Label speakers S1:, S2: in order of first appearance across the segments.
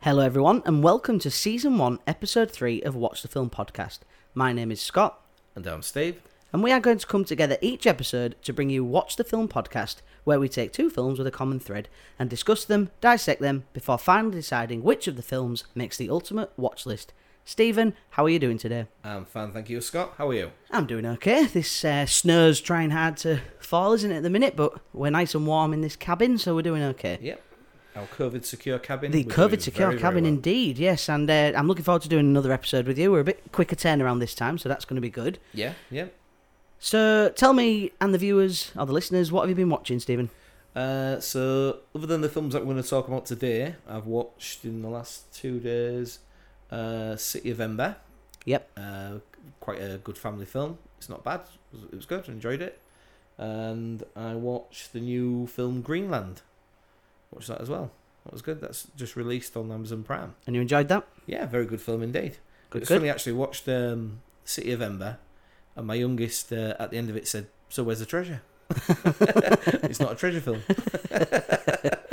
S1: Hello, everyone, and welcome to Season 1, Episode 3 of Watch the Film podcast. My name is Scott,
S2: And I'm Steve.
S1: and we are going to come together each episode to bring you Watch the Film podcast, where we take two films with a common thread and discuss them, dissect them, before finally deciding which of the films makes the ultimate watch list. Stephen, how are you doing today?
S2: I'm fine, thank you. Scott, how are you?
S1: I'm doing okay. This uh, snow's trying hard to fall, isn't it, at the minute? But we're nice and warm in this cabin, so we're doing okay.
S2: Yep. Our COVID secure cabin.
S1: The
S2: we're
S1: COVID
S2: doing
S1: secure
S2: very, very
S1: cabin,
S2: well.
S1: indeed, yes. And uh, I'm looking forward to doing another episode with you. We're a bit quicker turnaround this time, so that's going to be good.
S2: Yeah, yeah.
S1: So tell me and the viewers or the listeners, what have you been watching, Stephen?
S2: Uh, so, other than the films that we're going to talk about today, I've watched in the last two days uh, City of Ember.
S1: Yep.
S2: Uh, quite a good family film. It's not bad. It was- It was good. I enjoyed it. And I watched the new film Greenland. Watched that as well. That was good. That's just released on Amazon Prime.
S1: And you enjoyed that?
S2: Yeah, very good film indeed.
S1: Good,
S2: it's
S1: good.
S2: funny actually. Watched um, City of Ember, and my youngest uh, at the end of it said, "So where's the treasure?" it's not a treasure film.
S1: that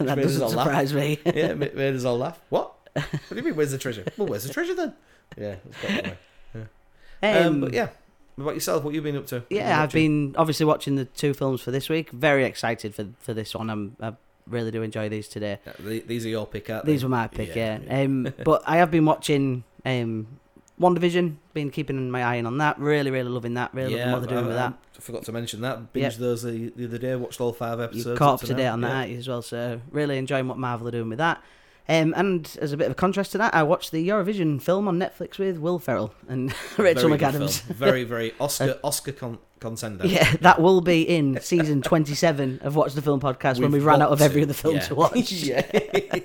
S2: made us
S1: doesn't
S2: all laugh.
S1: surprise me.
S2: Yeah, it ma- made us all laugh. What? What do you mean? Where's the treasure? Well, where's the treasure then? Yeah, it's quite funny. Um,
S1: Um,
S2: but yeah, what about yourself? What you been up to? What you
S1: yeah, I've
S2: watching?
S1: been obviously watching the two films for this week. Very excited for, for this one. I'm, I really do enjoy these today.
S2: Yeah, the- these are your pick, aren't
S1: These
S2: they?
S1: were my pick, yeah.
S2: Uh, Yeah,
S1: Um, but I have been watching um, WandaVision, been keeping my eye in on that. Really, really loving that. Really loving what they're doing
S2: I,
S1: with
S2: I
S1: that.
S2: forgot to mention that. Binged
S1: Yeah.
S2: those the, the other day. Watched all five episodes.
S1: you caught up to
S2: now.
S1: date on that
S2: Yeah.
S1: aren't you, as well. So really enjoying what Marvel are doing with that. Um, and as a bit of a contrast to that, I watched the Eurovision film on Netflix with Will Ferrell and Rachel
S2: Very good
S1: McAdams.
S2: film. Very, very Oscar Oscar con- contender.
S1: Yeah, that will be in season 27 of Watch the Film podcast when we've run
S2: got
S1: out of every
S2: to,
S1: other film
S2: yeah.
S1: to watch.
S2: yeah.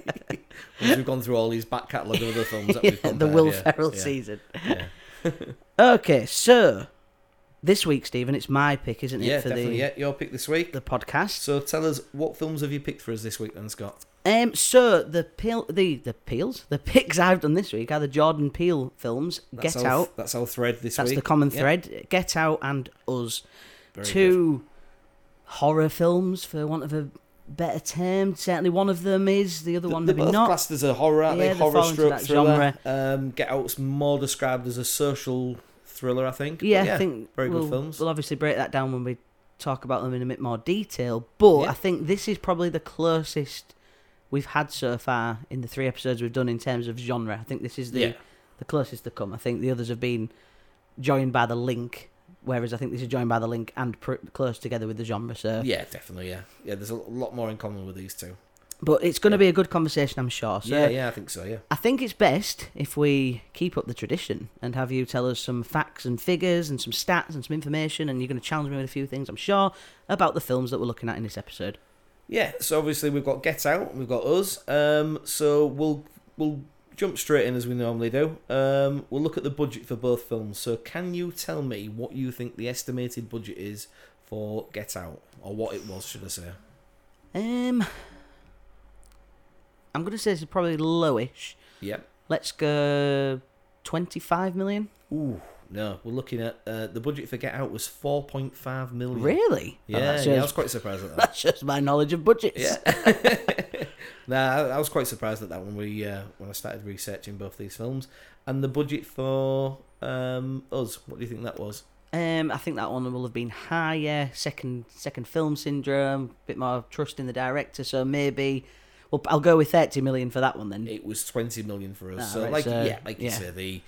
S2: Once we've gone through all these back catalogue of other films that
S1: Yeah,
S2: we've
S1: the
S2: compared,
S1: Will
S2: yeah,
S1: Ferrell
S2: yeah,
S1: season.
S2: Yeah,
S1: Okay, so this week, Stephen, it's my pick, isn't it,
S2: yeah
S1: for
S2: definitely.
S1: the
S2: Yeah, your pick this week.
S1: the podcast?
S2: So tell us, what films have you picked for us this week then, Scott?
S1: Um, so the peel, the the peels, the picks I've done this week are the Jordan Peele films.
S2: That's
S1: Get
S2: our,
S1: out.
S2: That's our thread this
S1: That's
S2: week.
S1: the common
S2: Yeah,
S1: thread. Get out and us.
S2: very good.
S1: Two horror films, for want of a better term. Certainly, one of them is the other one
S2: They're
S1: maybe
S2: both
S1: not.
S2: classed as a horror, aren't
S1: Yeah,
S2: they?
S1: they
S2: Horror
S1: fall into
S2: stroke
S1: that
S2: thriller. Um, Get Out's more described as a social thriller, I think. But
S1: yeah, I think
S2: very good
S1: we'll,
S2: films.
S1: We'll obviously break that down when we talk about them in a bit more detail. But
S2: Yeah.
S1: I think this is probably the closest we've had so far in the three episodes we've done in terms of genre. I think this is the
S2: yeah,
S1: the closest to come. I think the others have been joined by the link, whereas I think this is joined by the link and pr- close together with the genre. So,
S2: yeah, definitely, yeah. Yeah, there's a lot more in common with these two.
S1: but it's going to
S2: Yeah.
S1: be a good conversation, I'm sure. So,
S2: yeah, yeah, I think so, yeah.
S1: I think it's best if we keep up the tradition and have you tell us some facts and figures and some stats and some information, and you're going to challenge me with a few things, I'm sure, about the films that we're looking at in this episode.
S2: Yeah, so obviously we've got Get Out, we've got Us. Um, so we'll we'll jump straight in as we normally do. Um, we'll look at the budget for both films. So can you tell me what you think the estimated budget is for Get Out, or what it was, should I say?
S1: Um, I'm going to say this is probably lowish.
S2: Yep.
S1: Let's go 25 million.
S2: Ooh, no, we're looking at uh, the budget for Get Out was four point five million.
S1: Really? Oh,
S2: Yeah,
S1: that
S2: yeah, I
S1: shows-
S2: was quite surprised at that.
S1: That's just my knowledge of budgets.
S2: Yeah. Nah, I, I was quite surprised at that when we uh, when I started researching both these films and the budget for um, Us. What do you think that was?
S1: Um, I think that one will have been higher. Second, second film syndrome. Bit more trust in the director, so maybe. Well, I'll go with thirty million for that one then.
S2: it was 20 million for us.
S1: Ah,
S2: so,
S1: right,
S2: like,
S1: so,
S2: yeah, like you
S1: yeah.
S2: say, the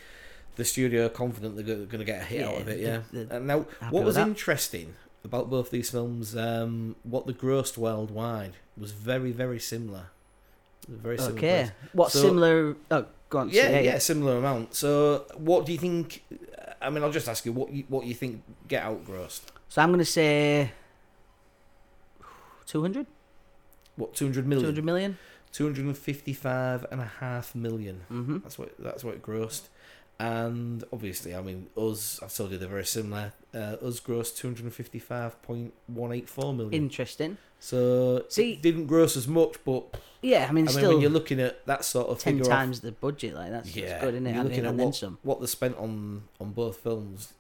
S2: the studio are confident they're going to get a hit out
S1: Yeah,
S2: of it.
S1: the-
S2: Yeah.
S1: the-
S2: and now,
S1: happy
S2: what
S1: with
S2: was
S1: that.
S2: interesting about both these films, um, what the grossed worldwide was very, very similar. Very similar.
S1: Okay.
S2: place.
S1: What
S2: So-
S1: similar? Oh, go on.
S2: Yeah,
S1: so,
S2: yeah, similar amount. So, what do you think? I mean, I'll just ask you what you, what you think Get Out grossed.
S1: So I'm gonna say. 200?
S2: What 200 million?
S1: 200 million?
S2: 255 and a half million.
S1: Mm-hmm.
S2: That's what that's what it grossed. And obviously, I mean, us. I've told you they're very similar. Uh, us grossed two hundred fifty five point one eight four million.
S1: Interesting.
S2: so
S1: See-
S2: it didn't gross as much, but
S1: Yeah, I mean,
S2: I mean,
S1: still
S2: when you're looking at that sort of
S1: 10
S2: figure off
S1: times the budget. Like, that's,
S2: Yeah,
S1: that's good, isn't it?
S2: you're
S1: And,
S2: looking
S1: then-
S2: at
S1: and then some.
S2: what they spent on on both films,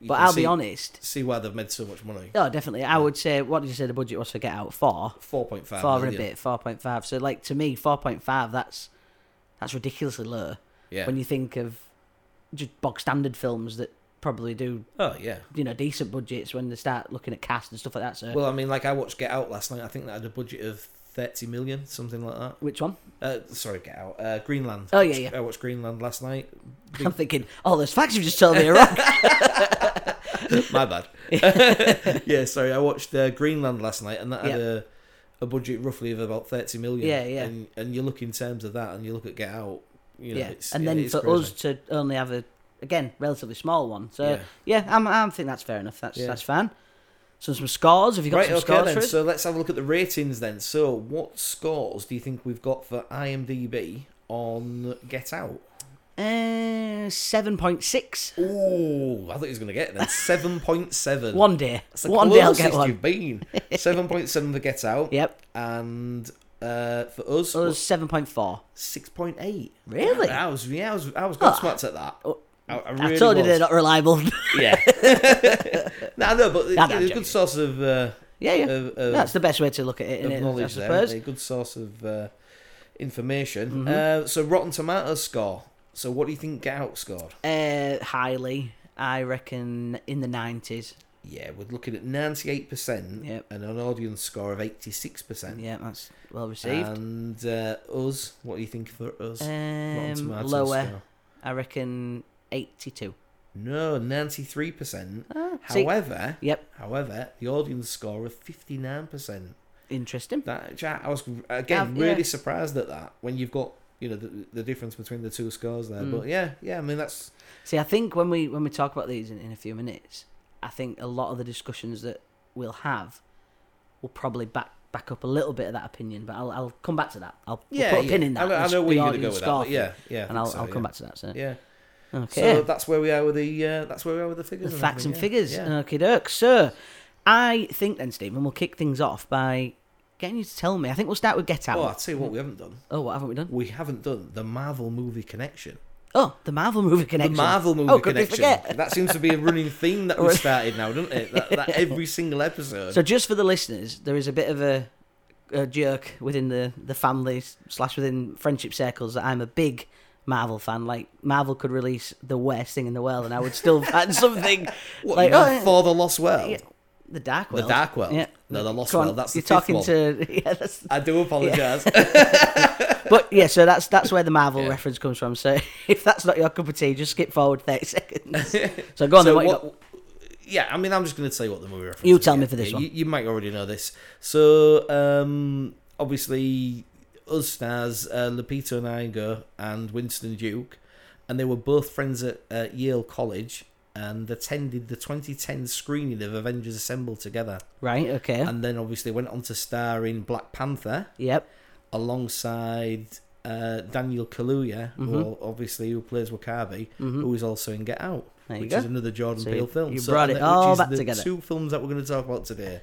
S2: you
S1: But
S2: can
S1: I'll
S2: see,
S1: be honest.
S2: See why they've made so much money.
S1: Oh, definitely. I would say, what did you say the budget was for Get Out? Four?
S2: Four point five.
S1: Four and a bit, four point five. So like to me, four point five. That's That's ridiculously low
S2: Yeah.
S1: when you think of just bog standard films that probably do
S2: oh yeah.
S1: you know decent budgets when they start looking at cast and stuff like that. So
S2: Well, I mean, like I watched Get Out last night. I think that had a budget of thirty million, something like that.
S1: which one?
S2: Uh, sorry, Get Out. Uh, Greenland.
S1: Oh, yeah, yeah.
S2: I watched Greenland last night. Big-
S1: I'm thinking, oh, those facts you've just told me are wrong.
S2: My bad. yeah, sorry. I watched uh, Greenland last night, and that had a a budget roughly of about thirty million.
S1: Yeah, yeah.
S2: And, and you look in terms of that, and you look at Get Out. You know,
S1: yeah,
S2: it's,
S1: and
S2: it
S1: then
S2: is
S1: for
S2: crazy.
S1: us to only have a again relatively small one. So yeah,
S2: Yeah.
S1: I'm, I think that's fair enough. That's
S2: Yeah.
S1: that's fine. So some scores. Have you got
S2: Right,
S1: some
S2: okay
S1: scores
S2: then.
S1: for us?
S2: So let's have a look at the ratings then. So, what scores do you think we've got for IMDb on Get Out?
S1: Uh, seven point six.
S2: Oh, I thought he was going to get it then. 7.7.
S1: One day.
S2: That's the
S1: One day I'll
S2: closest
S1: get one.
S2: you've been. 7.7 for Get Out.
S1: Yep.
S2: And uh, for us,
S1: So seven point four.
S2: six point eight.
S1: Really?
S2: I was yeah, I was I was gobsmacked at that.
S1: Oh.
S2: I, I really
S1: I told you
S2: was.
S1: they're not reliable.
S2: Yeah. no, no, but
S1: No,
S2: it,
S1: no, I'm
S2: it's a
S1: joking.
S2: good source of uh,
S1: yeah, yeah.
S2: of, of,
S1: that's the best way to look at it,
S2: of
S1: isn't it, I
S2: knowledge there.
S1: suppose.
S2: isn't it? A good source of uh, information.
S1: Mm-hmm.
S2: Uh, so Rotten Tomatoes score. So what do you think Get Out scored?
S1: Uh, highly, I reckon in the nineties.
S2: Yeah, we're looking at ninety eight percent
S1: Yep.
S2: and an audience score of eighty six percent.
S1: Yeah, that's well received.
S2: And uh, us, what do you think for us? Rotten
S1: Um,
S2: Tomatoes
S1: lower,
S2: score.
S1: I reckon eighty-two.
S2: No, ninety three percent.
S1: Ah, see-
S2: However,
S1: Yep,
S2: However, the audience score of fifty nine percent.
S1: interesting.
S2: That chat, I was again
S1: I've- yeah.
S2: really surprised at that when you've got you know the, the difference between the two scores there. But yeah, yeah, I mean that's
S1: See, I think when we when we talk about these in, in a few minutes, I think a lot of the discussions that we'll have will probably back back up a little bit of that opinion. But I'll I'll come back to that. I'll we'll
S2: yeah.
S1: put a
S2: yeah.
S1: pin in that.
S2: I know, I
S1: and
S2: know
S1: the
S2: where you're gonna go
S1: audience
S2: with that.
S1: score
S2: but Yeah, yeah. I
S1: and
S2: think
S1: I'll
S2: so,
S1: I'll come
S2: yeah.
S1: back to that. So
S2: Yeah.
S1: okay,
S2: So that's where we are with the uh, that's where we are with the
S1: the
S2: figures. Uh,
S1: facts and
S2: everything,
S1: figures.
S2: yeah.
S1: Okay, Dirk. So I think then Stephen, we'll kick things off by getting you to tell me. I think we'll start with Get Out.
S2: Yeah. Oh, I'll tell you what we haven't done.
S1: Oh, what haven't we done?
S2: We haven't done the Marvel movie connection.
S1: Oh, the Marvel movie connection.
S2: The Marvel movie
S1: oh, could
S2: connection.
S1: We forget?
S2: That seems to be a running theme that we've started now, doesn't it? That, that every single episode.
S1: So, just for the listeners, there is a bit of a, a jerk within the the family slash within friendship circles that I'm a big Marvel fan. Like Marvel could release the worst thing in the world, and I would still find something
S2: What,
S1: like
S2: you mean
S1: oh, yeah,
S2: for the Lost World?
S1: yeah, the Dark
S2: The
S1: World.
S2: Dark World.
S1: Yeah.
S2: No, the Lost
S1: Come on,
S2: World. That's
S1: you're
S2: the fifth
S1: talking
S2: one.
S1: to yeah, that's,
S2: I do apologise.
S1: but yeah. So that's that's where the Marvel
S2: Yeah.
S1: reference comes from. So if that's not your cup of tea, just skip forward thirty seconds. So go on. then,
S2: so
S1: what you
S2: what,
S1: got?
S2: yeah, I mean, I'm just going to tell you what the movie reference
S1: You
S2: is,
S1: tell me
S2: yeah.
S1: for this
S2: Yeah,
S1: one.
S2: You, you might already know this. So, um, obviously, us stars, uh, Lupito Nyong'o and Winston Duke, and they were both friends at uh, Yale College and attended the 2010 screening of Avengers Assemble together.
S1: Right. Okay.
S2: And then obviously went on to star in Black Panther.
S1: yep.
S2: alongside uh, Daniel Kaluuya,
S1: Mm-hmm.
S2: who obviously who plays Wakabi,
S1: Mm.
S2: who is also in Get Out,
S1: There you
S2: which
S1: go.
S2: is another Jordan
S1: So you-
S2: Peele film.
S1: you brought it all
S2: which is
S1: back
S2: the
S1: together.
S2: Two films that we're going to talk about today.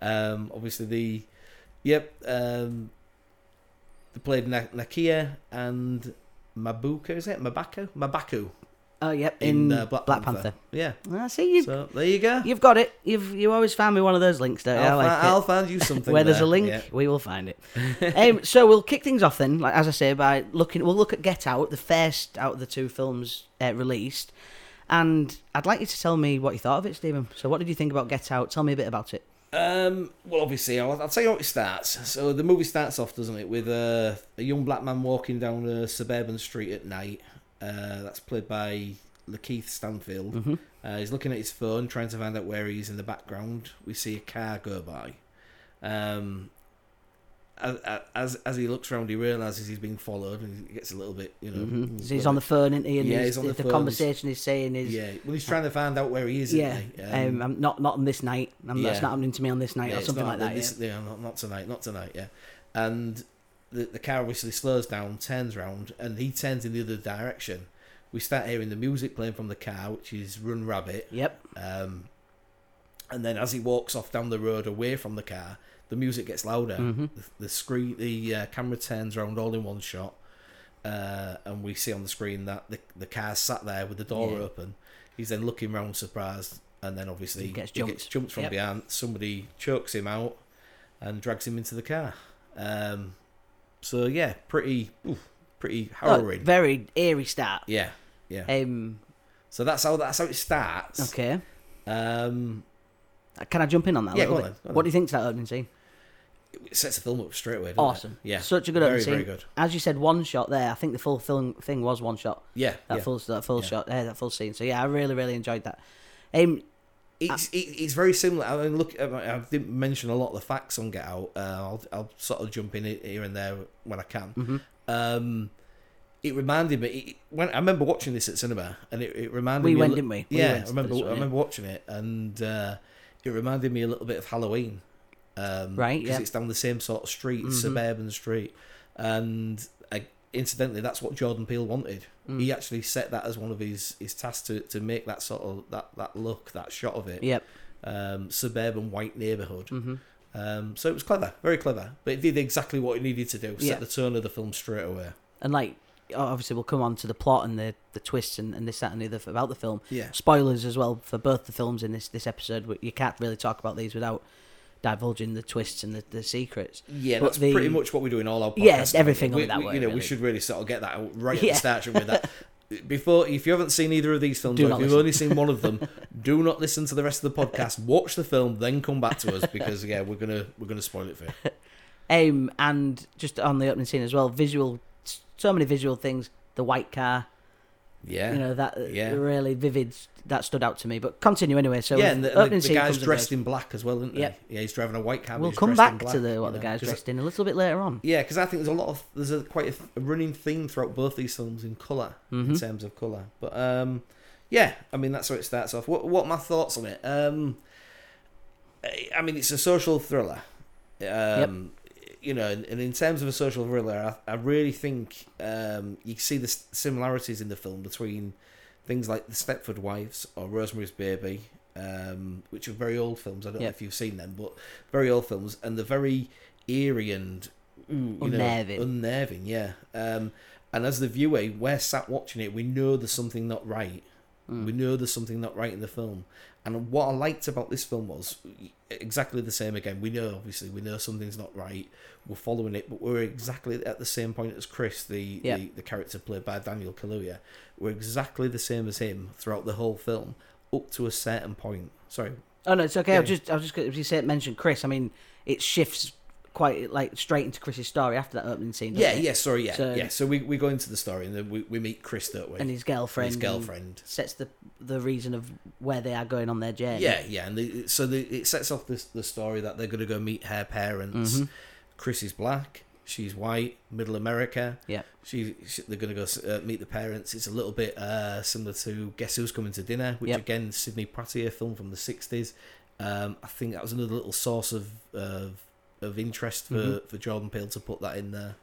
S2: Um, obviously the, yep, um, they played Na- Nakia and Mabuka, is it Mabaku? Mabaku
S1: Oh, yep.
S2: in,
S1: In,
S2: uh, Black, Panther. Yeah.
S1: I see you.
S2: So there you go.
S1: You've got it. You've you always found me one of those links, don't you? I
S2: I'll,
S1: like
S2: fi-
S1: it.
S2: I'll find you something.
S1: Where there's
S2: there.
S1: a link,
S2: Yeah.
S1: we will find it. um, so we'll kick things off then, like as I say, by looking. We'll look at Get Out, the first out of the two films uh, released, and I'd like you to tell me what you thought of it, Stephen. So, what did you think about Get Out? Tell me a bit about it.
S2: Um, well, obviously, I'll, I'll tell you how it starts. So the movie starts off, doesn't it, with uh, a young black man walking down a suburban street at night. Uh, that's played by Lakeith Stanfield.
S1: Mm-hmm.
S2: Uh, he's looking at his phone, trying to find out where he is in the background. We see a car go by. Um, as, as as he looks around, he realizes he's being followed, and he gets a little bit, you know.
S1: Mhm. So he's on the phone, isn't he? And
S2: Um, Yeah,
S1: he's-
S2: he's on the
S1: the
S2: phone.
S1: conversation he's saying is,
S2: yeah. Well, he's trying to find out where he is. isn't
S1: yeah,
S2: he?
S1: um, I'm not not on this night. i That's
S2: yeah.
S1: not happening to me on this night,
S2: Yeah,
S1: or
S2: it's
S1: something
S2: not-
S1: like that.
S2: this- yeah, not, not tonight, not tonight, yeah. And the, the car obviously slows down, turns round, and he turns in the other direction. We start hearing the music playing from the car, which is Run Rabbit.
S1: yeah. Yep.
S2: Um, and then as he walks off down the road away from the car, the music gets louder.
S1: Mm-hmm.
S2: The, the screen, the uh, camera turns round all in one shot, uh, and we see on the screen that the the car sat there with the door
S1: Yeah.
S2: open. He's then looking round surprised, and then obviously
S1: He gets
S2: he
S1: jumped.
S2: gets jumped from
S1: Yep.
S2: behind. Somebody chokes him out and drags him into the car. Um, so yeah, pretty oof, pretty
S1: Oh,
S2: harrowing.
S1: very eerie start.
S2: yeah, yeah.
S1: Um,
S2: So that's how that's how it starts.
S1: okay. Uh,
S2: Um,
S1: Can I jump in on that? a
S2: Yeah,
S1: little
S2: go on
S1: bit?
S2: then, go on
S1: What do you think's that opening scene?
S2: it sets the film up straight away. doesn't it?
S1: Awesome.
S2: Yeah.
S1: Such a good
S2: very
S1: opening scene.
S2: very good.
S1: As you said, one shot there. I think the full film thing was one shot.
S2: Yeah.
S1: That
S2: yeah.
S1: full that full
S2: Yeah.
S1: shot there, that full scene. So yeah, I really really enjoyed that. Um,
S2: It's it, it's very similar. I mean, look, I I didn't mention a lot of the facts on Get Out. Uh, I'll I'll sort of jump in here and there when I can.
S1: Mm-hmm.
S2: Um, it reminded me. It, when I remember watching this at cinema, and it, it reminded
S1: We
S2: me. a
S1: went,
S2: li-
S1: didn't we? We
S2: yeah,
S1: went
S2: I
S1: to
S2: remember.
S1: this one,
S2: I
S1: yeah.
S2: remember watching it, and uh, it reminded me a little bit of Halloween. Um,
S1: Right,
S2: Because
S1: yeah.
S2: it's down the same sort of street, it's suburban street, and I, incidentally, that's what Jordan Peele wanted. He actually set that as one of his his tasks to, to make that sort of that that look, that shot of it
S1: yep.
S2: um, suburban white neighborhood. Um, so it was clever, very clever, but it did exactly what it needed to do: set
S1: Yeah.
S2: the tone of the film straight away.
S1: And like oh, obviously we'll come on to the plot and the the twists and, and this that and the other f- about the film.
S2: Yeah,
S1: Spoilers as well for both the films in this this episode. but You can't really talk about these without divulging the twists and the, the secrets.
S2: yeah,
S1: But
S2: that's
S1: the-
S2: pretty much what we do in all our podcasts.
S1: Yeah,
S2: don't we?
S1: everything
S2: we,
S1: on that
S2: we-
S1: way,
S2: You know, we
S1: really.
S2: should really sort of get that out right
S1: Yeah.
S2: at the start shouldn't we? that. Before, if you haven't seen either of these films,
S1: Do
S2: or
S1: not
S2: if you've
S1: listen.
S2: only seen one of them, do not listen to the rest of the podcast. Watch the film, then come back to us because yeah, we're gonna we're gonna spoil it for you.
S1: Um, and just on the opening scene as well, visual, so many visual things. The white car,
S2: Yeah,
S1: you know that uh,
S2: Yeah.
S1: really vivid. That stood out to me. But continue anyway. So
S2: yeah,
S1: the
S2: and the, and
S1: opening
S2: the, the
S1: scene comes
S2: guy's
S1: and
S2: dressed
S1: goes.
S2: in black as well, isn't he?
S1: Yep.
S2: Yeah, he's driving a white cab.
S1: We'll
S2: he's
S1: come
S2: dressed in
S1: back
S2: black,
S1: to the what
S2: you
S1: the
S2: know,
S1: guy's
S2: 'cause
S1: dressed in a little bit later on.
S2: Yeah, because I think there's a lot of there's a quite a, th- a running theme throughout both these films in color in terms of color. But um, yeah, I mean that's how it starts off. What what are my thoughts on it? Um, eh, I I mean it's a social thriller. Um, You know, and, and in terms of a social thriller, I, I really think um, you see the s- similarities in the film between things like The Stepford Wives or Rosemary's Baby, um, which are very old films. I don't know
S1: Yep.
S2: if you've seen them, but very old films, and they're very eerie and ooh, Mm, you
S1: Unnerving.
S2: Know, unnerving, yeah. Um, and as the viewer, we're sat watching it. We know there's something not right.
S1: Hmm.
S2: We know there's something not right in the film. And what I liked about this film was exactly the same again. We know, obviously, we know something's not right. We're following it, but we're exactly at the same point as Chris, the,
S1: Yeah.
S2: the, the character played by Daniel Kaluuya. We're exactly the same as him throughout the whole film, up to a certain point. Sorry,
S1: Oh no, it's okay. I was
S2: Yeah.
S1: just I was just gonna- if you said mention Chris, I mean it shifts quite like straight into Chris's story after that opening scene. doesn't
S2: Yeah,
S1: it?
S2: yeah, sorry, yeah,
S1: So-
S2: yeah. So we, we go into the story and then we, we meet Chris, don't we?
S1: And his girlfriend.
S2: his
S1: and
S2: girlfriend.
S1: sets the the reason of where they are going on their journey.
S2: Yeah, yeah. And the, so the, it sets off this the story that they're going to go meet her parents.
S1: Mm-hmm.
S2: Chris is black. She's white, middle America.
S1: Yeah.
S2: She, she they're going to go s- uh, meet the parents. It's a little bit uh, similar to Guess Who's Coming to Dinner, which
S1: Yep.
S2: again Sidney Poitier film from the sixties. Um, I think that was another little source of of, of interest for,
S1: Mm-hmm.
S2: for Jordan Peele to put that in there.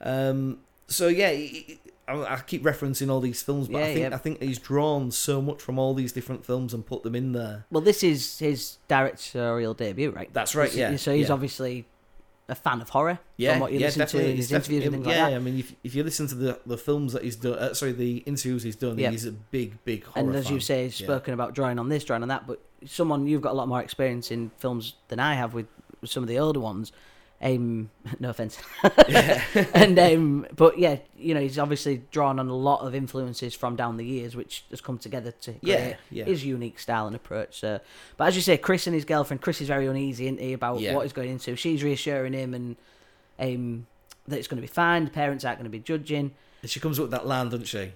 S2: Um, so yeah, he- he- I, I keep referencing all these films, but I
S1: Yeah,
S2: think
S1: yeah.
S2: I think he's drawn so much from all these different films and put them in there.
S1: Well, this is his directorial debut, right?
S2: That's right,
S1: This is-
S2: yeah,
S1: So he's
S2: yeah.
S1: obviously a fan of horror.
S2: Yeah,
S1: From what you
S2: yeah,
S1: listen to
S2: definitely.
S1: in
S2: He's
S1: his interviews and
S2: definitely-
S1: things like
S2: yeah,
S1: that.
S2: I mean, if, if you listen to the the films that he's done, uh, sorry, the interviews he's done,
S1: Yeah.
S2: he's a big, big horror
S1: And as you
S2: fan.
S1: say, he's
S2: Yeah.
S1: spoken about drawing on this, drawing on that, but someone you've got a lot more experience in films than I have with some of the older ones. Um, no offense. and um, but yeah, you know, he's obviously drawn on a lot of influences from down the years, which has come together to create
S2: Yeah, yeah.
S1: his unique style and approach. So, but as you say, Chris and his girlfriend, Chris is very uneasy, isn't he, about
S2: Yeah.
S1: what he's going into. She's reassuring him and um, that it's going to be fine. The parents aren't going to be judging.
S2: And she comes up with that line, doesn't she?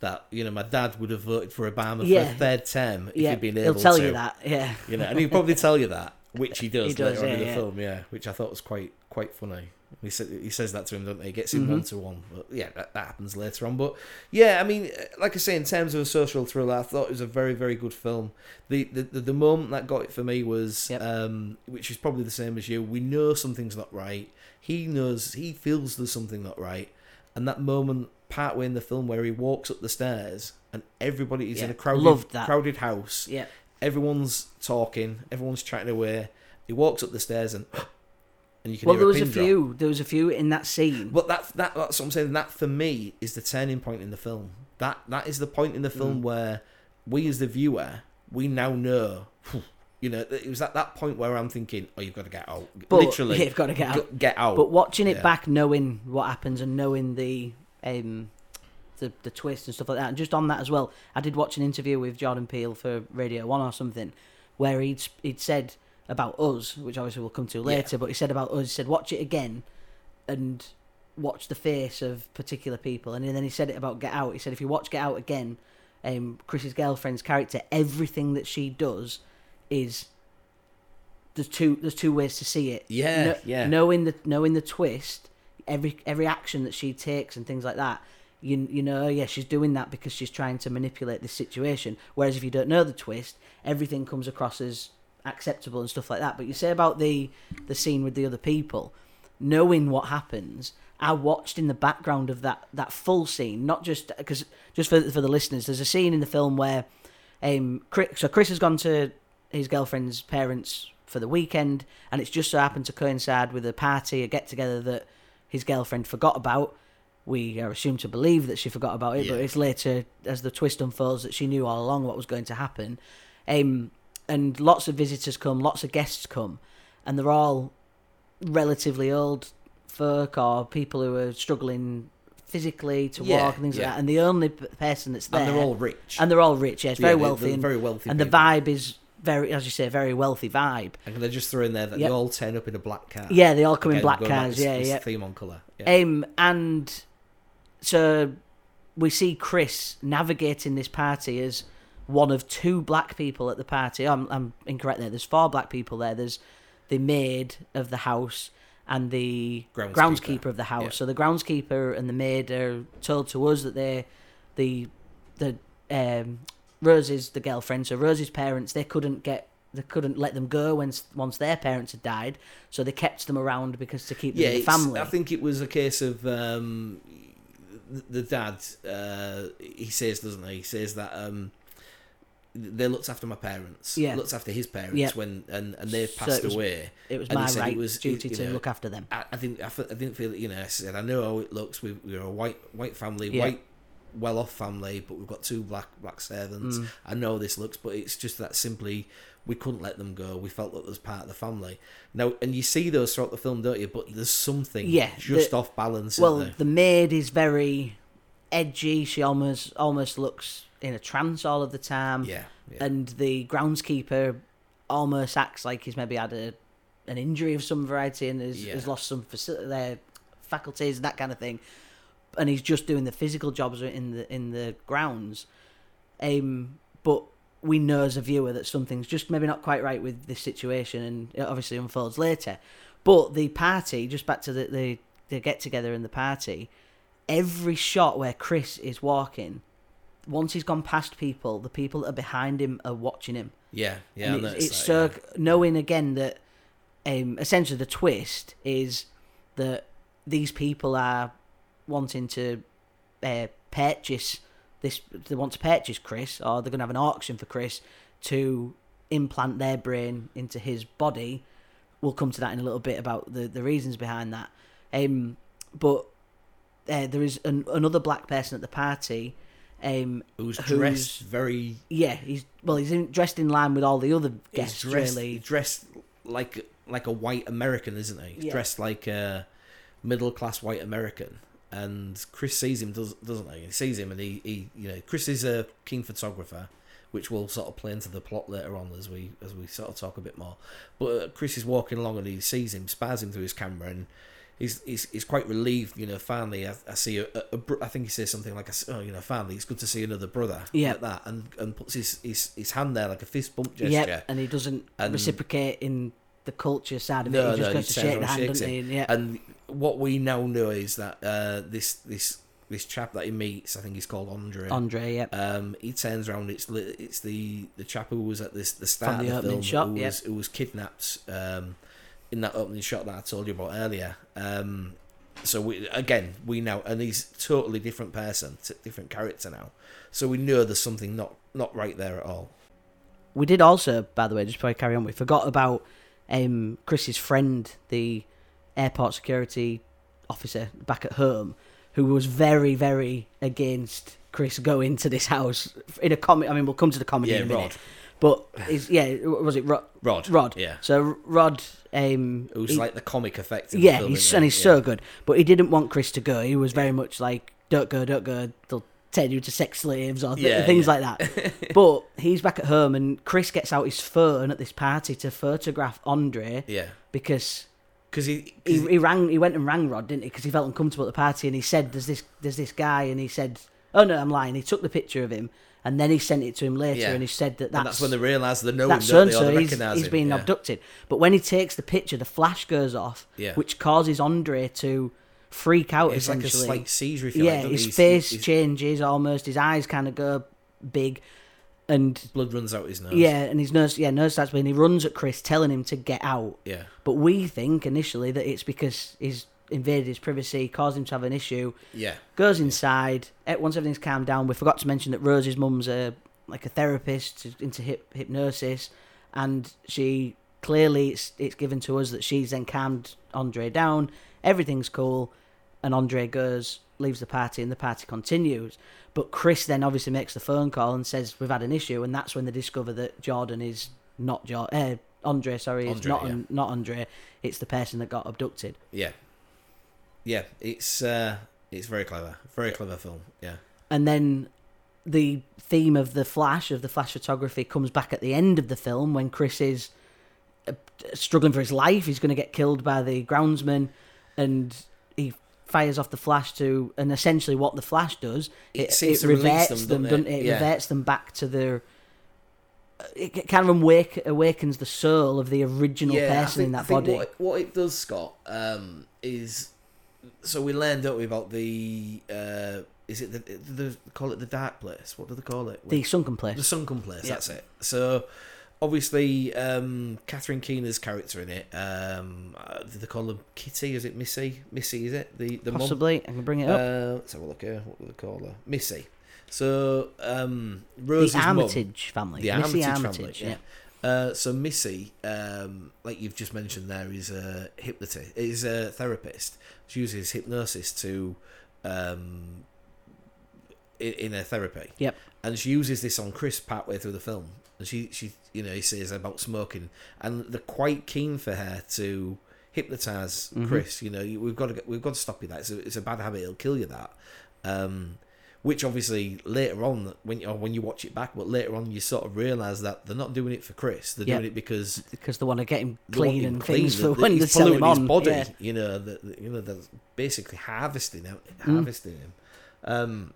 S2: That you know, my dad would have voted for Obama for
S1: Yeah.
S2: a third term if
S1: yeah,
S2: he'd been able
S1: he'll tell
S2: to.
S1: you that. Yeah.
S2: You know, and he'll probably tell you that, which he does,
S1: He does,
S2: later on in
S1: yeah,
S2: the
S1: yeah.
S2: film, yeah, which I thought was quite quite funny. He said he says that to him, doesn't he? He Gets
S1: Mm-hmm.
S2: him one to one, but yeah, that, that happens later on. But yeah, I mean, uh, like I say, in terms of a social thriller, I thought it was a very very good film. The the, the, the moment that got it for me was,
S1: Yep.
S2: um, which is probably the same as you. We know something's not right. He knows. He feels there's something not right, and that moment partway in the film where he walks up the stairs and everybody's in
S1: Yeah,
S2: a crowded
S1: loved that.
S2: crowded house
S1: Yeah.
S2: everyone's talking, everyone's chatting away. He walks up the stairs and and you can
S1: Well,
S2: hear
S1: there was
S2: a
S1: a
S2: pin drop.
S1: few. There was a few in that scene.
S2: But that that that's what I'm saying. That for me is the turning point in the film. That that is the point in the film
S1: Mm.
S2: where we as the viewer we now know. You know, it was at that point where I'm thinking, "Oh, you've got to get out."
S1: But
S2: Literally,
S1: you've got to get out.
S2: Get out.
S1: But watching it
S2: Yeah.
S1: back, knowing what happens and knowing the um, the the twist and stuff like that. And just on that as well, I did watch an interview with Jordan Peele for Radio One or something, where he'd s- he'd said about us, which obviously we'll come to later. But he said about us, he said watch it again, and watch the face of particular people. And then he said it about Get Out. He said if you watch Get Out again, um, Chris's girlfriend's character, everything that she does is there's two there's two ways to see it.
S2: Yeah,
S1: No-
S2: yeah.
S1: Knowing the knowing the twist, every every action that she takes and things like that, you you know, oh, yeah, she's doing that because she's trying to manipulate this situation. Whereas if you don't know the twist, everything comes across as acceptable and stuff like that. But you say about the the scene with the other people, knowing what happens. I watched in the background of that that full scene, not just because just for for the listeners, there's a scene in the film where um, Chris, so Chris has gone to his girlfriend's parents for the weekend, and it's just so happened to coincide with a party, a get together that his girlfriend forgot about. We are assumed to believe that she forgot about it, but
S2: Yeah.
S1: it's later, as the twist unfolds, that she knew all along what was going to happen. Um, and lots of visitors come, lots of guests come, and they're all relatively old folk or people who are struggling physically to
S2: Yeah,
S1: walk and things
S2: yeah.
S1: like that. And the only p- person that's there
S2: And they're all rich.
S1: and they're all rich. Yeah, it's very
S2: Yeah, they're-
S1: wealthy.
S2: they're
S1: and,
S2: very wealthy
S1: and the
S2: people.
S1: vibe is very, as you say, a very wealthy vibe.
S2: And they just throw in there that
S1: Yep.
S2: they all turn up in a black car.
S1: Yeah, they all come in
S2: Again,
S1: black
S2: going back to
S1: cars.
S2: this-
S1: Yeah,
S2: this
S1: yeah.
S2: Theme on colour. Yeah.
S1: Um, and so we see Chris navigating this party as one of two black people at the party. I'm, I'm incorrect there. There's four black people there. There's the maid of the house and the
S2: Groundskeeper.
S1: of the house.
S2: Yeah.
S1: So the groundskeeper and the maid are told to us that they, the, the um, Rose's the girlfriend. So Rose's parents they couldn't get. They couldn't let them go when once their parents had died, so they kept them around because to keep them
S2: yeah,
S1: in the
S2: it's-
S1: family.
S2: I think it was a case of um, th- the dad. Uh, he says, doesn't he? He says that um, they looked after my parents.
S1: Yeah.
S2: looked after his parents
S1: Yeah.
S2: when and, and they
S1: So
S2: passed
S1: it was-
S2: away.
S1: it was
S2: and he
S1: my
S2: said
S1: right
S2: it was-
S1: duty
S2: you
S1: to
S2: know,
S1: look after them.
S2: I, I think I, fe- I didn't feel you know. I said I know how it looks. We, we're a white white family,
S1: Yeah.
S2: white well off family, but we've got two black black servants.
S1: Mm.
S2: I know how this looks, but it's just that simply we couldn't let them go. We felt that was part of the family. Now, and you see those throughout the film, don't you? But there's something
S1: Yeah,
S2: just
S1: the-
S2: off balance.
S1: Well,
S2: isn't there?
S1: the maid is very edgy. She almost almost looks in a trance all of the time.
S2: yeah, yeah.
S1: And the groundskeeper almost acts like he's maybe had a an injury of some variety and has,
S2: Yeah.
S1: has lost some faci- their faculties and that kind of thing. And he's just doing the physical jobs in the in the grounds. Um, but we know as a viewer that something's just maybe not quite right with this situation, and it obviously unfolds later. But the party, just back to the the, the get together and the party, every shot where Chris is walking, once he's gone past people, the people that are behind him are watching him.
S2: yeah, yeah. I
S1: And it's,
S2: noticed
S1: it's
S2: that,
S1: so
S2: yeah.
S1: knowing again that um, essentially the twist is that these people are wanting to uh, purchase this. They want to purchase Chris, or they're going to have an auction for Chris to implant their brain into his body. We'll come to that in a little bit about the the reasons behind that. Um, but uh, there is an, another black person at the party. Um,
S2: Who's
S1: who's-
S2: dressed very?
S1: yeah, he's well. He's in, dressed in line with all the other
S2: He's
S1: guests,
S2: dressed
S1: really.
S2: dressed like like a white American, isn't he? He's
S1: Yeah.
S2: Dressed like a middle class white American. And Chris sees him, does, doesn't he? He sees him, and he, he, you know, Chris is a keen photographer, which will sort of play into the plot later on as we as we sort of talk a bit more. But uh, Chris is walking along, and he sees him, spars him through his camera, and he's he's, he's quite relieved, you know. Finally, I, I see a, a br- I think he says something like, "Oh, you know, finally, it's good to see another brother."
S1: Yeah.
S2: like that, and and puts his, his his hand there like a fist bump gesture.
S1: Yeah, and he doesn't
S2: And-
S1: reciprocate in the culture side of it.
S2: No,
S1: he just
S2: no,
S1: goes to
S2: he
S1: shake the hand,
S2: turns around and
S1: doesn't he?
S2: shakes
S1: And, yeah,
S2: And what we now know is that uh, this this this chap that he meets, I think he's called Andre.
S1: Andre. Yeah,
S2: um, he turns around. It's li- it's the the chap who was at this the start
S1: From the
S2: of the
S1: opening
S2: film
S1: shot,
S2: who,
S1: yeah.
S2: was, who was kidnapped um, in that opening shot that I told you about earlier. Um, so we, again, we now and he's totally different person, t- different character now. So we know there's something not not right there at all.
S1: we did also, by the way, just before I carry on, we forgot about um, Chris's friend, the airport security officer back at home, who was very, very against Chris going to this house in a comic. I mean, we'll come to the comedy in a
S2: Yeah,
S1: minute.
S2: Rod.
S1: But is yeah, was it Rod?
S2: Rod.
S1: Rod.
S2: Yeah.
S1: So Rod. Um,
S2: It was
S1: he-
S2: like the comic effect. In the
S1: Yeah,
S2: film,
S1: he's,
S2: isn't
S1: and
S2: it?
S1: he's
S2: Yeah.
S1: so good. But he didn't want Chris to go. He was very much like, don't go, don't go. They'll turn you into sex slaves or th-
S2: Yeah,
S1: things
S2: yeah.
S1: like that. but he's back at home, and Chris gets out his phone at this party to photograph Andre
S2: Yeah.
S1: because
S2: Because he,
S1: he,
S2: 'cause
S1: he rang he went and rang Rod didn't he because he felt uncomfortable at the party and he said there's this there's this guy and he said oh no I'm lying he took the picture of him and then he sent it to him later
S2: Yeah.
S1: and he said that that's,
S2: and that's when they realise they know him,
S1: that's
S2: don't
S1: so
S2: Oh, they? Or they
S1: he's,
S2: recognise
S1: he's
S2: him.
S1: being
S2: yeah.
S1: abducted but when he takes the picture the flash goes off
S2: Yeah.
S1: which causes Andre to freak out
S2: It's like a
S1: essentially
S2: slight seizure, if you
S1: yeah
S2: like. doesn't
S1: his
S2: it? He's-
S1: face
S2: he's-
S1: changes almost his eyes kind of go big and
S2: blood runs out his nose.
S1: yeah and his nose yeah nose starts bleeding he runs at Chris telling him to get out
S2: Yeah.
S1: but we think initially that it's because he's invaded his privacy, caused him to have an issue.
S2: Yeah.
S1: Goes inside. eh, Once everything's calmed down, we forgot to mention that Rose's mum's a like a therapist into hip, hypnosis, and she clearly it's it's given to us that she's then calmed Andre down. Everything's cool, and Andre goes leaves the party, and the party continues. But Chris then obviously makes the phone call and says we've had an issue, and that's when they discover that Jordan is not Jordan. Uh, Andre, sorry, is
S2: Andre,
S1: not
S2: yeah.
S1: not Andre. It's the person that got abducted.
S2: Yeah. Yeah. It's uh, it's very clever. Very clever film. Yeah.
S1: and then the theme of the flash of the flash photography comes back at the end of the film when chris is uh, struggling for his life he's going to get killed by the groundsman and he fires off the flash to and essentially what the flash does
S2: It seems to release them, doesn't it?
S1: it,
S2: Yeah.
S1: reverts them back to their it kind of awake, awakens the soul of the original
S2: I
S1: person in
S2: think- I
S1: that
S2: think
S1: body
S2: What it, what it does, Scott, um, is so we learned, don't we, about the uh, is it the, the, the call it the dark place? What do they call it?
S1: the sunken place
S2: The sunken place.
S1: Yeah.
S2: That's it. So obviously, um, Catherine Keener's character in it. Um, uh, do they call her Kitty? Is it Missy? Missy is it the the mum?
S1: possibly i can bring it up
S2: Uh, let's have a look here. What do they call her? Missy. So um,
S1: the
S2: Rose's mum.
S1: armitage family
S2: The
S1: Missy
S2: Armitage,
S1: armitage
S2: family. Yeah. Uh, so Missy, um, like you've just mentioned, there is a hypnotist, is a therapist. She uses hypnosis to, um, i- in her therapy.
S1: Yep.
S2: And she uses this on Chris partway through the film. And she, she, you know, he says about smoking, and they're quite keen for her to hypnotize Chris. You know, you- we've got to, get, we've got to stop you. That it's a, it's a bad habit. It'll kill you. That. Um, which obviously later on when you, or when you watch it back, but later on you sort of realize that they're not doing it for Chris. They're
S1: Yeah.
S2: doing it because
S1: because they want to get him
S2: they want
S1: clean
S2: him
S1: and
S2: clean,
S1: things
S2: that-
S1: for
S2: that
S1: when they
S2: he's
S1: sell him
S2: polluting
S1: on.
S2: His body,
S1: Yeah.
S2: you know, that that- you know, that's basically harvesting him- harvesting him. Um,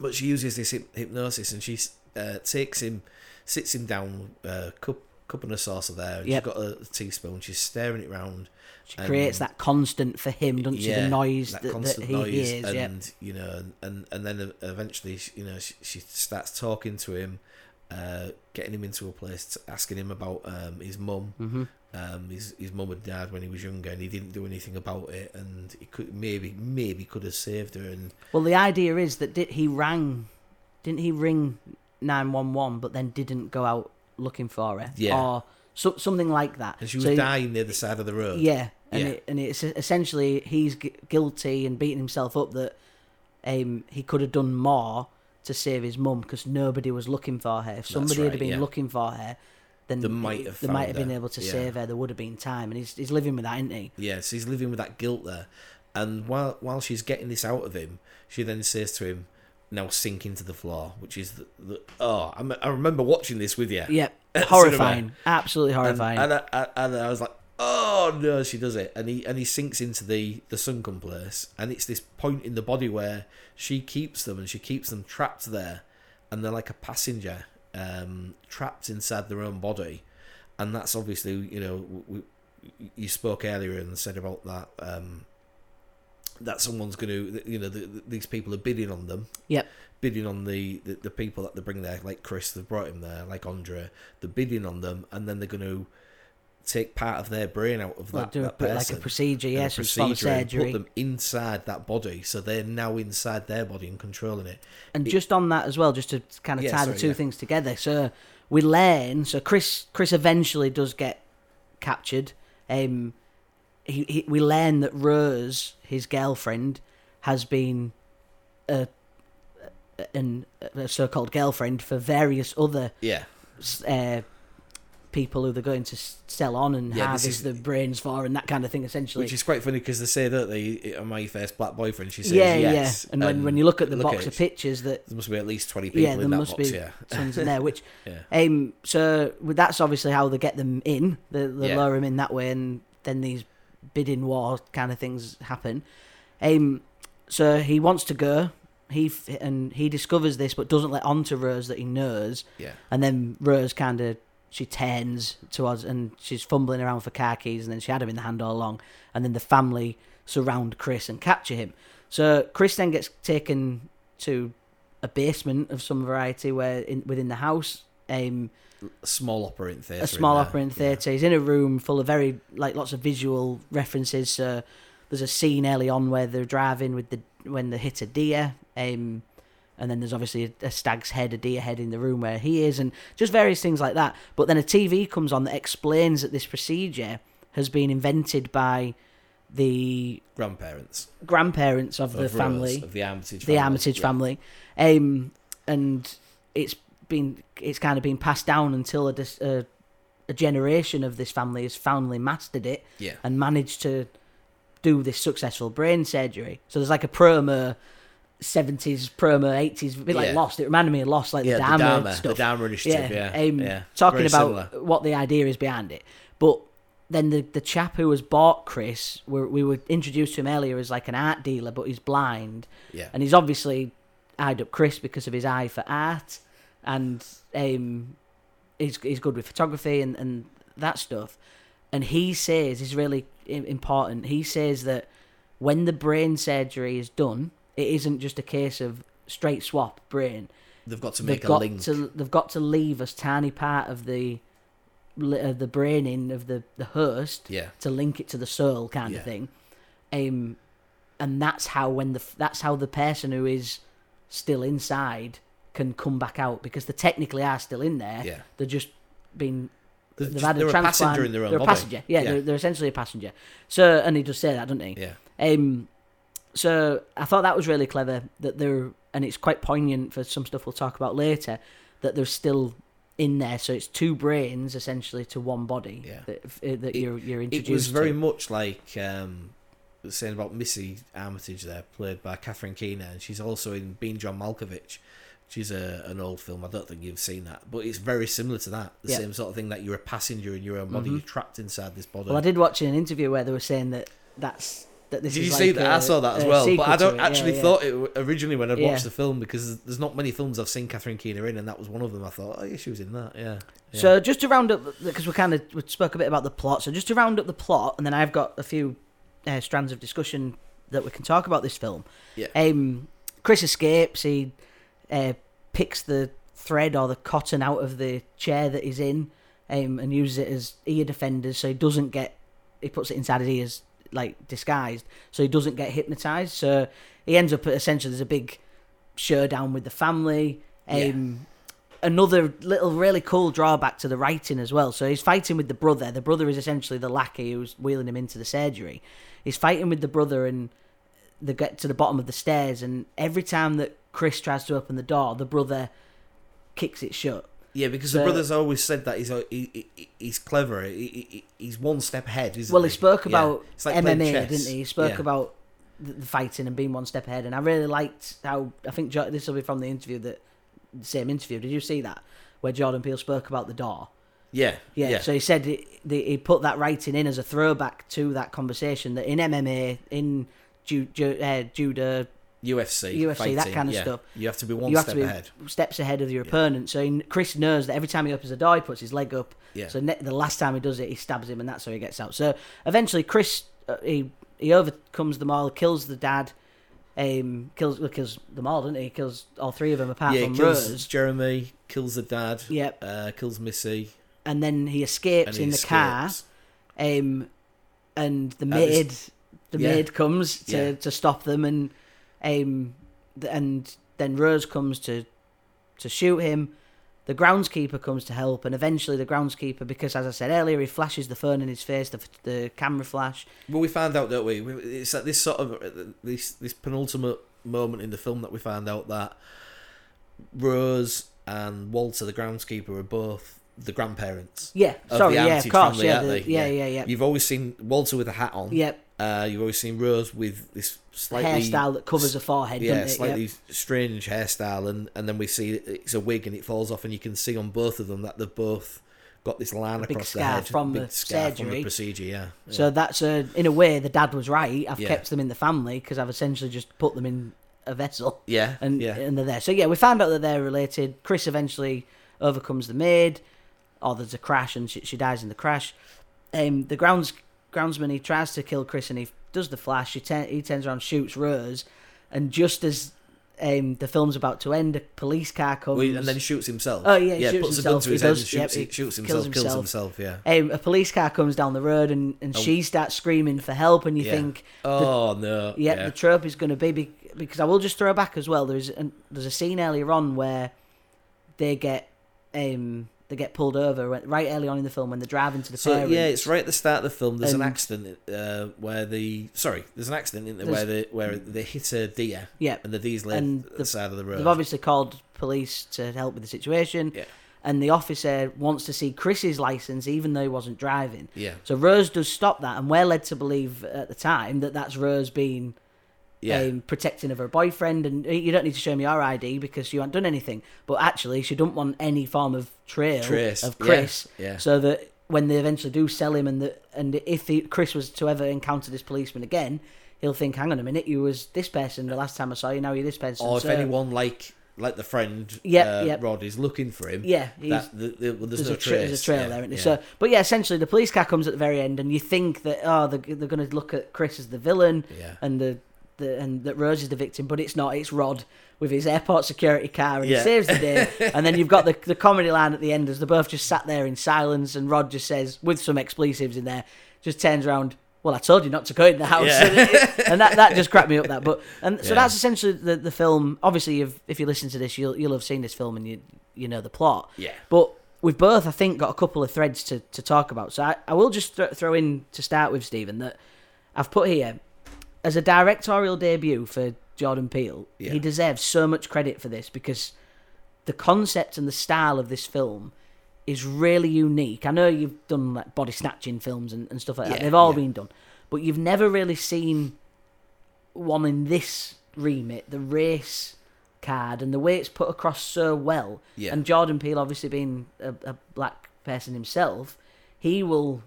S2: but she uses this hyp- hypnosis and she uh, takes him, sits him down, uh, cup cup and a saucer there. And
S1: Yep.
S2: She's got a teaspoon. She's staring it round.
S1: She creates that constant for him, doesn't she? The noise that, that,
S2: constant
S1: he hears.
S2: and
S1: yeah.
S2: you know, and, and and then eventually, she- you know, she, she starts talking to him, uh, getting him into a place, t asking him about um, his mum.
S1: Mm-hmm.
S2: Um, his his mum had died when he was younger, and he didn't do anything about it. And he could maybe maybe could have saved her. And
S1: Well, the idea is that did he rang, didn't he ring nine one one, but then didn't go out looking for her,
S2: Yeah.
S1: or so, something like that.
S2: and she was
S1: So-
S2: dying near the side of the road.
S1: Yeah, and
S2: Yeah.
S1: It, and it's essentially he's gu- guilty and beating himself up that um, he could have done more to save his mum because nobody was looking for her. If somebody
S2: right,
S1: had been
S2: yeah.
S1: looking for her, then
S2: They might have
S1: they might
S2: found
S1: have been
S2: her,
S1: able to
S2: yeah.
S1: save her. There would have been time, and he's he's living with that, isn't he?
S2: Yeah, so he's living with that guilt there. And while while she's getting this out of him, she then says to him, "Now sink into the floor," which is the, the oh, I'm, I remember watching this with you.
S1: Yep,
S2: At
S1: horrifying, absolutely
S2: And,
S1: horrifying.
S2: and, I, I, and I was like, "Oh no, she does it!" And he and he sinks into the the sunken place, and it's this point in the body where she keeps them and she keeps them trapped there, and they're like a passenger um, trapped inside their own body, and that's obviously you know we, you spoke earlier and said about that. Um, that someone's going to, you know, the, the, these people are bidding on them
S1: yep,
S2: bidding on the, the, the people that they bring there, like Chris, they've brought him there, like Andre, they're bidding on them, and then they're going to take part of their brain out of
S1: Well,
S2: that,
S1: do a-
S2: that
S1: like a
S2: person.
S1: procedure,
S2: and
S1: yeah,
S2: a
S1: some sort of
S2: procedure and
S1: surgery.
S2: Put them inside that body, so they're now inside their body and controlling it.
S1: and
S2: It-
S1: just on that as well, just to kind of
S2: Yeah,
S1: tie
S2: sorry,
S1: the two
S2: yeah.
S1: things together. So we learn. So Chris, Chris eventually does get captured. Um, he, he we learn that Rose, his girlfriend, has been a, an, a so-called girlfriend for various other
S2: Yeah,
S1: s- uh, people who they're going to s- sell on and
S2: Yeah, this
S1: harvest
S2: is-
S1: the brains for and that kind of thing, essentially.
S2: Which is quite funny because they say, don't they, "Am I your first black boyfriend?" She says,
S1: yeah,
S2: "Yes."
S1: yeah. And when, when you look at the
S2: look
S1: box
S2: at
S1: of
S2: it,
S1: pictures that
S2: there must be at least twenty people
S1: yeah, there
S2: in that
S1: must
S2: box.
S1: be
S2: Yeah,
S1: tons in there. Which
S2: yeah.
S1: um, so well, that's obviously how they get them in. They, they
S2: Yeah.
S1: lure them in that way, and then these bidding war kind of things happen. Um, so he wants to go. He f- and he discovers this, but doesn't let on to Rose that he knows.
S2: Yeah.
S1: And then Rose kind of she turns towards and she's fumbling around for car keys, and then she had him in the hand all along. And then the family surround Chris and capture him. So Chris then gets taken to a basement of some variety where in, within the house. Um,
S2: A small operating theatre.
S1: a small
S2: in there.
S1: opera in
S2: Yeah.
S1: theatre. He's in a room full of very like lots of visual references. So there's a scene early on where they're driving with the when they hit a deer, um, and then there's obviously a, a stag's head, a deer head in the room where he is, and just various things like that. But then a TV comes on that explains that this procedure has been invented by the
S2: Grandparents
S1: grandparents of, the
S2: Rose,
S1: family
S2: of the Armitage.
S1: the Armitage
S2: Yeah.
S1: family, um, and it's been it's kind of been passed down until a, dis- a a generation of this family has finally mastered it
S2: Yeah.
S1: and managed to do this successful brain surgery. So there's like a promo. 70s promo 80s a bit like
S2: Yeah.
S1: lost it reminded me of lost like
S2: Yeah,
S1: the Dharma
S2: the Dharma,
S1: stuff
S2: the Dharma initiative. Yeah, yeah.
S1: um, Talking
S2: Very
S1: about
S2: similar.
S1: what the idea is behind it. But then the, the chap who was bought Chris, we we were introduced to him earlier as like an art dealer, but he's blind.
S2: Yeah.
S1: And he's obviously eyed up Chris because of his eye for art. And um, he's, he's good with photography and, and that stuff. And he says, is really i- important, he says that when the brain surgery is done, it isn't just a case of straight swap brain
S2: They've got to make
S1: they've
S2: a
S1: got
S2: link.
S1: to they've got to leave a tiny part of the li- of the brain in of the the host
S2: Yeah.
S1: to link it to the soul kind
S2: Yeah.
S1: of thing um and that's how when the f- that's how the person who is still inside can come back out because they technically are still in there
S2: Yeah.
S1: they're just been
S2: They're
S1: they've
S2: just-
S1: had
S2: they're
S1: a
S2: a passenger
S1: transplant
S2: in their own
S1: they're a
S2: body.
S1: passenger yeah,
S2: Yeah.
S1: They're, they're essentially a passenger so and he does say that doesn't he
S2: Yeah.
S1: um, so I thought that was really clever that they're, and it's quite poignant for some stuff we'll talk about later, that they're still in there. So it's two brains essentially to one body
S2: Yeah.
S1: that, f- uh, that you're you're introduced.
S2: It was very
S1: to.
S2: much like um, was saying about Missy Armitage there, played by Catherine Keener, and she's also in Being John Malkovich. She's a, an old film. I don't think you've seen that, but it's very similar to that. The
S1: Yeah. Mm-hmm.
S2: same sort of thing that you're a passenger in your own body, you're trapped inside this body.
S1: Well, I did watch an interview where they were saying that that's that this.
S2: Did
S1: is
S2: you
S1: like
S2: see that?
S1: I
S2: I saw that as well, but I don't actually
S1: yeah,
S2: thought it w- originally when I
S1: Yeah.
S2: watched the film because there's not many films I've seen Catherine Keener in, and that was one of them. I thought, oh yeah, she was in that. Yeah. yeah.
S1: So just to round up, because we kind of we spoke a bit about the plot. So just to round up the plot, and then I've got a few uh, strands of discussion that we can talk about this film.
S2: Yeah.
S1: Um, Chris escapes. He uh, picks the thread or the cotton out of the chair that he's in, um, and uses it as ear defenders, so he doesn't get. He puts it inside his ears, like disguised, so he doesn't get hypnotized. So he ends up essentially there's a big showdown with the family. Um, Another little really cool drawback to the writing as well. So he's fighting with the brother. The brother is essentially the lackey who's wheeling him into the surgery. He's fighting with the brother, and they get to the bottom of the stairs. And every time that Chris tries to open the door, the brother kicks it shut.
S2: Yeah, because
S1: So-
S2: the brothers always said that he's uh, he, he, he's clever. He, he, he's one step ahead. Isn't
S1: Well,
S2: he?
S1: he spoke
S2: Yeah.
S1: about
S2: It's like playing
S1: MMA,
S2: chess.
S1: didn't he? He spoke
S2: Yeah.
S1: about the the fighting and being one step ahead. And I really liked how I think Jo- this will be from the interview that the same interview. Did you see that where Jordan Peele spoke about the door?
S2: yeah,
S1: Yeah.
S2: yeah,
S1: So he said he, the, he put that writing in as a throwback to that conversation that in MMA in ju- ju- uh, judo
S2: UFC,
S1: UFC, that
S2: fighting,
S1: kind of
S2: yeah.
S1: stuff.
S2: You have to be one
S1: you have
S2: step
S1: to be
S2: ahead.
S1: steps ahead of your opponent. So in, Chris knows that every time he opens the door, he puts his leg up.
S2: Yeah.
S1: So ne- the last time he does it, he stabs him, and that's how he gets out. So eventually, Chris uh, he he overcomes them all, kills the dad, um, kills well, kills them all, doesn't he? he? Kills all three of them apart
S2: yeah,
S1: from
S2: kills
S1: Rose.
S2: Jeremy, kills the dad.
S1: Yep.
S2: uh, kills Missy,
S1: And then he
S2: and
S1: escapes
S2: he
S1: in the
S2: escapes.
S1: car, um, and the
S2: That
S1: maid
S2: is-
S1: the
S2: yeah.
S1: maid comes to,
S2: Yeah.
S1: to stop them, and um, th- and then Rose comes to to shoot him. The groundskeeper comes to help, and eventually the groundskeeper, because as I said earlier, he flashes the phone in his face, the, f- the camera flash.
S2: Well, we found out, don't we? We- It's at this sort of uh, this this penultimate moment in the film that we found out that Rose and Walter, the groundskeeper, are both the grandparents.
S1: Yeah.
S2: the
S1: Sorry. Yeah. Of
S2: Armitage
S1: course.
S2: family,
S1: Yeah,
S2: aren't
S1: the-
S2: they?
S1: yeah.
S2: Yeah.
S1: Yeah. Yeah.
S2: You've always seen Walter with a hat on.
S1: Yep.
S2: Uh, you've always seen Rose with this slightly
S1: Hairstyle that covers her forehead.
S2: yeah,
S1: doesn't it?
S2: slightly
S1: Yep.
S2: strange hairstyle, and and then we see it's a wig and it falls off, and you can see on both of them that they've both got this line
S1: big
S2: across
S1: scar
S2: their head,
S1: from
S2: big
S1: the
S2: scar from
S1: surgery.
S2: the procedure. Yeah. yeah.
S1: So that's a, in a way, the dad was right. I've
S2: Yeah.
S1: kept them in the family because I've essentially just put them in a vessel.
S2: yeah,
S1: and
S2: yeah,
S1: and they're there. So yeah, we found out that they're related. Chris eventually overcomes the maid, or there's a crash and she, she dies in the crash. Um, the grounds groundsman he tries to kill Chris and he does the flash. He, turn he turns around, shoots Rose, and just as um, the film's about to end, a police car comes.
S2: Well, Oh, and then shoots himself.
S1: Oh, yeah, he shoots
S2: puts
S1: himself,
S2: a gun to
S1: he
S2: his head,
S1: does,
S2: and shoots,
S1: yep, he kills
S2: shoots himself, kills
S1: himself.
S2: himself. Yeah.
S1: um, a police car comes down the road and, and she starts screaming for help, and you
S2: Oh. Yeah.
S1: think
S2: Oh no.
S1: yeah,
S2: yeah.
S1: the trope is going to be, be because I will just throw back as well. There's an, there's a scene earlier on where they get um they get pulled over when- right early on in the film when they're driving to the
S2: So
S1: parents.
S2: yeah, it's right at the start of the film. There's
S1: And-
S2: an accident uh, where the sorry, there's an accident isn't there,
S1: There's-
S2: where the where they hit a deer
S1: yeah.
S2: and the deer's laid
S1: And
S2: at
S1: the-
S2: the side of the road.
S1: They've obviously called police to help with the situation.
S2: Yeah.
S1: And the officer wants to see Chris's license, even though he wasn't driving.
S2: yeah,
S1: So Rose does stop that, and we're led to believe at the time that that's Rose being
S2: yeah,
S1: um, protecting of her boyfriend, and you don't need to show me your ID because you haven't done anything. But actually, she don't want any form of trail
S2: Trace,
S1: of
S2: yeah,
S1: Chris,
S2: yeah.
S1: so that when they eventually do sell him, and the, and if he, Chris was to ever encounter this policeman again, he'll think, "Hang on a minute, you was this person the last time I saw you. Now you're this person."
S2: or Oh, if
S1: So,
S2: anyone like like the friend
S1: Yep,
S2: uh,
S1: yep.
S2: Rod is looking for him,
S1: yeah, he's,
S2: that, the, the, well, there's,
S1: there's,
S2: no
S1: a tra-
S2: trace.
S1: there's a trail
S2: yeah,
S1: there, isn't there?
S2: yeah.
S1: So, but yeah, essentially, the police car comes at the very end, and you think that oh, they're, they're going to look at Chris as the villain,
S2: Yeah.
S1: and the, the and that Rose is the victim, but it's not. It's Rod with his airport security car, and he
S2: Yeah.
S1: saves the day. and then you've got the the comedy line at the end as they both just sat there in silence, and Rod just says with some expletives in there, just turns around. Well, I told you not to go in the house,
S2: Yeah.
S1: and, it- and that, that just cracked me up. That, but and so
S2: Yeah.
S1: that's essentially the, the film. Obviously, if if you listen to this, you'll you'll have seen this film and you you know the plot.
S2: yeah,
S1: But we've both, I think, got a couple of threads to, to talk about. So I, I will just th- throw in to start with, Stephen, that I've put here as a directorial debut for Jordan Peele,
S2: Yeah.
S1: he deserves so much credit for this because the concept and the style of this film is really unique. I know you've done like body snatching films and, and stuff like that,
S2: Yeah,
S1: they've all
S2: yeah.
S1: been done, but you've never really seen one in this remit, the race card and the way it's put across so well.
S2: Yeah.
S1: And Jordan Peele, obviously being a, a black person himself, he will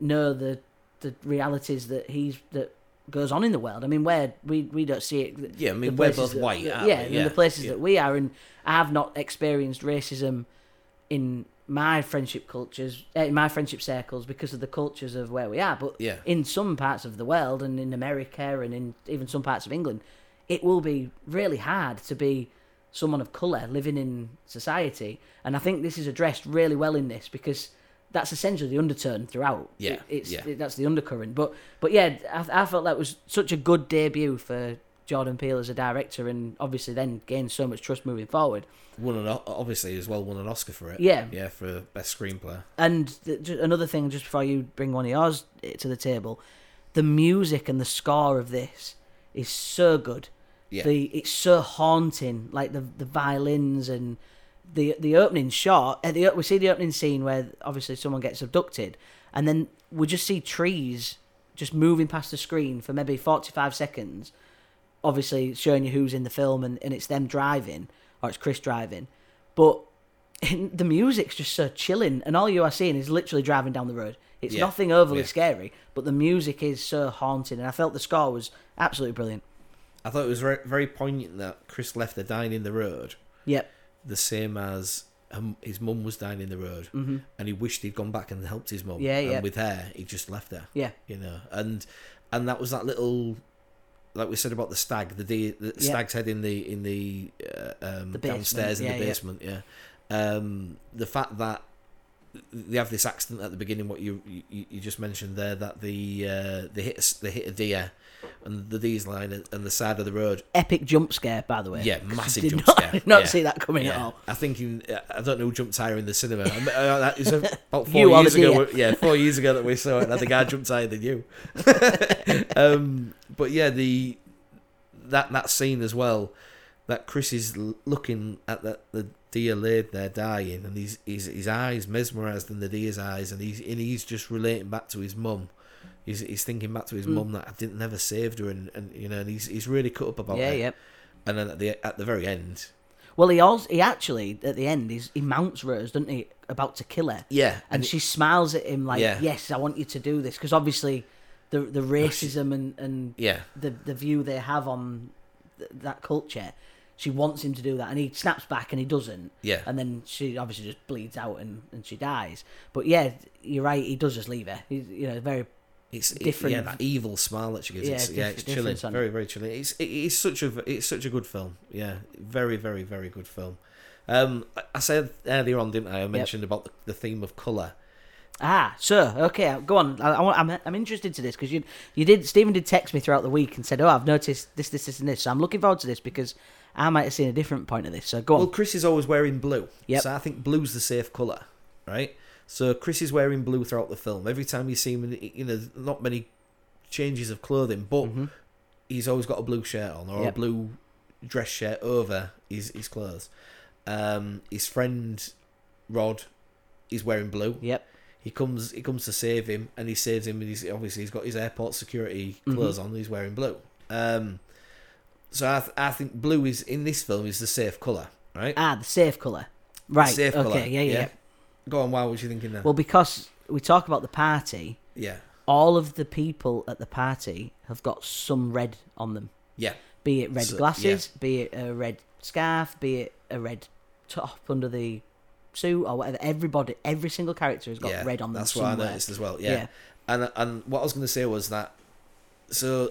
S1: know the the realities that he's that goes on in the world. I mean, where we we don't see it. th-
S2: Yeah, I
S1: the
S2: mean, we're
S1: places
S2: both
S1: that-
S2: white,
S1: Yeah,
S2: aren't we?
S1: and
S2: Yeah,
S1: the places
S2: yeah.
S1: that we are, and I've not experienced racism in my friendship cultures, eh, in my friendship circles, because of the cultures of where we are. But
S2: Yeah.
S1: in some parts of the world, and in America, and in even some parts of England, it will be really hard to be someone of colour living in society. And I think this is addressed really well in this because that's essentially the undertone throughout.
S2: Yeah,
S1: It- it's
S2: yeah.
S1: it- that's the undercurrent. But but yeah, I, I felt that was such a good debut for Jordan Peele as a director, and obviously then gained so much trust moving forward.
S2: won an o- obviously as well won an Oscar for it.
S1: Yeah.
S2: yeah, for best screenplay.
S1: And th- ju- another thing, just before you bring one of yours eh, to the table, the music and the score of this is so good.
S2: Yeah.
S1: The it's so haunting, like the the violins and the the opening shot. At the o- we see the opening scene where obviously someone gets abducted, and then we just see trees just moving past the screen for maybe forty five seconds, obviously showing you who's in the film and, and it's them driving or it's Chris driving. But the music's just so chilling and all you are seeing is literally driving down the road. It's
S2: Yeah.
S1: nothing overly
S2: Yeah.
S1: scary, but the music is so haunting and I felt the score was absolutely brilliant.
S2: I thought it was very, very poignant that Chris left her dying in the road,
S1: Yep.
S2: the same as her- his mum was dying in the road, mm-hmm. and he wished he'd gone back and helped his mum.
S1: Yeah,
S2: and
S1: yeah.
S2: With her, he just left her.
S1: Yeah.
S2: you know, and and that was that little. Like we said about the stag, the, deer, the
S1: Yeah.
S2: stag's head in the in the, uh, um,
S1: The basement,
S2: downstairs in
S1: yeah,
S2: the
S1: yeah.
S2: basement, yeah. Um, the fact that they have this accident at the beginning, what you you, you just mentioned there, that the uh, they hit a s- they hit a deer, and the deer's lying at- on the side of the road,
S1: Epic jump scare, by the way.
S2: Yeah,
S1: 'Cause I
S2: massive
S1: did
S2: jump
S1: not,
S2: scare.
S1: Did not
S2: Yeah.
S1: see that coming at all.
S2: I think in, I don't know who jumped higher in the cinema. I mean, uh, that is about
S1: You
S2: four
S1: are
S2: years
S1: the
S2: ago. Yeah, four years ago that we saw it. And I think I jumped higher than you. um, but yeah, the that that scene as well. That Chris is l- looking at that the Dia laid there dying, and his his, his eyes mesmerised in the Dia's eyes, and he's and he's just relating back to his mum. He's, he's thinking back to his
S1: Mm.
S2: mum that I didn't never saved her, and, and you know, and he's he's really cut up about
S1: yeah,
S2: it.
S1: yeah.
S2: And then at the at the very end,
S1: Well, he also he actually at the end he's, he mounts Rose, doesn't he? About to kill her,
S2: yeah,
S1: and she smiles at him like,
S2: Yeah.
S1: "Yes, I want you to do this," because obviously the the racism and and
S2: yeah,
S1: the the view they have on th- that culture. She wants him to do that, and he snaps back, and he doesn't.
S2: yeah,
S1: And then she obviously just bleeds out, and, and she dies. But yeah, you're right. He does just leave her. He's you know very
S2: it's it-
S1: different-
S2: yeah, that evil smile that she gives.
S1: Yeah,
S2: it's, yeah,
S1: diff-
S2: it's chilling,
S1: difference on it.
S2: very very chilling. It's it, it's such a it's such a good film. Yeah, very very very good film. Um, I- I said earlier on, didn't I? I mentioned about the, the theme of color.
S1: Ah, so okay, go on. I, I, want- I'm I'm interested to this because you you did Stephen did text me throughout the week and said, "Oh, I've noticed this, this, this, and this." So I'm looking forward to this because I might have seen a different point of this. So go on.
S2: Well, Chris is always wearing blue.
S1: Oh. Yep.
S2: So I think blue's the safe colour, right? So Chris is wearing blue throughout the film. Every time you see him, in- you know, not many changes of clothing, but
S1: Mhm.
S2: he's always got a blue shirt on or
S1: Yep.
S2: a blue dress shirt over his, his clothes. Um, his friend Rod is wearing blue.
S1: Yep.
S2: He comes he comes to save him and he saves him and he's obviously he's got his airport security
S1: Mm-hmm.
S2: clothes on and he's wearing blue. Um, so I, th- I think blue is in this film is the safe colour, right?
S1: Ah, the safe color. Right.
S2: Safe
S1: okay.
S2: colour,
S1: Yeah, yeah, yeah.
S2: Go on, why was you thinking that?
S1: Well, because we talk about the party,
S2: yeah,
S1: all of the people at the party have got some red on them.
S2: yeah,
S1: Be it red
S2: So- yeah.
S1: glasses, be it a red scarf, be it a red top under the suit or whatever. Everybody, every single character has got
S2: yeah.
S1: red on them
S2: That's
S1: somewhere.
S2: what I noticed as well. Yeah.
S1: Yeah.
S2: and and what I was going to say was that, so,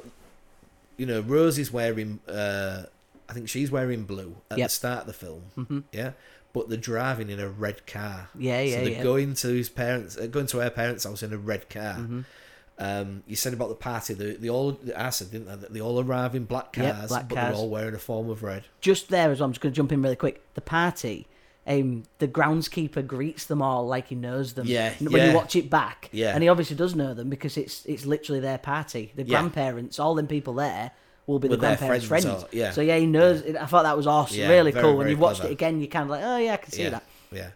S2: you know, Rose is wearing, uh, I think she's wearing blue at
S1: Yep.
S2: the start of the film.
S1: Mhm.
S2: Yeah, but they're driving in a red car.
S1: Yeah, yeah,
S2: so they're
S1: yeah.
S2: going to his parents, uh, going to her parents' house in a red car.
S1: Mm-hmm.
S2: Um, you said about the party. They, they all, I said, didn't I? that They all arrive in black cars,
S1: Yep, black
S2: but
S1: cars.
S2: they're all wearing a form of red.
S1: just there as well, I'm just going to jump in really quick. The party, um, the groundskeeper greets them all like he knows them.
S2: Yeah,
S1: N- When
S2: yeah.
S1: you watch it back,
S2: Yeah.
S1: and he obviously does know them because it's it's literally their party. The
S2: Yeah.
S1: grandparents, all them people there, will be the
S2: Were their
S1: grandparents' friends.
S2: friends or- yeah.
S1: So yeah, he knows. I thought that was awesome,
S2: Yeah,
S1: really
S2: very,
S1: cool. When
S2: very
S1: you watched
S2: clever.
S1: it again, you kind of like, oh yeah, I can see
S2: yeah.
S1: that.
S2: Yeah.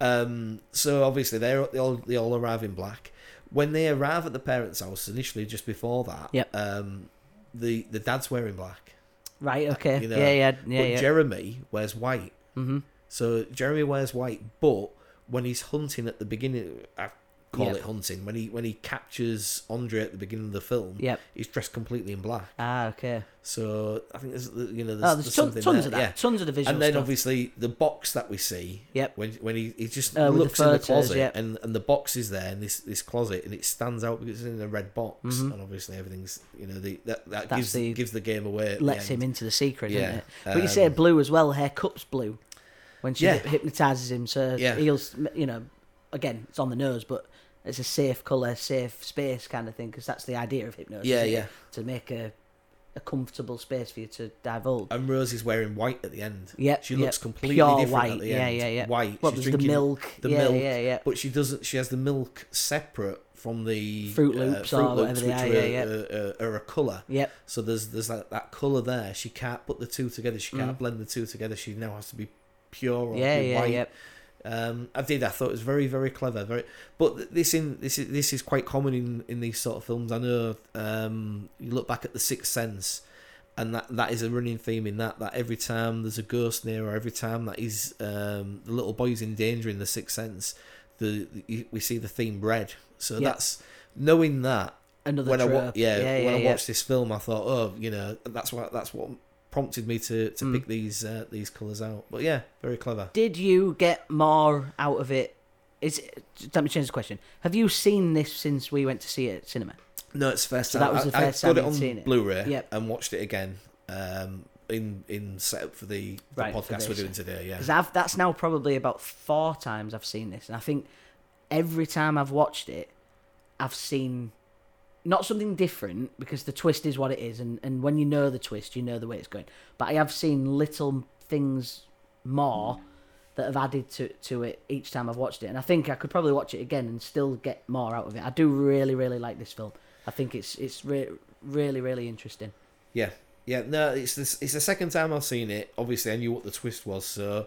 S2: Um, so obviously they're, they all they all arrive in black. When they arrive at the parents' house initially, just before that,
S1: Yep.
S2: um, the the dad's wearing black,
S1: Right? Okay.
S2: you know,
S1: yeah, yeah, yeah,
S2: but
S1: yeah.
S2: Jeremy wears white. Mm-hmm. So Jeremy wears white, but when he's hunting at the beginning, I call
S1: Yep.
S2: it hunting. When he when he captures Andre at the beginning of the film,
S1: Yep.
S2: he's dressed completely in black.
S1: ah, okay.
S2: So I think there's you know there's,
S1: Oh, there's, ton-
S2: something
S1: tons
S2: there.
S1: of that.
S2: Yeah.
S1: Tons of the visual
S2: And then
S1: stuff.
S2: obviously the box that we see.
S1: Yep.
S2: When when he, he just
S1: Uh, with the
S2: looks in the
S1: photos,
S2: closet
S1: yep.
S2: and, and the box is there in this, this closet and it stands out because it's in a red box and obviously everything's you know the that, that
S1: Mm-hmm. That's
S2: gives
S1: the-
S2: gives the game away. at the
S1: lets him
S2: end.
S1: into the secret,
S2: Yeah,
S1: isn't it? But you say
S2: um,
S1: blue as well. Her cup's blue when she
S2: Yeah.
S1: hyp- hypnotizes him. So
S2: Yeah.
S1: he'll, s- you know, again, it's on the nose, but it's a safe color, safe space kind of thing because that's the idea of hypnosis.
S2: Yeah,
S1: isn't it?
S2: yeah.
S1: To make a a comfortable space for you to divulge.
S2: And Rose is wearing white at the end.
S1: Yep,
S2: She
S1: yep.
S2: looks completely
S1: Pure
S2: different
S1: white,
S2: at the
S1: yeah,
S2: end.
S1: yeah, yeah.
S2: White.
S1: What
S2: She's
S1: was the
S2: drinking
S1: milk?
S2: The
S1: yeah,
S2: milk.
S1: yeah, yeah.
S2: But she doesn't. She has the milk separate from the uh,
S1: Fruit Loops
S2: Fruit
S1: or whatever they
S2: which
S1: are,
S2: are, uh,
S1: yeah,
S2: are- are a color.
S1: Yep.
S2: So there's there's that, that colour there. She can't put the two together. She can't blend the two together. She now has to be pure or
S1: Mm. Yeah,
S2: be
S1: yeah,
S2: white.
S1: yeah.
S2: Um, I did. I thought it was very very clever. Very, but th- this in this is this is quite common in in these sort of films. I know. Um, you look back at the Sixth Sense. And that, that is a running theme in that that every time there's a ghost near or every time that is um, the little boy's in danger in the sixth sense, the, the we see the theme red. So
S1: Yeah.
S2: that's knowing that
S1: Another
S2: when I wa-
S1: trope.
S2: yeah,
S1: yeah,
S2: when
S1: yeah,
S2: I
S1: yeah.
S2: watched this film, I thought, oh, you know, that's what that's what prompted me to to
S1: Mm.
S2: pick these uh, these colours out. But yeah, very clever.
S1: Did you get more out of it? Is it, let me change the question. Have you seen this since we went to see it at cinema?
S2: No, it's the first
S1: So
S2: time.
S1: that was the
S2: I,
S1: first
S2: I got
S1: time
S2: it
S1: you'd
S2: on
S1: seen it?
S2: Blu-ray
S1: Yep.
S2: and watched it again um, in in setup for the, the
S1: Right, for
S2: podcast we're
S1: this.
S2: doing today. Yeah,
S1: Because I've that's now probably about four times I've seen this, and I think every time I've watched it, I've seen not something different because the twist is what it is, and and when you know the twist, you know the way it's going. But I have seen little things more that have added to to it each time I've watched it, and I think I could probably watch it again and still get more out of it. I do really really like this film. I think it's it's re- really really interesting.
S2: Yeah, yeah. No, it's this. It's the second time I've seen it. Obviously, I knew what the twist was, so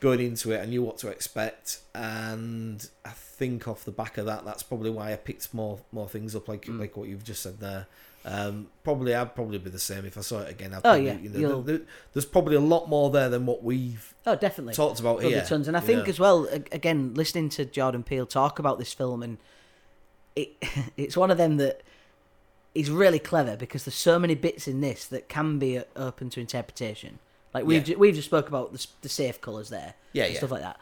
S2: going into it, I knew what to expect, and I think off the back of that, that's probably why I picked more more things up, like
S1: Mm.
S2: like what you've just said there. Um, probably I'd probably be the same if I saw it again. I'd
S1: Oh,
S2: probably,
S1: yeah,
S2: you know,
S1: you'll-
S2: there- there- there's probably a lot more there than what we've
S1: Oh, definitely.
S2: talked about
S1: There'll be
S2: here.
S1: tons. And I
S2: you
S1: think
S2: know.
S1: as well, a- again, listening to Jordan Peele talk about this film, and it it's one of them that is really clever because there's so many bits in this that can be uh, open to interpretation. Like we've
S2: Yeah.
S1: ju- we've just spoke about the, s- the safe colours there,
S2: Yeah,
S1: and
S2: yeah.
S1: stuff like that.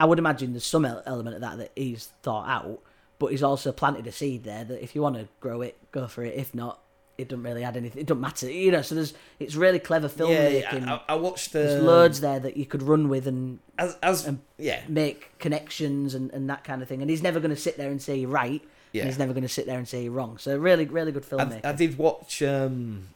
S1: I would imagine there's some el- element of that that he's thought out, but he's also planted a seed there that if you want to grow it, go for it. If not, it doesn't really add anything. It doesn't matter, you know. So there's it's really clever
S2: yeah,
S1: filmmaking.
S2: yeah, I, I watched
S1: there's
S2: um,
S1: loads there that you could run with and
S2: as as yeah
S1: make connections and, and that kind of thing. And he's never going to sit there and say you're right,
S2: Yeah.
S1: and he's never going to sit there and say you're wrong. So really, really good
S2: I,
S1: filmmaking.
S2: I did watch um,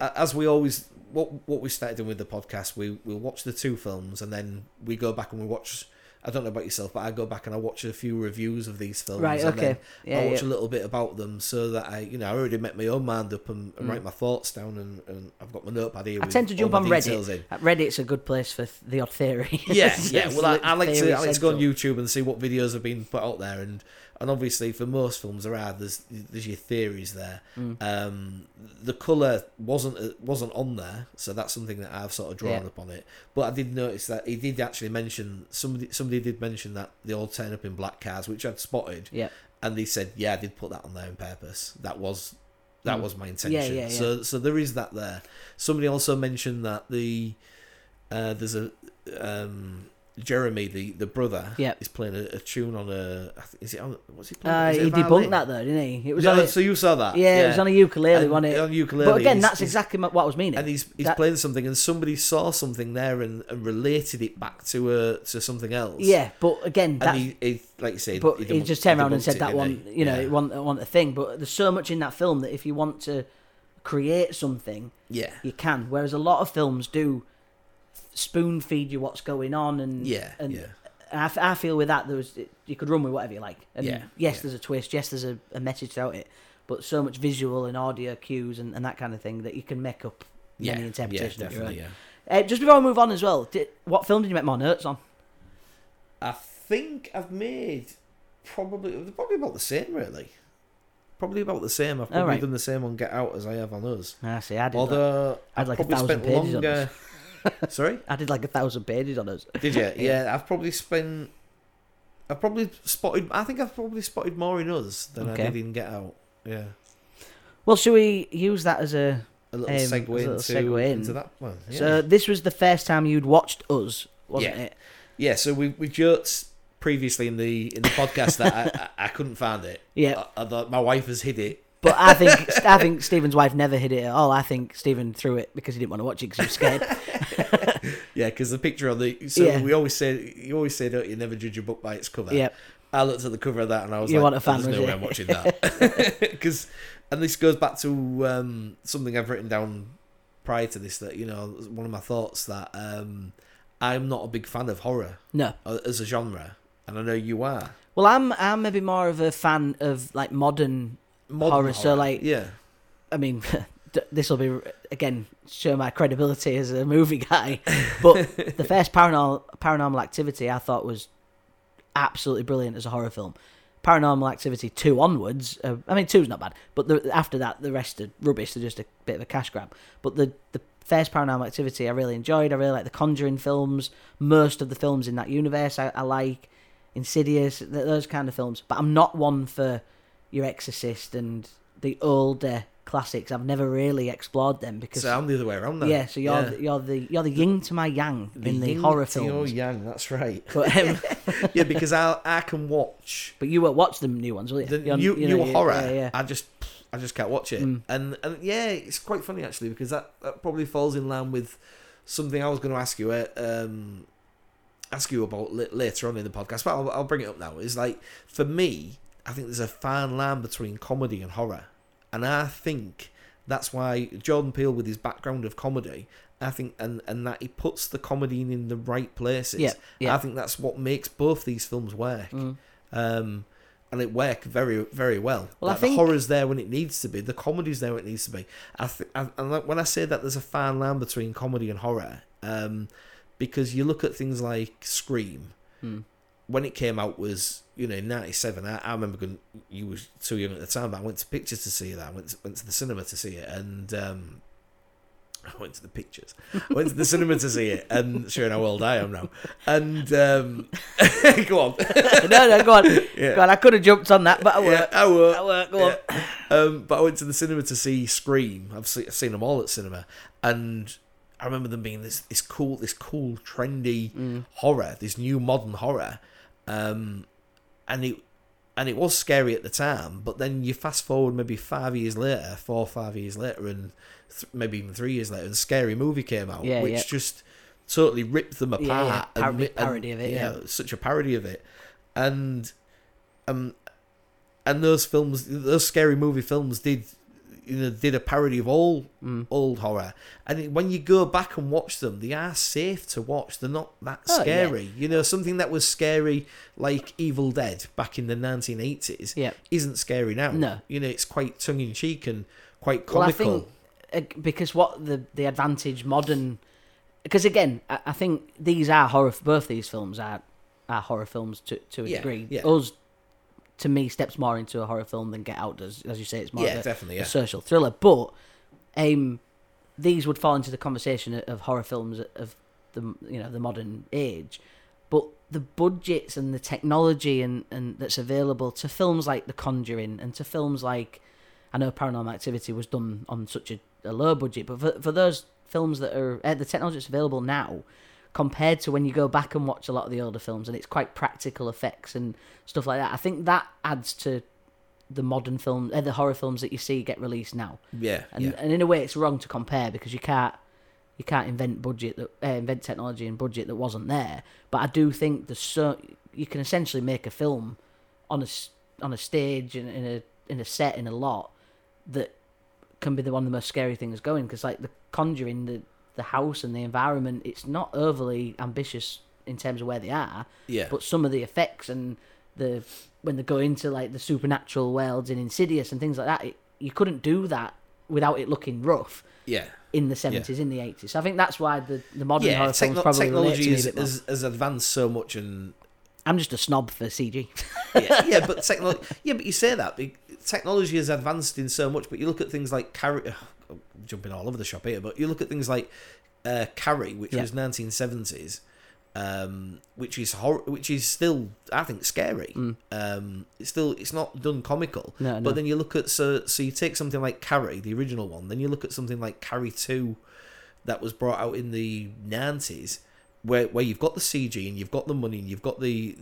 S2: a- as we always what what we started doing with the podcast we we'll watch the two films and then we go back and we watch I don't know about yourself but I go back and I watch a few reviews of these films
S1: Right,
S2: and then
S1: okay. Yeah,
S2: I watch
S1: yeah.
S2: a little bit about them so that I you know I already make my own mind up and, and write my thoughts down and, and I've got my notepad here
S1: Mm. I
S2: with
S1: tend to
S2: all
S1: jump
S2: my
S1: on
S2: details
S1: Reddit.
S2: in.
S1: Uh, Reddit's a good place for th- the odd theory.
S2: Yeah,
S1: It's-
S2: yeah.
S1: it's
S2: Well, I, I like
S1: theory
S2: to I like to go on
S1: central.
S2: YouTube and see what videos have been put out there, and and obviously for most films there are there's there's your theories there.
S1: Hmm.
S2: Um, the color wasn't uh, wasn't on there, so that's something that I've sort of drawn
S1: Yeah.
S2: up on it. But I did notice that he did actually mention somebody somebody did mention that they all turn up in black cars, which I'd spotted,
S1: Yeah,
S2: and they said, yeah, I did put that on there on purpose. That was that
S1: Mm.
S2: was my intention.
S1: Yeah, yeah,
S2: So so there is that there. Somebody also mentioned that the uh, there's a um, Jeremy the the brother
S1: Yeah.
S2: is playing a, a tune on a I think- is it on what's he playing?
S1: uh,
S2: Is it a
S1: he
S2: violin?
S1: debunked that though, didn't he? It was
S2: No,
S1: on a,
S2: so you saw that?
S1: yeah, it was on a ukulele,
S2: and,
S1: wasn't it?
S2: on ukulele.
S1: But again,
S2: he's-
S1: that's
S2: he's-
S1: exactly mo- what I was meaning.
S2: And he's he's
S1: That-
S2: playing something, and somebody saw something there and, and related it back to uh, to something else.
S1: yeah, but again,
S2: and
S1: that's
S2: he, he like you said,
S1: But he
S2: debunk-
S1: just turned around and
S2: debunked
S1: said
S2: it,
S1: that
S2: didn't
S1: one,
S2: he?
S1: you know,
S2: Yeah.
S1: it want it want a thing. But there's so much in that film that if you want to create something,
S2: yeah,
S1: you can. Whereas a lot of films do spoon feed you what's going on, and
S2: yeah,
S1: and
S2: yeah.
S1: and I, f- I feel with that there was you could run with whatever you like. And
S2: Yeah,
S1: yes,
S2: yeah.
S1: there's a twist. Yes, there's a, a message throughout it, but so much visual and audio cues and, and that kind of thing that you can make up many interpretations. of your own.
S2: yeah.
S1: Uh, just before I move on as well, did, what film did you make more notes on?
S2: I think I've made probably they're probably about the same really. Probably about the same. I've probably
S1: Alright.
S2: done the same on Get Out as I have on Us.
S1: I Ah, see. I did. like-
S2: Although
S1: I had
S2: I've
S1: like a
S2: probably
S1: thousand
S2: spent
S1: pages on
S2: longer. Sorry,
S1: I did like a thousand pages on us.
S2: did you? Yeah, I've probably spent. I've probably spotted. I think I've probably spotted more in Us than
S1: Okay.
S2: I did in Get Out. Yeah,
S1: Well, should we use that as a
S2: a little
S1: Um,
S2: segue
S1: a little
S2: into,
S1: segue in.
S2: into that one. Yeah.
S1: So this was the first time you'd watched us, wasn't
S2: Yeah.
S1: it?
S2: yeah, so we we joked previously in the in the podcast that I, I, I couldn't find it.
S1: Yeah.
S2: I, I thought my wife has hid it.
S1: But I think I think Stephen's wife never hid it at all. I think Stephen threw it because he didn't want to watch it because he was scared.
S2: Yeah, because the picture on the so
S1: Yeah.
S2: we always say you always say don't you never judge a book by its cover.
S1: yep.
S2: I looked at the cover of that and I was
S1: You
S2: like, "Oh,
S1: want a fan,
S2: "There's
S1: was
S2: no
S1: you?"
S2: way I'm watching that." Because and this goes back to um, something I've written down prior to this that you know one of my thoughts that um, I'm not a big fan of horror
S1: No.
S2: uh, as a genre, and I know you are.
S1: Well, I'm I'm maybe more of a fan of like modern.
S2: Modern
S1: Horror, so, like-
S2: yeah,
S1: I mean, this will be again show my credibility as a movie guy. But the first paranormal paranormal activity I thought was absolutely brilliant as a horror film. Paranormal Activity two onwards. Uh, I mean, two's not bad, but the, after that, the rest are rubbish. They're just a bit of a cash grab. But the the first Paranormal Activity, I really enjoyed. I really like the Conjuring films. Most of the films in that universe, I, I like Insidious, th- those kind of films. But I'm not one for your Exorcist and the older classics. I've never really explored them because
S2: so I'm the other way around. Now.
S1: yeah. So you're The, you're the you're the yin to my yang in the horror
S2: Oh,
S1: films.
S2: Yang, that's right.
S1: But, um,
S2: yeah, because I I can watch
S1: but you won't watch the new ones, will you?
S2: the
S1: You're-
S2: new,
S1: know,
S2: new
S1: you-
S2: horror.
S1: Yeah, yeah.
S2: I just I just can't watch it.
S1: Mm.
S2: And and yeah, it's quite funny actually because that, that probably falls in line with something I was going to ask you uh, um ask you about li- later on in the podcast, but I'll, I'll bring it up now. Is like for me, I think there's a fine line between comedy and horror, and I think that's why Jordan Peele with his background of comedy. I think and, and that he puts the comedy in, in the right places.
S1: Yeah, yeah.
S2: I think that's what makes both these films work.
S1: Mm.
S2: Um, and it worked very, very well.
S1: Well, I
S2: Like,
S1: think-
S2: the horror's there when it needs to be. The comedy's there when it needs to be. I th- I, and like, when I say that, there's a fine line between comedy and horror. Um, because you look at things like Scream.
S1: Hmm.
S2: When it came out was you know in '97. I, I remember going. You were too young at the time, but I went to pictures to see that. I went to, went to the cinema to see it, and um, I went to the pictures. I went to the cinema to see it, and showing how old I am now. And um, go on,
S1: no, no, go on.
S2: yeah.
S1: Go on. I could have jumped on that, but I
S2: Yeah,
S1: won't.
S2: I were.
S1: I won't. Go on.
S2: Yeah. Um, but I went to the cinema to see Scream. I've, se- I've seen them all at cinema, and I remember them being this this cool, this cool, trendy
S1: Mm.
S2: horror, this new modern horror, um, and it and it was scary at the time. But then you fast forward maybe five years later, four or five years later, and th- maybe even three years later, and Scary Movie came out,
S1: Yeah,
S2: which
S1: yeah.
S2: just totally ripped them apart.
S1: yeah,
S2: and
S1: parody-
S2: mi- and-
S1: parody of it, yeah.
S2: such a parody of it, and um, and those films, those scary movie films, did you know did a parody of all
S1: Hmm.
S2: old horror. And it- when you go back and watch them, they are safe to watch. They're not that
S1: Oh, yeah.
S2: scary. You know, something that was scary like Evil Dead back in the nineteen eighties
S1: Yeah.
S2: isn't scary now.
S1: No.
S2: you know, it's quite tongue in cheek and quite
S1: Well, I
S2: comical.
S1: think uh, because what the the advantage modern because again, I, I think these are horror. Both these films are are horror films to to a
S2: Yeah,
S1: degree.
S2: yeah.
S1: Us to me steps more into a horror film than Get Out does. As you say, it's more
S2: yeah,
S1: of a,
S2: definitely.
S1: a
S2: Yeah.
S1: social thriller. But um, these would fall into the conversation of horror films of the you know the modern age. But the budgets and the technology and, and that's available to films like The Conjuring and to films like I know Paranormal Activity was done on such a, a low budget, but for, for those films that are uh, the technology that's available now compared to when you go back and watch a lot of the older films and it's quite practical effects and stuff like that. I think that adds to the modern film, uh, the horror films that you see get released now.
S2: yeah,
S1: And,
S2: yeah.
S1: and in a way, it's wrong to compare because you can't you can't invent budget that uh, invent technology and budget that wasn't there. But I do think the so you can essentially make a film on a s- on a stage and in a in a set in a lot that can be the one of the most scary things going because like the conjuring the the house and the environment it's not overly ambitious in terms of where they are
S2: yeah.
S1: but some of the effects and the when they go into like the supernatural worlds in Insidious and things like that, it, you couldn't do that without it looking rough
S2: yeah.
S1: in the seventies, in the eighties. So I think that's why the, the modern
S2: Yeah,
S1: horror films
S2: techno-
S1: probably relate to
S2: technology
S1: me a
S2: is,
S1: bit more.
S2: is, has advanced so much, and
S1: I'm just a snob for CG.
S2: yeah, yeah, but technology. Yeah, but you say that be- technology has advanced in so much. But you look at things like Carrie. oh, I'm jumping all over the shop here, but you look at things like uh, Carrie, which
S1: Yeah.
S2: was 1970s, um, which is hor- which is still, I think, scary. Um, it's still, it's not done comical.
S1: Mm. No, no.
S2: But then you look at so so you take something like Carrie, the original one. Then you look at something like Carrie Two, that was brought out in the 90s where where you've got the CG and you've got the money and you've got the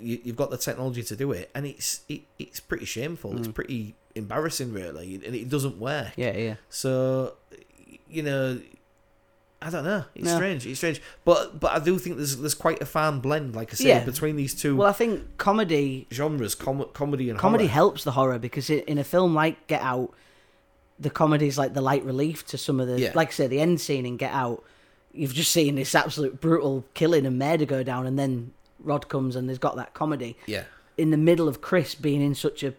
S2: you, you've got the technology to do it and it's it, it's pretty shameful it's pretty embarrassing really and it doesn't work
S1: Mm. yeah, yeah.
S2: so you know I don't know it's
S1: No.
S2: strange it's strange but but I do think there's there's quite a fine blend like I said
S1: Yeah.
S2: between these two
S1: Well, I think comedy
S2: genres com- comedy and
S1: comedy
S2: horror.
S1: helps the horror because i in a film like Get Out, the comedy's like the light relief to some of the,
S2: Yeah.
S1: like I say, the end scene in Get Out. You've just seen this absolute brutal killing and murder go down, and then Rod comes and has got that comedy
S2: yeah
S1: in the middle of Chris being in such a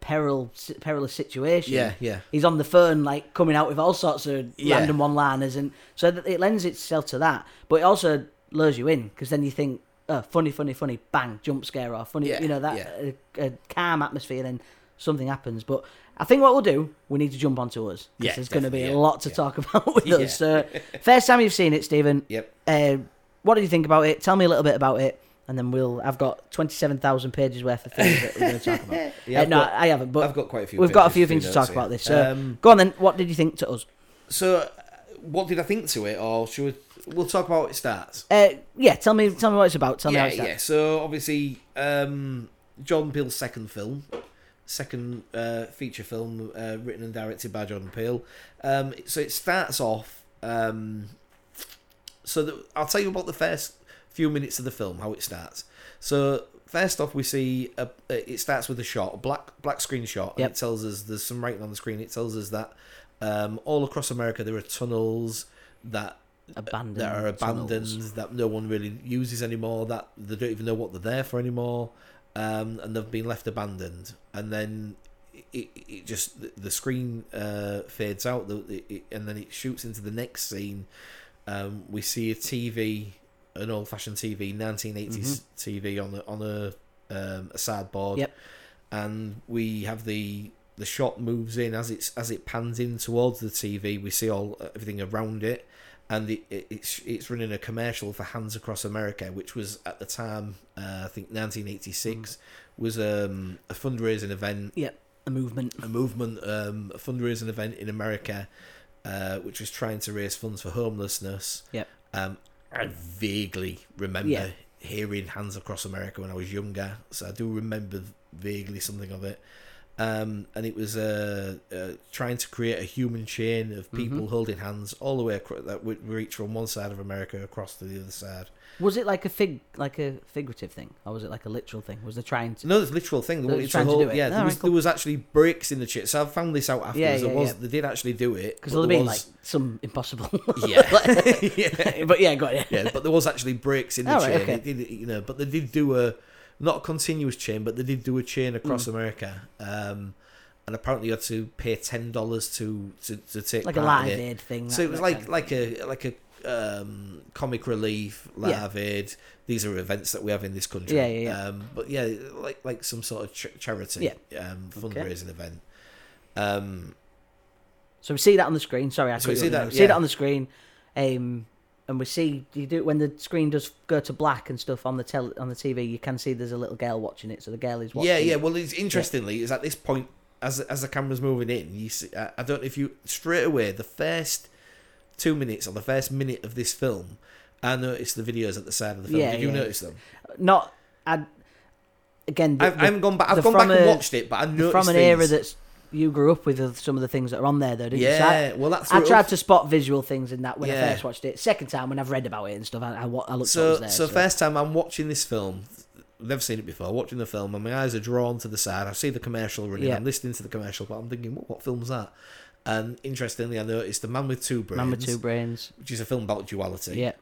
S1: peril, perilous situation.
S2: yeah yeah
S1: He's on the phone, like coming out with all sorts of
S2: Yeah.
S1: random one-liners, and so that it lends itself to that. But it also lures you in because then you think, oh, funny, funny, funny, bang, jump scare, or funny,
S2: Yeah,
S1: you know that
S2: yeah.
S1: uh, uh, calm atmosphere. Then something happens. But I think what we'll do, we need to jump onto us because
S2: Yeah,
S1: there's going to be
S2: definitely,
S1: a
S2: yeah,
S1: lot to
S2: yeah.
S1: talk about with
S2: Yeah.
S1: us. So, first time you've seen it, Stephen.
S2: yep
S1: Uh, what did you think about it? Tell me a little bit about it, and then we'll. I've got twenty-seven thousand pages worth of things that we're going to talk about.
S2: Yeah,
S1: Uh,
S2: I've
S1: no,
S2: got-
S1: I haven't, but
S2: I've got quite a few
S1: we've got a
S2: pages,
S1: few
S2: few
S1: things to
S2: notes
S1: talk
S2: here.
S1: about this. So
S2: Um,
S1: go on then. What did you think to us?
S2: so uh, what did I think to it or should we, we'll talk about how it starts
S1: Uh, yeah, tell me, tell me what it's about. Tell me
S2: yeah,
S1: how it's done.
S2: yeah. So obviously, um, John Peel's second film, second uh, feature film, uh, written and directed by John Peel. Um, so it starts off. Um, so the, I'll tell you about the first few minutes of the film, how it starts. So first off, we see a, it starts with a shot, a black black screen shot, and
S1: Yep.
S2: it tells us there's some writing on the screen. It tells us that um, all across America there are tunnels that
S1: Abandoned.
S2: that are abandoned
S1: tunnels.
S2: that no one really uses anymore that they don't even know what they're there for anymore um, and they've been left abandoned and then it, it just the- the screen uh, fades out the, it, and then it shoots into the next scene um, we see a TV an old fashioned TV, 1980s TV on a, on a, um, a sideboard.
S1: Mm-hmm. Yep.
S2: And we have the the shot moves in as it's as it pans in towards the TV. We see all everything around it, and it, it, it's it's running a commercial for Hands Across America, which was at the time uh, I think 1986 was um, a fundraising event
S1: Yep. A movement.
S2: a movement, um, a fundraising event in America, uh, which was trying to raise funds for homelessness.
S1: Yep.
S2: Um, I vaguely remember
S1: Yeah.
S2: hearing Hands Across America when I was younger, so I do remember vaguely something of it. Um, and it was uh, uh, trying to create a human chain
S1: Mm-hmm.
S2: of people holding hands all the way across that would reach from one side of America across to the other side.
S1: Was it like a fig, like a figurative thing, or was it like a literal thing? Was they trying to?
S2: No, it's a literal thing. They
S1: They're
S2: wanted
S1: just
S2: to
S1: trying to
S2: hold,
S1: do it.
S2: yeah, there,
S1: Alright,
S2: was,
S1: cool.
S2: there was actually bricks in the chip. So I found this out afterwards. there
S1: yeah,
S2: was,
S1: yeah.
S2: They did actually do it.
S1: Because
S2: but
S1: there'll
S2: there
S1: be
S2: was-
S1: like some impossible.
S2: yeah. yeah.
S1: but yeah, got it.
S2: Yeah, but there was actually breaks in the
S1: All
S2: chain.
S1: right, okay.
S2: It did, you know, but they did do a not a continuous chain, but they did do a chain across
S1: Mm.
S2: America. Um, and apparently you had to pay ten dollars to, to to take
S1: Like a
S2: part
S1: live
S2: in it.
S1: aid thing.
S2: So
S1: that-
S2: it was
S1: that
S2: like
S1: kind of-
S2: like a like a um, comic relief
S1: Yeah.
S2: live aid. These are events that we have in this country.
S1: Yeah, yeah, yeah.
S2: Um, but yeah, like like some sort of ch- charity um,
S1: Okay.
S2: fundraising event. Um,
S1: So we see that on the screen. Sorry, I
S2: So
S1: cut
S2: we
S1: you
S2: see
S1: off there.
S2: that-
S1: We see
S2: yeah.
S1: that on the screen, um, and we see you do when the screen does go to black and stuff on the tel- on the TV. You can see there's a little girl watching it. So the girl is watching.
S2: Yeah, yeah.
S1: it.
S2: Well, it's interestingly is at this point as as the camera's moving in, you see. I, I don't know if you straight away the first two minutes or the first minute of this film, I noticed the videos at the side of the film.
S1: Yeah,
S2: Did you
S1: yeah.
S2: notice them?
S1: Not. I, again, the,
S2: I've, I haven't gone back.
S1: the
S2: I've gone back
S1: from
S2: and
S1: a-
S2: watched it, but I
S1: the,
S2: noticed
S1: from an
S2: things.
S1: era that's you grew up with of some of the things that are on there though, didn't you? So I-
S2: yeah. well, that's
S1: I
S2: what it
S1: tried
S2: was-
S1: to spot visual things in that when
S2: Yeah.
S1: I first watched it. Second time when I've read about it and stuff, I, I, wa- I looked at what
S2: So
S1: was there.
S2: so first time I'm watching this film. Never seen it before. Watching the film, and my eyes are drawn to the side. I see the commercial running.
S1: Yeah.
S2: I'm listening to the commercial, but I'm thinking, what, what film's that? And interestingly, I noticed the man with two brains,
S1: Man with Two Brains.
S2: which is a film about duality.
S1: Yeah.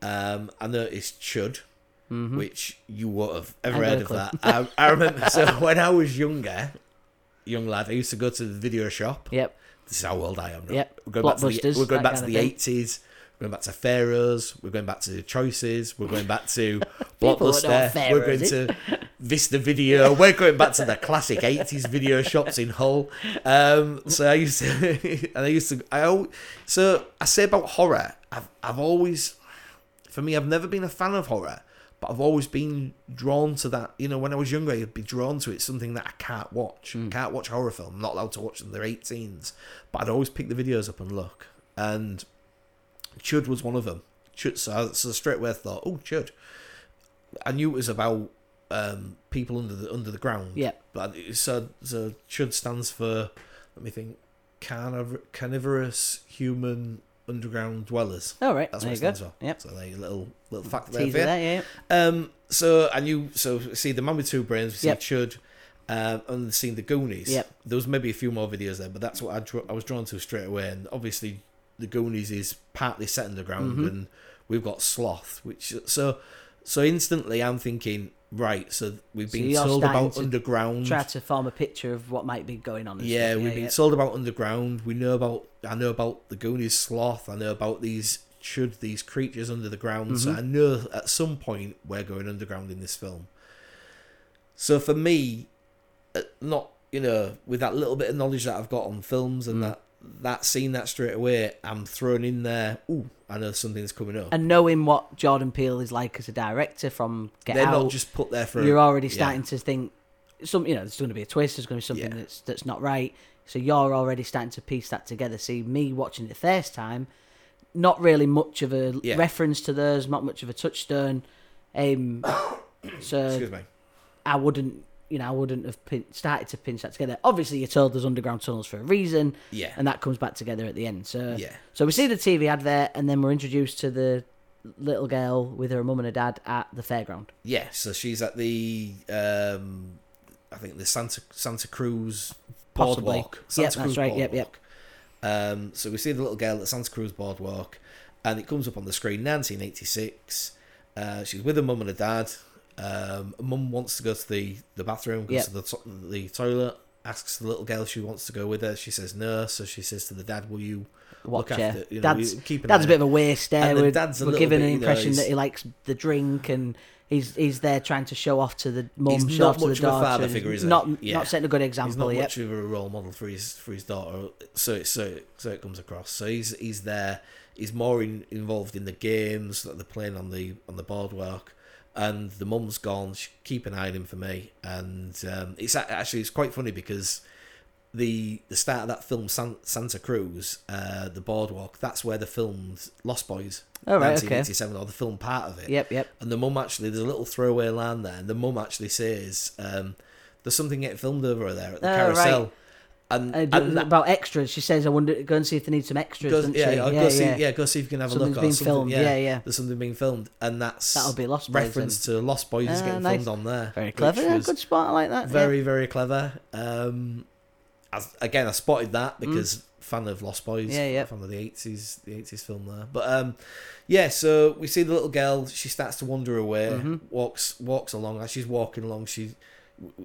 S1: Mm-hmm. Hmm.
S2: Um, I noticed Chud, which you would have ever
S1: I've
S2: heard of
S1: got a
S2: that. I, I remember. so when I was younger, young lad, I used to go to the video shop.
S1: Yep.
S2: This is how old I am. now.
S1: Yep.
S2: We're going back to the,
S1: Blockbusters,
S2: we're going
S1: that
S2: back to
S1: kind
S2: the
S1: of thing.
S2: eighties. We're going back to Pharaohs. We're going back to Choices. We're going back to
S1: don't know what
S2: Blockbuster. We're going
S1: Pharaohs
S2: to Vista Video. We're going back to the classic eighties video shops in Hull. Um, so I used to, and I used to, I al- so I say about horror. I've I've always, for me, I've never been a fan of horror. But I've always been drawn to that. You know, when I was younger, I'd be drawn to it. Something that I can't watch. I Can't watch horror film. I'm not allowed to watch them. They're 18s. But I'd always pick the videos up and look. And Chud was one of them. Chud, so, I, so straight away I thought, oh, Chud. I knew it was about um, people under the under the ground.
S1: Yeah.
S2: But it- so so Chud stands for, let me think, carniv- carnivorous human underground dwellers.
S1: All right.
S2: That's
S1: there
S2: what it
S1: you go.
S2: stands for.
S1: Yep.
S2: So there, you little little fact there for
S1: Teaser
S2: you.
S1: there, yeah.
S2: Um, so and you so see the man with two brains, we see
S1: Yep.
S2: Chud, um, and seen the Goonies.
S1: Yep.
S2: There was maybe a few more videos there, but that's what I drew, I was drawn to straight away. And obviously, the Goonies is partly set in the ground,
S1: Mm-hmm.
S2: and we've got Sloth, which so so instantly I'm thinking right. So we've
S1: So
S2: been
S1: you're
S2: told
S1: starting
S2: about
S1: to
S2: underground.
S1: Try to form a picture of what might be going on. and
S2: Mm. Yeah,
S1: stuff.
S2: we've been told about underground. We know about I know about the Goonies sloth. I know about these should these creatures under the ground. So
S1: Mm-hmm.
S2: I know at some point we're going underground in this film. So for me, uh, not you know with that little bit of knowledge that I've got on films
S1: Mm.
S2: and that that scene that straight away I'm thrown in there. Ooh, I know something's coming up.
S1: And knowing what Jordan Peele is like as a director from Get
S2: They're
S1: Out,
S2: not just put there for
S1: you're already
S2: yeah.
S1: starting to think some. You know, there's going to be a twist. There's going to be something
S2: Yeah.
S1: that's that's not right. So you're already starting to piece that together. See, me watching it the first time, not really much of a
S2: Yeah.
S1: reference to those, not much of a touchstone. Um, so
S2: Excuse me.
S1: I wouldn't, you know, I wouldn't have pin- started to pinch that together. Obviously, you're told there's underground tunnels for a reason.
S2: Yeah.
S1: and that comes back together at the end. So
S2: Yeah.
S1: so we see the TV advert, and then we're introduced to the little girl with her mum and her dad at the fairground.
S2: Yeah, so she's at the um I think the Santa Santa Cruz
S1: Possibly.
S2: boardwalk.
S1: Yep,
S2: Santa
S1: that's right, yep, yep.
S2: boardwalk. Um so we see the little girl at Santa Cruz boardwalk and it comes up on the screen 1986. Uh, she's with her mum and her dad. Um mum wants to go to the the bathroom, goes
S1: Yep.
S2: to the to- the toilet. asks the little girl she wants to go with her. She says no, so she says to the dad, "Will you
S1: Watch
S2: look after
S1: her.
S2: you know,
S1: dad's
S2: you keep an
S1: dad's a
S2: eye on
S1: bit of a waste there.
S2: And the
S1: We're,
S2: dad's a
S1: we're
S2: little
S1: giving
S2: bit,
S1: the
S2: you know,
S1: impression that
S2: he's-
S1: he likes the drink and he's he's there trying to show off to the mum,
S2: He's
S1: show
S2: not
S1: off to the
S2: much of a
S1: daughter.
S2: father
S1: and
S2: figure, is he?
S1: not
S2: Yeah.
S1: not setting a good
S2: He's not
S1: example yet.
S2: much of a role model for his for his daughter, so it so it, so it comes across. So he's he's there. He's more in, involved in the games that they're playing on the on the boardwalk, and the mum's gone. She, keep an eye on him for me, and um, it's a- actually it's quite funny because the the start of that film San, Santa Cruz, uh, the boardwalk. That's where they filmed Lost Boys,
S1: All Oh, right, okay.
S2: 1987, or the film part of it.
S1: Yep, yep.
S2: And the mum actually, there's a little throwaway line there, and the mum actually says, um, "There's something getting filmed over there at the
S1: Oh,
S2: carousel."
S1: right. Oh,
S2: And,
S1: And
S2: and,
S1: Uh, d-
S2: that
S1: about extras, she says, "I wonder, go and see if they need some extras."
S2: goes,
S1: doesn't
S2: yeah,
S1: she?
S2: oh,
S1: yeah,
S2: go see,
S1: yeah.
S2: yeah, go see if you can have a
S1: Something's
S2: look.
S1: been
S2: or something,
S1: filmed,
S2: Yeah,
S1: yeah, yeah.
S2: There's something being filmed, and that's
S1: That'll be Lost Boys,
S2: reference to Lost Boys is
S1: Ah,
S2: getting
S1: nice.
S2: filmed on there.
S1: Very
S2: which
S1: clever. Yeah,
S2: was
S1: good spot. I like that. yeah.
S2: very very clever. Um, as, again, I spotted that because fan of Lost Boys,
S1: Mm. Yeah, yeah.
S2: fan of the eighties, the eighties film there. But um, yeah, so we see the little girl. She starts to wander away,
S1: Mm-hmm.
S2: walks walks along. As she's walking along, she,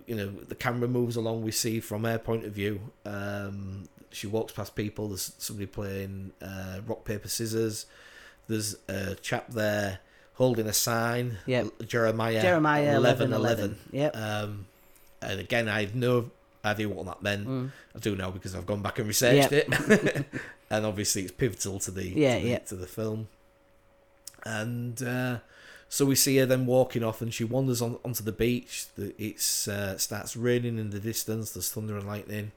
S2: you know, the camera moves along. We see from her point of view. Um, she walks past people. There's somebody playing uh, rock paper scissors. There's a chap there holding a sign.
S1: Yep.
S2: Jeremiah.
S1: Jeremiah eleven
S2: 11.
S1: eleven. Yep.
S2: Um, and again, I have no idea what that meant.
S1: Mm.
S2: I do now because I've gone back and researched it, and obviously it's pivotal to the
S1: Yeah,
S2: to the,
S1: yeah.
S2: to the film. And uh, so we see her then walking off, and she wanders on onto the beach. The, it's uh, starts raining in the distance. There's thunder and lightning.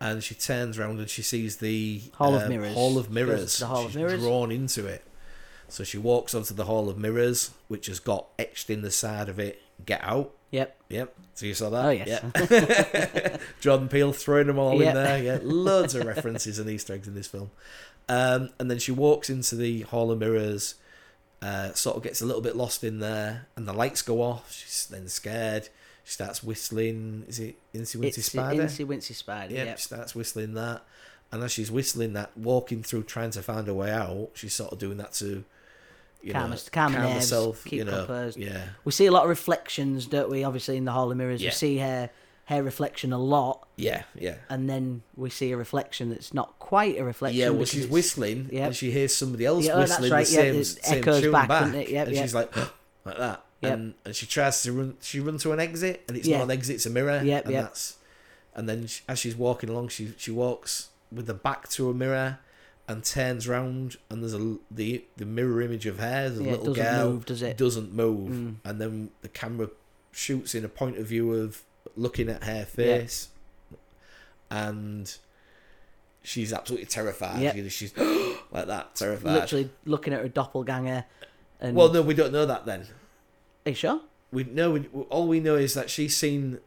S2: And she turns around and she sees the
S1: Hall of
S2: uh,
S1: Mirrors.
S2: Hall
S1: Goes
S2: of
S1: to
S2: Mirrors.
S1: the Hall of
S2: She's
S1: Mirrors.
S2: drawn into it. So she walks onto the Hall of Mirrors, which has got etched in the side of it, get out.
S1: Yep.
S2: Yep. So you saw that?
S1: Oh, yes.
S2: Yep. Jordan Peele throwing them all
S1: Yeah.
S2: in there. Yeah. Loads of references and Easter eggs in this film. Um, and then she walks into the Hall of Mirrors, uh, sort of gets a little bit lost in there, and the lights go off. She's then scared. She starts whistling. Is it Incy Wincy
S1: It's
S2: Spider?
S1: Incy Wincy Spider.
S2: Yep,
S1: Yep.
S2: she starts whistling that. And as she's whistling that, walking through, trying to find her way out, she's sort of doing that to, you
S1: Calm
S2: know,
S1: us- calm her nerves,
S2: herself,
S1: keep
S2: you know,
S1: composed.
S2: yeah,
S1: We see a lot of reflections, don't we? Obviously, in the Hall of Mirrors,
S2: Yeah.
S1: we see her her reflection a lot,
S2: yeah, yeah.
S1: and then we see a reflection that's not quite a reflection.
S2: Yeah, well,
S1: because
S2: she's
S1: it's-
S2: whistling,
S1: Yep.
S2: and she hears somebody else
S1: Yeah, oh, that's
S2: whistling
S1: right,
S2: the
S1: yeah,
S2: same,
S1: it
S2: same
S1: echoes
S2: tune
S1: back,
S2: back,
S1: doesn't it? Yep,
S2: and
S1: yep.
S2: she's like like that,
S1: Yep.
S2: and and she tries to run. She runs to an exit, and it's
S1: Yeah.
S2: not an exit; it's a mirror.
S1: Yep,
S2: and
S1: yep.
S2: that's and then she, as she's walking along, she she walks with the back to a mirror and turns round, and there's a l- the the mirror image of her, the
S1: Yeah, it
S2: little
S1: doesn't
S2: girl,
S1: move, does it?
S2: Doesn't move,
S1: Mm.
S2: and then the camera shoots in a point of view of looking at her face, and she's absolutely terrified.
S1: Yep.
S2: You know, She's like that, terrified.
S1: literally looking at her doppelganger. And
S2: Well, no, we don't know that then.
S1: are you sure?
S2: We know we, all we know is that she's seen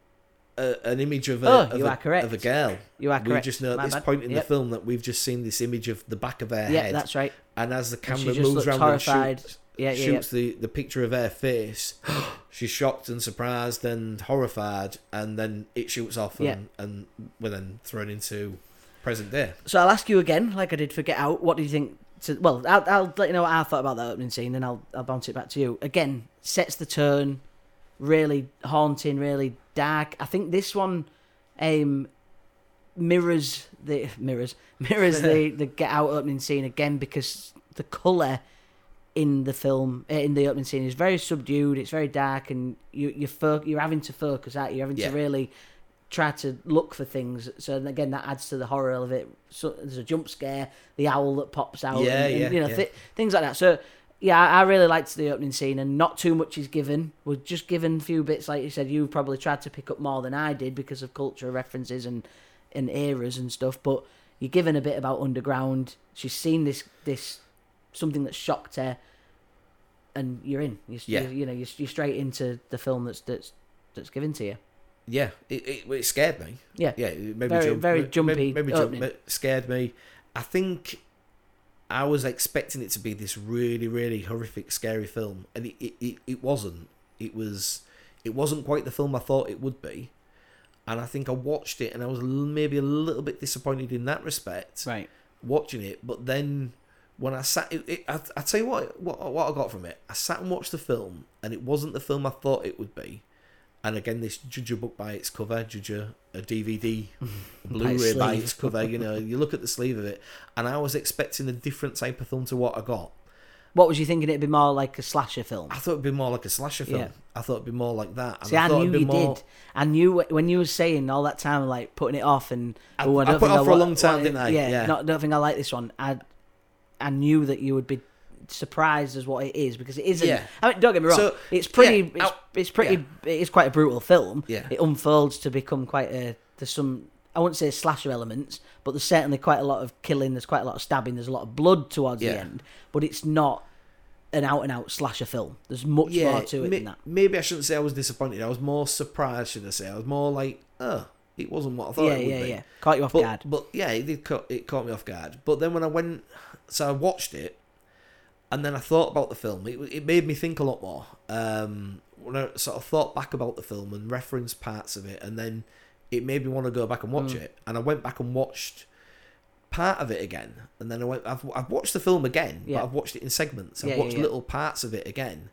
S2: a, an image of a,
S1: Oh,
S2: of,
S1: you
S2: a
S1: are correct.
S2: of a girl.
S1: You are
S2: We
S1: correct.
S2: just know at
S1: My
S2: this
S1: bad.
S2: point in
S1: Yep.
S2: the film that we've just seen this image of the back of her
S1: Yeah,
S2: head,
S1: that's right.
S2: and as the
S1: And
S2: camera
S1: she just
S2: moves
S1: looks
S2: around
S1: horrified.
S2: and shoots,
S1: yeah, yeah, yeah.
S2: shoots the, the picture of her face, she's shocked and surprised and horrified, and then it shoots off, and,
S1: Yeah.
S2: and we're then thrown into present day.
S1: So I'll ask you again, like I did for Get Out. What do you think? To, well, I'll, I'll let you know what I thought about that opening scene, and I'll I'll bounce it back to you. Again, sets the turn, really haunting, really dark. I think this one um, mirrors the mirrors mirrors the the Get Out opening scene again because the color in the film eh, in the opening scene is very subdued. It's very dark, and you you're fo- you're having to focus out. You're having
S2: Yeah.
S1: to really try to look for things. So and again, that adds to the horror of it. So there's a jump scare, the owl that pops out,
S2: Yeah,
S1: and, and,
S2: yeah,
S1: you know
S2: yeah.
S1: thi- things like that. So yeah, I I really liked the opening scene, and not too much is given. We're just given a few bits, like you said. You probably tried to pick up more than I did because of culture references and and eras and stuff. But you're given a bit about underground. She's seen this this something that shocked her, and you're in. You're,
S2: Yeah.
S1: you, you know, you're, you're straight into the film that's that's that's given to you.
S2: Yeah, it, it, it scared me.
S1: Yeah.
S2: yeah, it made
S1: Very-
S2: me jump,
S1: very
S2: made-
S1: jumpy uh,
S2: Made, made me
S1: opening.
S2: jump, ma- scared me. I think I was expecting it to be this really, really horrific, scary film, and it, it, it, it wasn't. It was it wasn't quite the film I thought it would be, and I think I watched it and I was l- maybe a little bit disappointed in that respect
S1: Right.
S2: watching it. But then when I sat, it, it, I, I tell you what, what, what I got from it. I sat and watched the film, and it wasn't the film I thought it would be, And again, this judge a book by its cover, judge a, a DVD, a
S1: By its
S2: Blu-ray by
S1: sleeve.
S2: its cover. You know, you look at the sleeve of it, and I was expecting a different type of film to what I got.
S1: What was you thinking? It'd be more like a slasher film.
S2: I thought it'd be more like a slasher film.
S1: Yeah.
S2: I thought it'd be more like that. And
S1: See, I
S2: thought
S1: knew
S2: it'd be
S1: you
S2: more-
S1: did. I knew wh- when you were saying all that time, like putting it off, and
S2: I-
S1: "Oh,
S2: I
S1: don't
S2: put it
S1: think
S2: off for a
S1: wa-
S2: long time,
S1: wa-
S2: didn't I?
S1: Yeah,
S2: Yeah.
S1: Not, don't think I like this one. I, I knew that you would be surprised as what it is because it isn't.
S2: Yeah.
S1: I mean, don't get me wrong.
S2: So,
S1: it's pretty.
S2: yeah,
S1: it's,
S2: I-
S1: it's pretty. It is quite a brutal film.
S2: Yeah.
S1: It unfolds to become quite a. There's some. I wouldn't say slasher elements, but there's certainly quite a lot of killing. There's quite a lot of stabbing. There's a lot of blood towards
S2: Yeah.
S1: the end, but it's not an out and out slasher film. There's much more to it
S2: ma-
S1: than that.
S2: Maybe I shouldn't say I was disappointed. I was more surprised, should I say? I was more like, oh, it wasn't what I thought
S1: Yeah,
S2: it would
S1: yeah,
S2: be.
S1: yeah. Caught you off
S2: but,
S1: guard.
S2: But yeah, it did caught, it caught me off guard. But then when I went, so I watched it, and then I thought about the film. It, it made me think a lot more. Um, when I sort of thought back about the film and referenced parts of it, and then it made me want to go back and
S1: Hmm.
S2: watch it. And I went back and watched part of it again, and then I went. I've, I've watched the film again,
S1: Yeah.
S2: but I've watched it in segments. I've
S1: Yeah, yeah,
S2: watched
S1: yeah. Hmm.
S2: little parts of it again,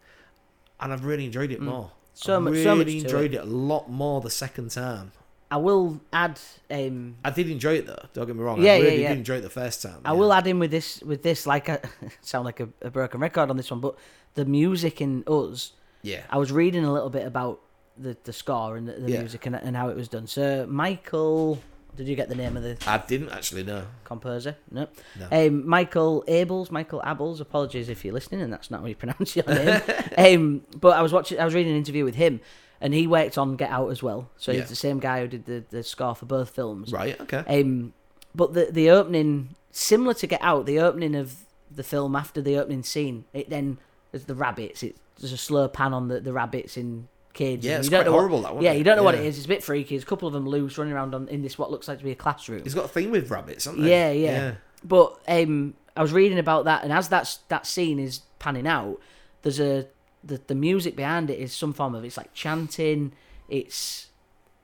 S2: and I've really enjoyed it more.
S1: So
S2: I
S1: much-
S2: really
S1: so much to
S2: enjoyed it. a lot more the second time.
S1: I will add. Um,
S2: I did enjoy it though. Don't get me wrong.
S1: Yeah,
S2: I
S1: yeah,
S2: really
S1: yeah.
S2: did enjoy it the first time.
S1: I will add in with this. With this, like I sound like a, a broken record on this one, but the music in us.
S2: Yeah.
S1: I was reading a little bit about the, the score and the, the
S2: Yeah.
S1: music and, and how it was done. So Michael, did you get the name of the
S2: I didn't actually know.
S1: composer? No.
S2: No.
S1: Um, Michael Abels, Michael Abels. Apologies if you're listening and that's not how you pronounce your name. um, but I was watching. I was reading an interview with him, and he worked on Get Out as well. So
S2: Yeah.
S1: he's the same guy who did the, the score for both films.
S2: Right. Okay.
S1: Um, but the the opening, similar to Get Out, the opening of the film after the opening scene, it then there's the rabbits. It, there's a slow pan on the, the rabbits in cages.
S2: Yeah,
S1: and
S2: it's
S1: you don't
S2: quite
S1: know what-
S2: horrible that one.
S1: yeah, you don't know what it
S2: Yeah.
S1: is. It's a bit freaky. There's a couple of them loose running around on, in this what looks like to be a classroom.
S2: He's got a thing with rabbits, hasn't he?
S1: Yeah, yeah. But um, I was reading about that, and as that that scene is panning out, there's a the, the music behind it is some form of it's like chanting. It's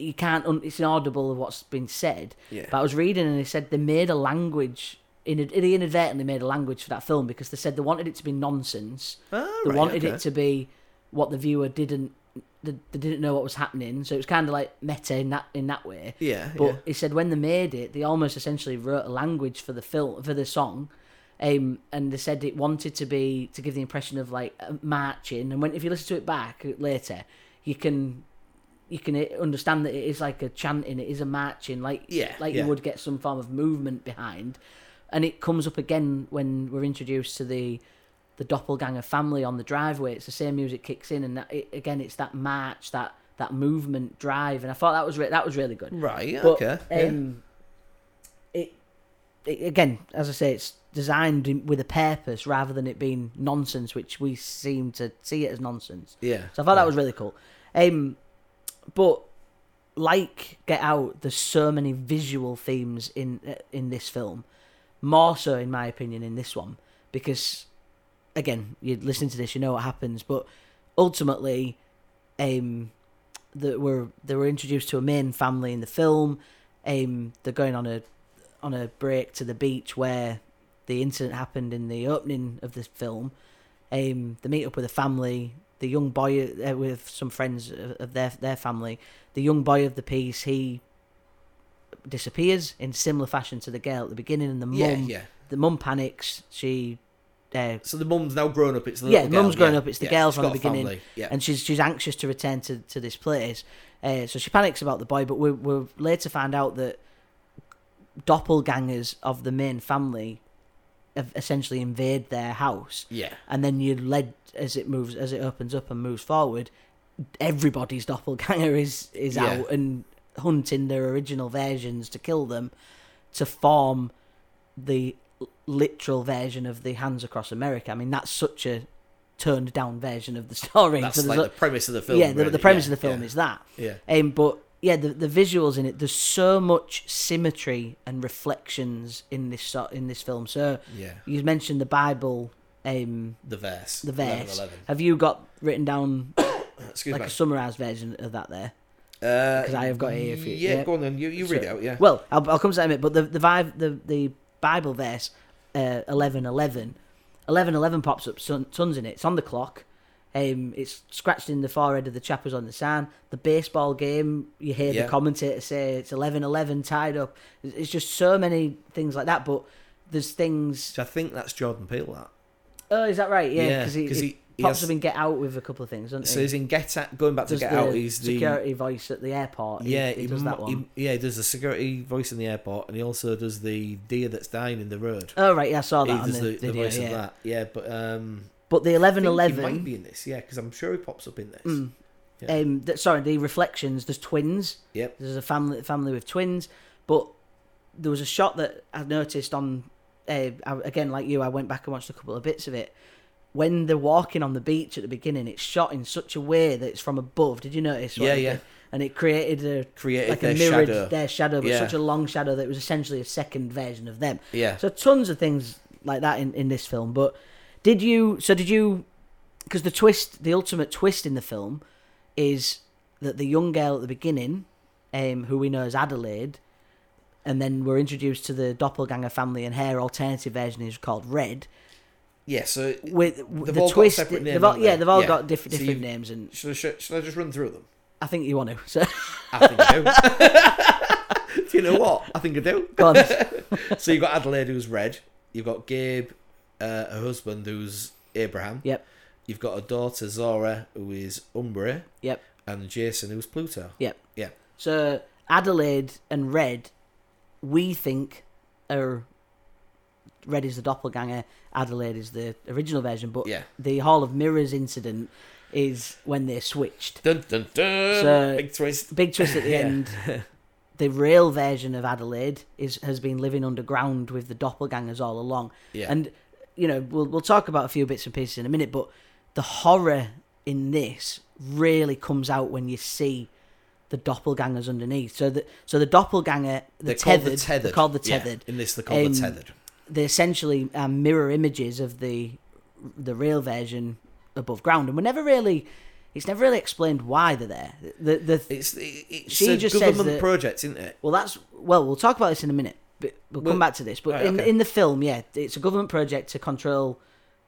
S1: you can't un, it's inaudible of what's been said.
S2: Yeah.
S1: But I was reading, and they said they made a language. In, they inadvertently made a language for that film because they said they wanted it to be nonsense.
S2: Ah,
S1: They
S2: right,
S1: wanted
S2: okay.
S1: it to be what the viewer didn't. They, they didn't know what was happening, so it was kind of like meta in that in that way.
S2: Yeah.
S1: But
S2: yeah.
S1: he said when they made it, they almost essentially wrote a language for the film for the song, um, and they said it wanted to be to give the impression of like uh, marching. And when if you listen to it back uh, later, you can you can uh, understand that it is like a chanting, it is a marching, like
S2: Yeah,
S1: like
S2: yeah.
S1: you would get some form of movement behind. And it comes up again when we're introduced to the the doppelganger family on the driveway. It's the same music kicks in, and that, it, again, it's that march, that that movement, drive. And I thought that was re- that was really good.
S2: Right.
S1: But,
S2: okay. yeah.
S1: Um, it, it again, as I say, it's designed in, with a purpose rather than it being nonsense, which we seem to see it as nonsense.
S2: Yeah.
S1: So I thought that was really cool. Um, but like Get Out, there's so many visual themes in uh, in this film, more so in my opinion in this one because, again, you listen to this, you know what happens, but ultimately, um, that were they were introduced to a main family in the film. Um, they're going on a on a break to the beach where the incident happened in the opening of the film. Um, they meet up with a family. The young boy uh, with some friends of of their their family. The young boy of the piece he disappears in similar fashion to the girl at the beginning, and the
S2: Yeah.
S1: mum
S2: Yeah.
S1: the mum panics. She uh,
S2: So the mum's now grown up. It's the
S1: Yeah,
S2: little girl,
S1: mum's grown
S2: yeah.
S1: up, it's the
S2: yeah.
S1: girl
S2: she's
S1: from the
S2: got a
S1: beginning.
S2: family, Yeah.
S1: and she's she's anxious to return to, to this place. Uh, so she panics about the boy, but we're, we're later find out that doppelgangers of the main family have essentially invade their house,
S2: yeah.
S1: and then you're led as it moves as it opens up and moves forward. Everybody's doppelganger is is
S2: Yeah.
S1: out and hunting their original versions to kill them, to form the l- literal version of the Hands Across America. I mean, that's such a turned down version of the story.
S2: That's
S1: So there's
S2: like
S1: a-
S2: the premise of the film.
S1: yeah, the,
S2: really,
S1: the premise
S2: yeah,
S1: of the film
S2: yeah,
S1: is that.
S2: Yeah.
S1: Um, but yeah, the, the visuals in it, there's so much symmetry and reflections in this so- in this film. So
S2: Yeah.
S1: you mentioned the Bible, um,
S2: The verse.
S1: the
S2: 11,
S1: verse.
S2: 11.
S1: Have you got written down
S2: Excuse
S1: like
S2: me.
S1: a summarised version of that there?
S2: Because
S1: I have got it here if you-
S2: Yeah,
S1: yeah.
S2: Go on then. You, you read
S1: So-
S2: it out. Yeah.
S1: Well, I'll, I'll come to that in a minute. But the the vibe, the the Bible verse, uh, eleven eleven. Eleven eleven pops up son, tons in it. It's on the clock. Um, it's scratched in the forehead of the chap who's on the sign. The baseball game, you hear
S2: Yeah.
S1: the commentator say it's 11-11 tied up. It's it's just so many things like that. But there's things.
S2: So I think that's Jordan Peele. That
S1: Oh, is that right? Yeah,
S2: Yeah,
S1: because
S2: 'cause
S1: he,
S2: he-
S1: he
S2: he
S1: pops
S2: has-
S1: up and get out with a couple of things, doesn't
S2: so
S1: he?
S2: he's in Get Out. Going back to
S1: Does
S2: Get
S1: the
S2: Out, he's the
S1: security voice at the airport. He-
S2: yeah.
S1: he, does
S2: mu-
S1: that one.
S2: he- yeah, he does the security voice in the airport, and he also does the deer that's dying in the road.
S1: oh right, yeah, I saw that
S2: he
S1: on
S2: does
S1: the,
S2: the, the
S1: video.
S2: voice
S1: yeah.
S2: of that. Yeah, but um,
S1: But the
S2: I
S1: eleven
S2: think
S1: eleven.
S2: he might be in this. Yeah, because I'm sure he pops up in this.
S1: Mm.
S2: Yeah.
S1: Um, th- sorry, the reflections. There's twins.
S2: Yep.
S1: There's a family family with twins, but there was a shot that I noticed on. Uh, I- again, like you, I went back and watched a couple of bits of it. When they're walking on the beach at the beginning, it's shot in such a way that it's from above. Did you notice? what
S2: Yeah,
S1: it
S2: yeah.
S1: did? And it created a
S2: Created
S1: like
S2: their
S1: a mirrored
S2: shadow.
S1: their shadow, but
S2: Yeah.
S1: such a long shadow that it was essentially a second version of them.
S2: yeah.
S1: So tons of things like that in, in this film. But did you? So did you? Because the twist, the ultimate twist in the film, is that the young girl at the beginning, um, who we know as Adelaide, and then we're introduced to the doppelganger family, and her alternative version is called Red.
S2: yeah. So
S1: With w-
S2: They've
S1: the
S2: all got
S1: twist,
S2: separate
S1: they've
S2: names,
S1: all,
S2: haven't
S1: yeah,
S2: they?
S1: they've all
S2: Yeah.
S1: got different
S2: So
S1: different
S2: you-
S1: names, and
S2: should I, should, should I just run through them?
S1: I think you want to. So
S2: I think I do. do you know what? I think I do.
S1: go on.
S2: So you've got Adelaide, who's red. You've got Gabe, uh, her husband, who's Abraham.
S1: Yep.
S2: You've got a daughter, Zora, who is Umbra,
S1: yep,
S2: and Jason, who's Pluto.
S1: yep.
S2: Yeah.
S1: So Adelaide and Red, we think are Red is the doppelganger, Adelaide is the original version, but
S2: Yeah.
S1: the Hall of Mirrors incident is when they switched.
S2: Dun dun dun!
S1: So-
S2: Big twist.
S1: Big twist at the
S2: Yeah.
S1: end. The real version of Adelaide is has been living underground with the doppelgangers all along.
S2: Yeah.
S1: And you know, we'll we'll talk about a few bits and pieces in a minute, but the horror in this really comes out when you see the doppelgangers underneath. So the so the doppelganger, the
S2: They're
S1: tethered,
S2: called the tethered.
S1: they're called the
S2: Yeah,
S1: tethered.
S2: In this, they're called
S1: Um,
S2: the tethered.
S1: They essentially are mirror images of the the real version above ground, and we're never really. It's never really explained why they're there. The, the,
S2: It's it, it's
S1: she
S2: a
S1: just says
S2: government
S1: that-
S2: project, isn't it?
S1: Well, that's well. We'll talk about this in a minute. But we'll come
S2: Well-
S1: back to this. But
S2: Right,
S1: in,
S2: okay.
S1: in the film, yeah, it's a government project to control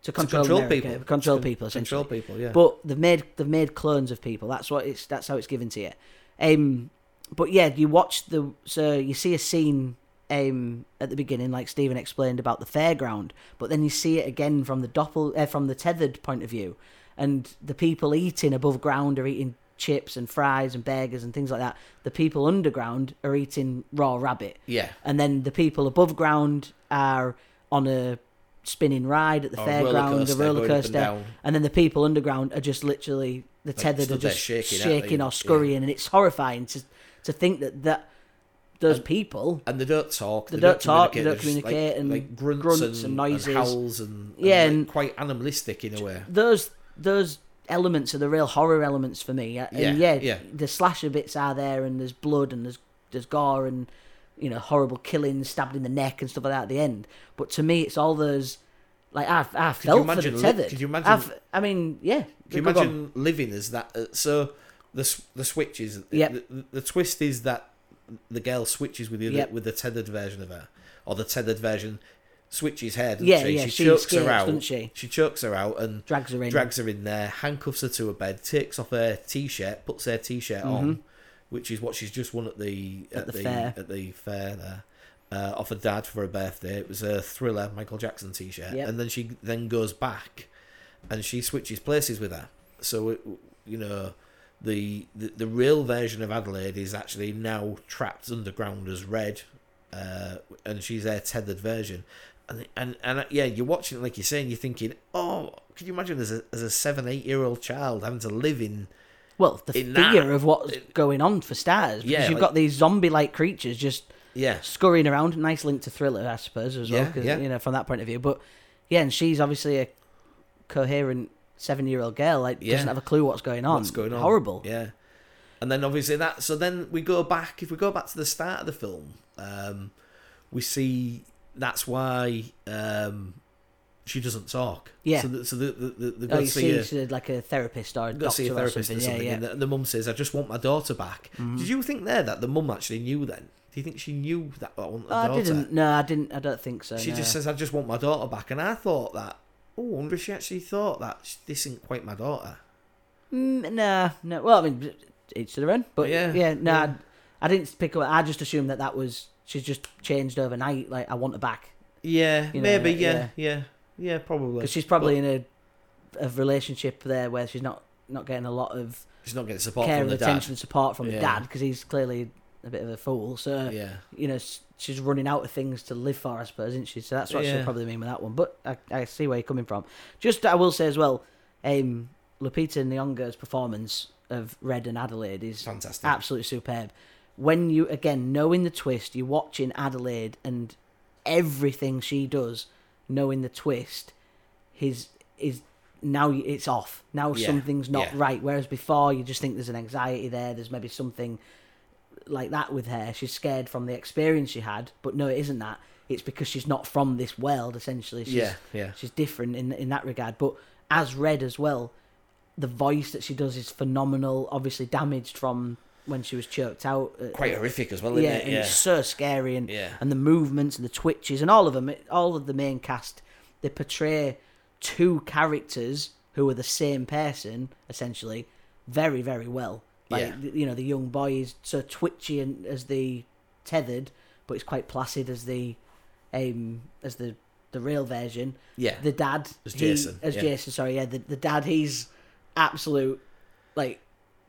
S1: to control,
S2: control
S1: America,
S2: people.
S1: control
S2: To
S1: people, essentially.
S2: Control people. Yeah.
S1: But they've made they've made clones of people. That's what it's that's how it's given to you. Um, but yeah, you watch the so you see a scene um at the beginning, like Stephen explained about the fairground, but then you see it again from the doppel uh, from the tethered point of view, and the people eating above ground are eating chips and fries and burgers and things like that. The people underground are eating raw rabbit
S2: yeah.
S1: and then the people above ground are on a spinning ride at the
S2: Or a Oh, roller
S1: fairground,
S2: coaster
S1: the roller
S2: going up and
S1: coaster,
S2: down.
S1: and, then the people underground are just literally the tethered are
S2: stood there
S1: just shaking,
S2: shaking, aren't they? Yeah.
S1: or scurrying, and it's horrifying to to think that that those people
S2: And they don't talk.
S1: They
S2: They,
S1: don't talk, they
S2: They're
S1: don't
S2: just like-
S1: communicate, and
S2: like grunts,
S1: grunts and
S2: and,
S1: noises.
S2: howls, and, and
S1: Yeah,
S2: like
S1: and-
S2: quite animalistic in a way.
S1: those those elements are the real horror elements for me. Uh, And yeah,
S2: Yeah, yeah.
S1: the slasher bits are there, and there's blood, and there's there's gore, and you know horrible killings, stabbed in the neck, and stuff like that at the end. But to me, it's all those like I I
S2: you
S1: felt for
S2: imagine
S1: the
S2: li-
S1: tethered.
S2: could you imagine-
S1: I've, I mean, yeah.
S2: Can you
S1: Go on.
S2: imagine living as that? Uh, so the s- the switch is
S1: Yep.
S2: the, the, the twist is that the girl switches with the other
S1: Yep.
S2: with the tethered version of her, or the tethered version switches her. doesn't
S1: Yeah,
S2: she?
S1: yeah,
S2: She,
S1: she
S2: chokes
S1: escapes,
S2: her out.
S1: doesn't she?
S2: chokes her out and
S1: Drags her in.
S2: drags her in there, handcuffs her to a bed, takes off her t-shirt, puts her t-shirt on, which is what she's just won at the at,
S1: Mm-hmm. the fair.
S2: at the fair there. Uh, off her dad for her birthday. It was a thriller Michael Jackson t-shirt,
S1: Yep.
S2: and then she then goes back, and she switches places with her. So it, you know, the, the the real version of Adelaide is actually now trapped underground as Red, uh, and she's their tethered version. And, and and uh, yeah, you're watching it like you're saying, you're thinking, oh, could you imagine as a as a seven eight year old child having to live in
S1: well, the
S2: in
S1: fear
S2: that-
S1: of what's going on for starters. Because
S2: Yeah,
S1: you've
S2: like-
S1: got these zombie-like creatures just
S2: yeah
S1: scurrying around. Nice link to Thriller, I suppose, as well.
S2: Yeah,
S1: 'cause,
S2: yeah.
S1: You know, from that point of view. But yeah, and she's obviously a coherent seven-year-old girl. Like,
S2: Yeah.
S1: doesn't have a clue what's going on.
S2: what's going on
S1: Horrible.
S2: yeah. And then obviously that. So then we go back. If we go back to the start of the film, um, we see that's why um, she doesn't talk.
S1: Yeah.
S2: So the, so the the the, the
S1: Oh, you
S2: go
S1: see,
S2: see her-
S1: she's a- like a therapist or a
S2: go
S1: doctor
S2: see a
S1: or
S2: therapist
S1: something.
S2: or something.
S1: Yeah,
S2: And
S1: yeah. Mm-hmm.
S2: the, the mum says, "I just want my daughter back." Did you think there that the mum actually knew then? Do you think she knew that I want a
S1: Oh, I
S2: daughter?
S1: didn't. No, I didn't. I don't think so.
S2: eh? She
S1: no.
S2: just says, "I just want my daughter back," and I thought that oh, I wonder if she actually thought that sh- this isn't quite my daughter.
S1: Mm, nah, no. Well, I mean, each to their own. But yeah,
S2: Yeah,
S1: yeah no,
S2: yeah.
S1: I, I didn't pick up. I just assumed that that was she's just changed overnight. Like I want her back
S2: Yeah,
S1: You know,
S2: maybe.
S1: yeah.
S2: yeah, yeah, yeah, probably.
S1: because she's probably in a, a relationship there where she's not not getting a lot of
S2: She's not getting support
S1: care
S2: from
S1: and
S2: the
S1: attention
S2: dad.
S1: and support from the
S2: Yeah.
S1: dad because he's clearly a bit of a fool. So
S2: Yeah,
S1: you know s- she's running out of things to live for, I suppose, isn't she? So that's what she'll
S2: Yeah.
S1: probably mean with that one. But I, I see where you're coming from. Just I will say as well, um, Lupita Nyong'o's performance of Red and Adelaide is
S2: fantastic.
S1: absolutely superb. When you again knowing the twist, you're watching Adelaide and everything she does, knowing the twist, his is now y- it's off. Now
S2: Yeah,
S1: something's not
S2: yeah.
S1: right. Whereas before, you just think there's an anxiety there. There's maybe something like that with her. She's scared from the experience she had, but no, it isn't that. It's because she's not from this world. Essentially, she's,
S2: yeah, yeah.
S1: She's different in in that regard, but as Red as well, the voice that she does is phenomenal. Obviously damaged from when she was choked out. uh,
S2: Quite horrific as well,
S1: yeah,
S2: isn't
S1: and it's
S2: it?
S1: so scary, and
S2: Yeah,
S1: and the movements and the twitches and all of them, it- all of the main cast, they portray two characters who are the same person essentially, very very well. Like
S2: Yeah.
S1: you know, the young boy is so twitchy and as the tethered, but it's quite placid as the, um, as the the real version
S2: yeah, yeah.
S1: the dad
S2: As
S1: he-
S2: Jason,
S1: as
S2: yeah.
S1: Jason sorry yeah the, the dad he's absolute like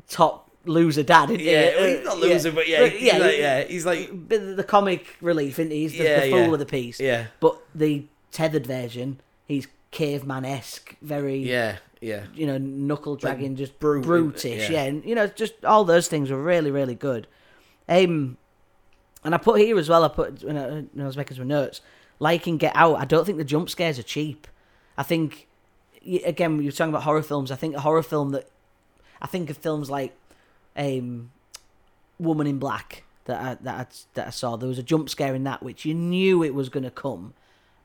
S1: top loser dad isn't he?
S2: yeah. well,
S1: Uh,
S2: he's not losing, but yeah, he's
S1: yeah,
S2: like,
S1: he-
S2: yeah, he's like,
S1: bit of the comic relief isn't he? he's the,
S2: Yeah,
S1: the fool
S2: yeah.
S1: of the piece
S2: yeah,
S1: but the tethered version he's caveman-esque very
S2: yeah, yeah.
S1: you know knuckle dragging just
S2: brute, isn't it?
S1: brutish yeah.
S2: Yeah.
S1: and you know just all those things were really really good um and I put here as well. I put when I, when I was making some notes, liking Get Out. I don't think the jump scares are cheap. I think y- again you're talking about horror films. I think a horror film that I think of films like um, Woman in Black that I, that I, that I saw. There was a jump scare in that which you knew it was going to come,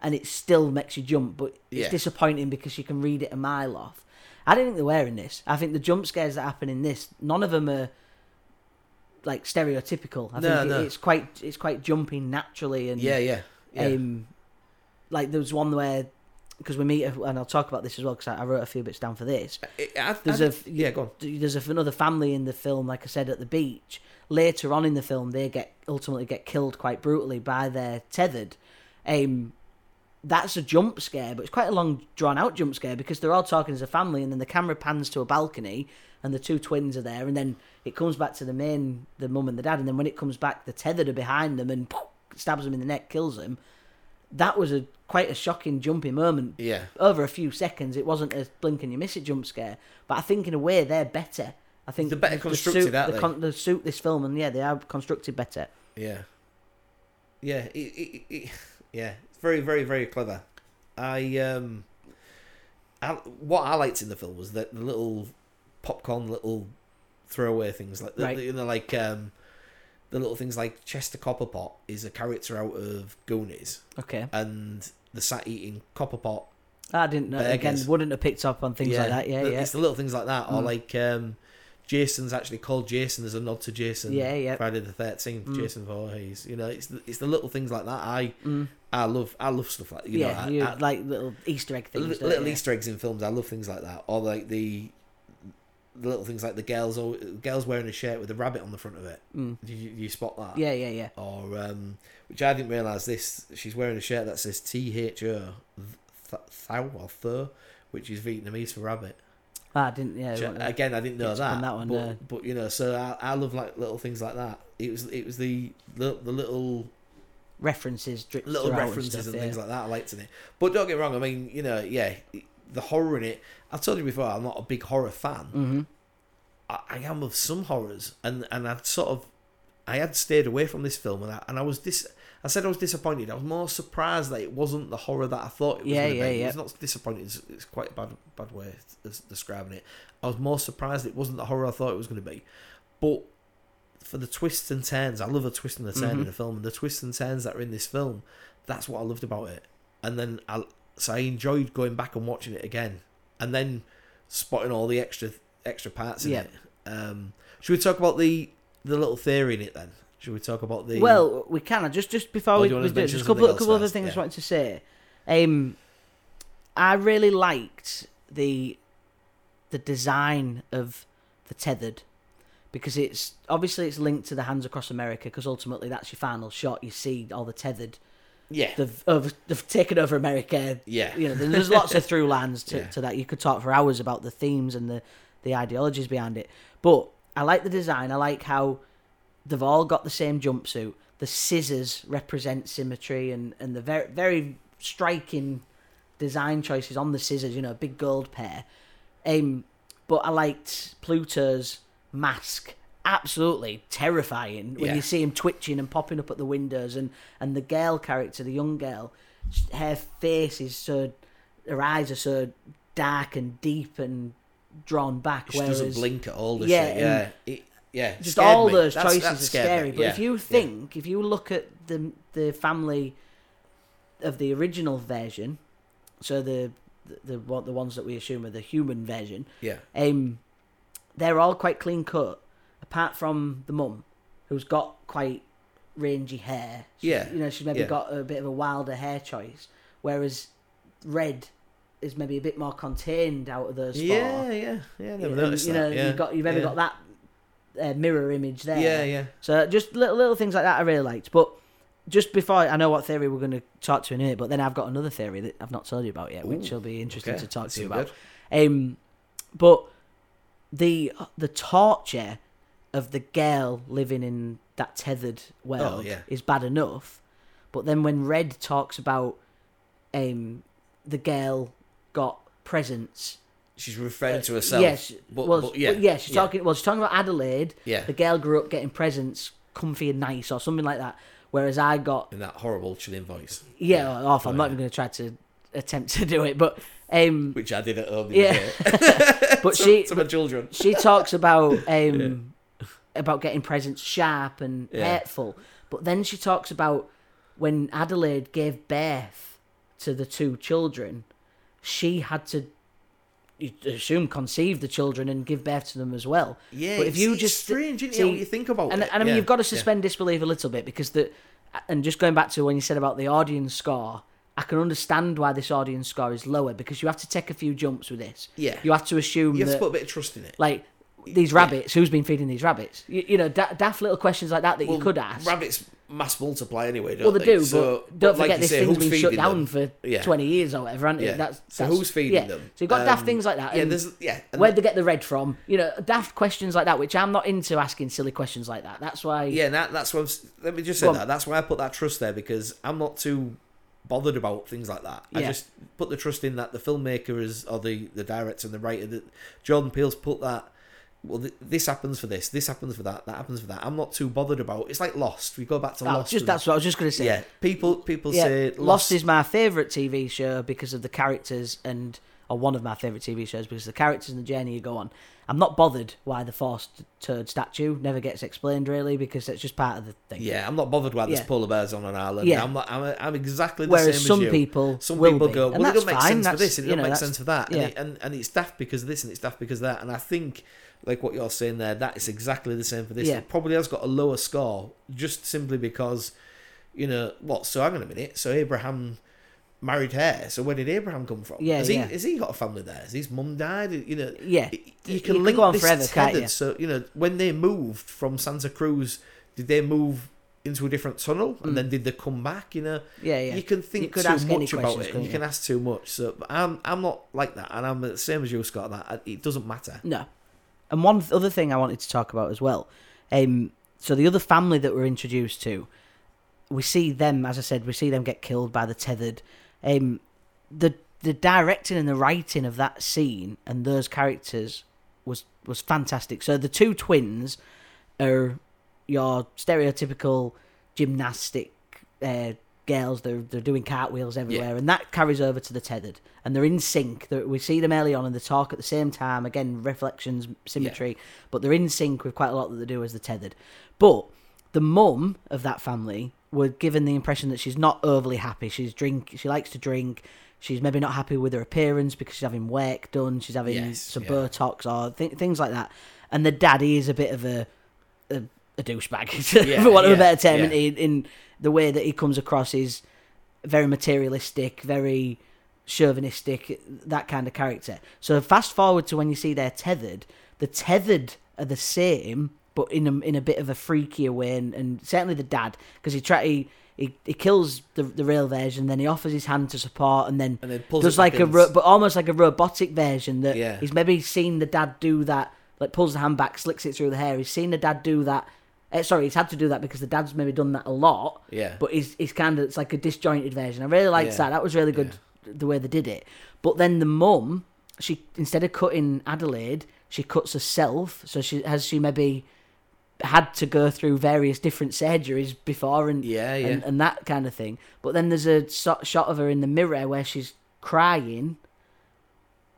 S1: and it still makes you jump. But it's
S2: Yeah.
S1: disappointing because you can read it a mile off. I didn't think they were in this. I think the jump scares that happen in this, none of them are like stereotypical. I
S2: No,
S1: think it-
S2: no.
S1: it's quite it's quite jumping naturally and
S2: Yeah, yeah, yeah.
S1: um, like there was one where because we meet and I'll talk about this as well because I, I wrote a few bits down for this.
S2: I- I- I-
S1: There's a
S2: yeah, go on.
S1: there's a- another family in the film, like I said, at the beach. Later on in the film, they get ultimately get killed quite brutally by their tethered. Um, that's a jump scare, but it's quite a long, drawn out jump scare because they're all talking as a family, and then the camera pans to a balcony, and the two twins are there, and then it comes back to the main, the mum and the dad, and then when it comes back, the tethered are behind them and stabs them in the neck, kills them. That was a quite a shocking, jumpy moment,
S2: Yeah,
S1: over a few seconds. It wasn't a blink and you miss it jump scare, but I think in a way they're better. I think
S2: They're better
S1: the
S2: constructed,
S1: suit,
S2: aren't
S1: the
S2: they?
S1: Con- the suit this film, and yeah, they are constructed better.
S2: yeah, yeah. It, it, it, it- yeah, it's very, very, very clever. I um, I, what I liked in the film was that the little popcorn, little throwaway things like the,
S1: Right.
S2: the- you know, like um, the little things like Chester Copperpot is a character out of Goonies,
S1: Okay,
S2: and the sat eating Copperpot
S1: I didn't know. Again,
S2: Burgers.
S1: wouldn't have picked up on things like that. Yeah,
S2: the-
S1: yeah,
S2: It's the little things like that, or
S1: Mm.
S2: like um, Jason's actually called Jason. There's a nod to Jason.
S1: Yeah, yeah.
S2: Friday the Thirteenth,
S1: Mm.
S2: Jason Voorhees. You know, it's the, it's the little things like that. I
S1: mm.
S2: I love I love stuff like you
S1: yeah.
S2: know, I-
S1: you
S2: I-
S1: like little Easter egg things,
S2: li-
S1: don't
S2: little
S1: you?
S2: Easter eggs in films. I love things like that, or like the. The little things like the girls, or girls wearing a shirt with a rabbit on the front of it.
S1: Mm.
S2: Did you, you spot that?
S1: Yeah, yeah, yeah.
S2: Or um, which I didn't realize this. She's wearing a shirt that says T H O, th- thou or tho, which is Vietnamese for rabbit.
S1: Ah, I didn't. Yeah,
S2: Which,
S1: what-
S2: again, I didn't know
S1: picked up on
S2: that.
S1: that one,
S2: but,
S1: yeah.
S2: but you know, so I, I love like little things like that. It was it was the the, the little
S1: references, drips
S2: little
S1: throughout
S2: references and,
S1: and, stuff,
S2: things
S1: yeah.
S2: like that. I liked in it. But don't get me wrong. I mean, you know, yeah, the horror in it. I've told you before. I'm not a big horror fan.
S1: Mhm.
S2: I, I am of some horrors, and and I've sort of I had stayed away from this film, and I and I was dis. I said I was disappointed. I was more surprised that it wasn't the horror that I thought it was.
S1: Yeah,
S2: gonna
S1: yeah,
S2: be.
S1: yeah.
S2: It's not disappointed. It's, it's quite a bad bad way of describing it. I was more surprised it wasn't the horror I thought it was going to be, but for the twists and turns, I love a twist and a turn
S1: Mhm.
S2: in a film, and the twists and turns that are in this film, that's what I loved about it. And then I so I enjoyed going back and watching it again, and then spotting all the extra extra parts in
S1: Yeah.
S2: it. Um, should we talk about the the little theory in it then? Should we talk about the
S1: Well, we can. I Just just before
S2: Or
S1: we,
S2: do you
S1: we
S2: want
S1: do,
S2: to mention
S1: there's a
S2: something
S1: couple,
S2: else
S1: couple other
S2: first?
S1: things I
S2: Yeah.
S1: wanted to say. Um, I really liked the the design of the tethered because it's obviously it's linked to the hands across America because ultimately that's your final shot. You see all the tethered.
S2: Yeah.
S1: They've over, they've taken over America.
S2: Yeah.
S1: You know, there- there's lots of through lines to,
S2: Yeah.
S1: to that. You could talk for hours about the themes and the the ideologies behind it. But I like the design. I like how they've all got the same jumpsuit. The scissors represent symmetry and and the very very striking design choices on the scissors. You know, a big gold pair. Um, but I liked Pluto's mask. Absolutely terrifying when
S2: Yeah.
S1: you see him twitching and popping up at the windows, and and the girl character, the young girl, sh- her face is so, her eyes are so dark and deep and drawn back.
S2: She
S1: whereas
S2: doesn't blink at all, does
S1: Yeah,
S2: she?
S1: and
S2: Yeah. It, yeah. it
S1: just
S2: scared
S1: all
S2: me.
S1: those
S2: That's-
S1: choices
S2: that
S1: are
S2: scared
S1: scary.
S2: me,
S1: But
S2: yeah.
S1: if you
S2: Yeah.
S1: think, if you look at the the family of the original version, so the the the, what- the ones that we assume are the human version,
S2: Yeah.
S1: um, they're all quite clean cut, apart from the mum, who's got quite rangy hair. She's-
S2: Yeah,
S1: you know, she's maybe
S2: yeah.
S1: got a bit of a wilder hair choice, whereas red is maybe a bit more contained out of those four.
S2: Yeah, yeah, yeah. I never
S1: And,
S2: noticed
S1: you
S2: that.
S1: know,
S2: yeah.
S1: you've got you've ever
S2: yeah.
S1: got that uh, mirror image there.
S2: Yeah, yeah.
S1: So just little little things like that I really liked. But just before I know what theory we're going to talk to in a minute, but then I've got another theory that I've not told you about yet, which
S2: Ooh,
S1: will be interesting
S2: okay.
S1: to talk
S2: That's
S1: to you
S2: all
S1: about. Um, but the the torture of the girl living in that tethered world
S2: Oh, yeah.
S1: is bad enough, but then when Red talks about um the girl got presents.
S2: She's referring
S1: Uh,
S2: to herself.
S1: yes,
S2: but,
S1: well,
S2: but yeah,
S1: yeah, she's talking. Well, she's talking about Adelaide,
S2: Yeah,
S1: the girl grew up getting presents comfy and nice or something like that whereas i got
S2: in that horrible chilling voice,
S1: yeah, awful i'm
S2: Oh,
S1: not
S2: yeah.
S1: even going to try to attempt to do it but um
S2: which I did at home.
S1: Yeah.
S2: Yeah,
S1: but
S2: to,
S1: she
S2: to my children.
S1: she talks about um about getting presents sharp and
S2: Yeah.
S1: hurtful but then she talks about when adelaide gave birth to the two children she had to you assume conceive the children and give birth to them as well
S2: Yeah,
S1: but if
S2: it's-
S1: you
S2: it's
S1: just
S2: strange, isn't it?
S1: see-
S2: What you think about
S1: and,
S2: it?
S1: and I mean,
S2: Yeah,
S1: you've got to
S2: yeah.
S1: suspend disbelief a little bit because the, and just going back to when you said about the audience score, I can understand why this audience score is lower because you have to take a few jumps with this.
S2: Yeah.
S1: You have to assume
S2: You have
S1: that,
S2: to put a bit of trust in it.
S1: like, these rabbits, who's been feeding these rabbits? You, you know, da- daft little questions like that that you
S2: Well,
S1: could ask.
S2: Rabbits mass multiply anyway, don't
S1: well, they do,
S2: So,
S1: but don't
S2: like
S1: forget
S2: you
S1: this
S2: say,
S1: thing's
S2: who's
S1: been shut
S2: feeding
S1: down
S2: them?
S1: for
S2: Yeah.
S1: 20 years or whatever, hasn't
S2: Yeah.
S1: it? That's,
S2: so
S1: that's-
S2: who's feeding
S1: yeah.
S2: them?
S1: So you've got daft
S2: Um,
S1: things like that.
S2: Yeah,
S1: and
S2: there's yeah. and
S1: Where'd they get the red from? You know, daft questions like that, which I'm not into asking silly questions like that. That's why.
S2: Yeah, and that, that's what. I'm, s- let me just
S1: Go
S2: say
S1: on.
S2: that. That's why I put that trust there because I'm not too bothered about things like that. I
S1: Yeah.
S2: just put the trust in that the filmmaker is, or the the director and the writer that Jordan Peele's put that. Well, th- this happens for this. This happens for that. That happens for that. I'm not too bothered about. It's like Lost. We go back to
S1: Oh,
S2: Lost.
S1: just
S2: and-
S1: that's what I was just going to say.
S2: yeah. People people
S1: Yeah,
S2: say
S1: Lost, is my favorite TV show because of the characters and or one of my favorite TV shows because of the characters and the journey you go on. I'm not bothered why the forced turd statue never gets explained really because it's just part of the thing.
S2: Yeah, I'm not bothered why there's
S1: Yeah.
S2: polar bears on an island.
S1: Yeah.
S2: I'm, not, I'm, I'm exactly the same
S1: Whereas
S2: as
S1: some
S2: you.
S1: people
S2: some
S1: will
S2: people
S1: be.
S2: go,
S1: And
S2: well, it
S1: that's
S2: doesn't make
S1: fine,
S2: sense for
S1: that's-
S2: this, and it
S1: you
S2: doesn't
S1: know,
S2: make
S1: that's-
S2: sense for that,
S1: yeah.
S2: and, it, and and it's daft because of this, and it's daft because of that, and I think, like what you're saying there, that is exactly the same for this.
S1: Yeah.
S2: It probably has got a lower score just simply because, you know, what? So hang on a minute. So Abraham married her. So where did Abraham come from?
S1: Yeah,
S2: has
S1: yeah.
S2: he has he got a family there? Has his mum died? You know,
S1: Yeah.
S2: y-
S1: You
S2: You can
S1: can
S2: link
S1: go on
S2: this
S1: forever, can't
S2: tethered.
S1: you?
S2: So you know, when they moved from Santa Cruz, did they move into a different tunnel, and then did they come back? You know,
S1: Hmm. yeah, yeah.
S2: you can think
S1: You could
S2: too
S1: ask any
S2: much about
S1: questions,
S2: it.
S1: couldn't
S2: You can
S1: you?
S2: ask too much. So but I'm I'm not like that, and I'm the same as you, Scott. That I- it doesn't matter.
S1: No. And one th- other thing I wanted to talk about as well. Um, so the other family that we're introduced to, we see them, as I said, we see them get killed by the tethered. Um, the the directing and the writing of that scene and those characters was was fantastic. So the two twins are your stereotypical gymnastic uh, girls. They're they're doing cartwheels everywhere, and that carries over to the tethered. And they're in sync. They're, we see them early on, and they talk at the same time. Again, reflections, symmetry, but they're in sync with quite a lot that they do as the tethered. But the mum of that family were given the impression that she's not overly happy. She's drink. She likes to drink. She's maybe not happy with her appearance because she's having work done. She's having
S2: Yes,
S1: some
S2: yeah.
S1: Botox or th- things like that. And the daddy is a bit of a a, a douchebag,
S2: Yeah,
S1: for want of a
S2: yeah,
S1: better term.
S2: yeah.
S1: In, in the way that he comes across is very materialistic, very chauvinistic, that kind of character. So fast forward to when you see they're tethered. The tethered are the same, but in a, in a bit of a freakier way, and, and certainly the dad because he try he, he he kills the the real version, then he offers his hand to support, and then
S2: And then pulls
S1: does
S2: it back
S1: like a
S2: in.
S1: ro- but almost like a robotic version that
S2: Yeah.
S1: he's maybe seen the dad do that, like pulls the hand back, slicks it through the hair. He's seen the dad do that. eh, sorry, he's had to do that because the dad's maybe done that a lot.
S2: Yeah.
S1: But he's he's kind of it's like a disjointed version. I really liked
S2: Yeah.
S1: that. That was really good the way they did it. But then the mum, she instead of cutting Adelaide, she cuts herself. So she has she maybe had to go through various different surgeries before and
S2: Yeah, yeah.
S1: and, and that kind of thing. But then there's a so- shot of her in the mirror where she's crying,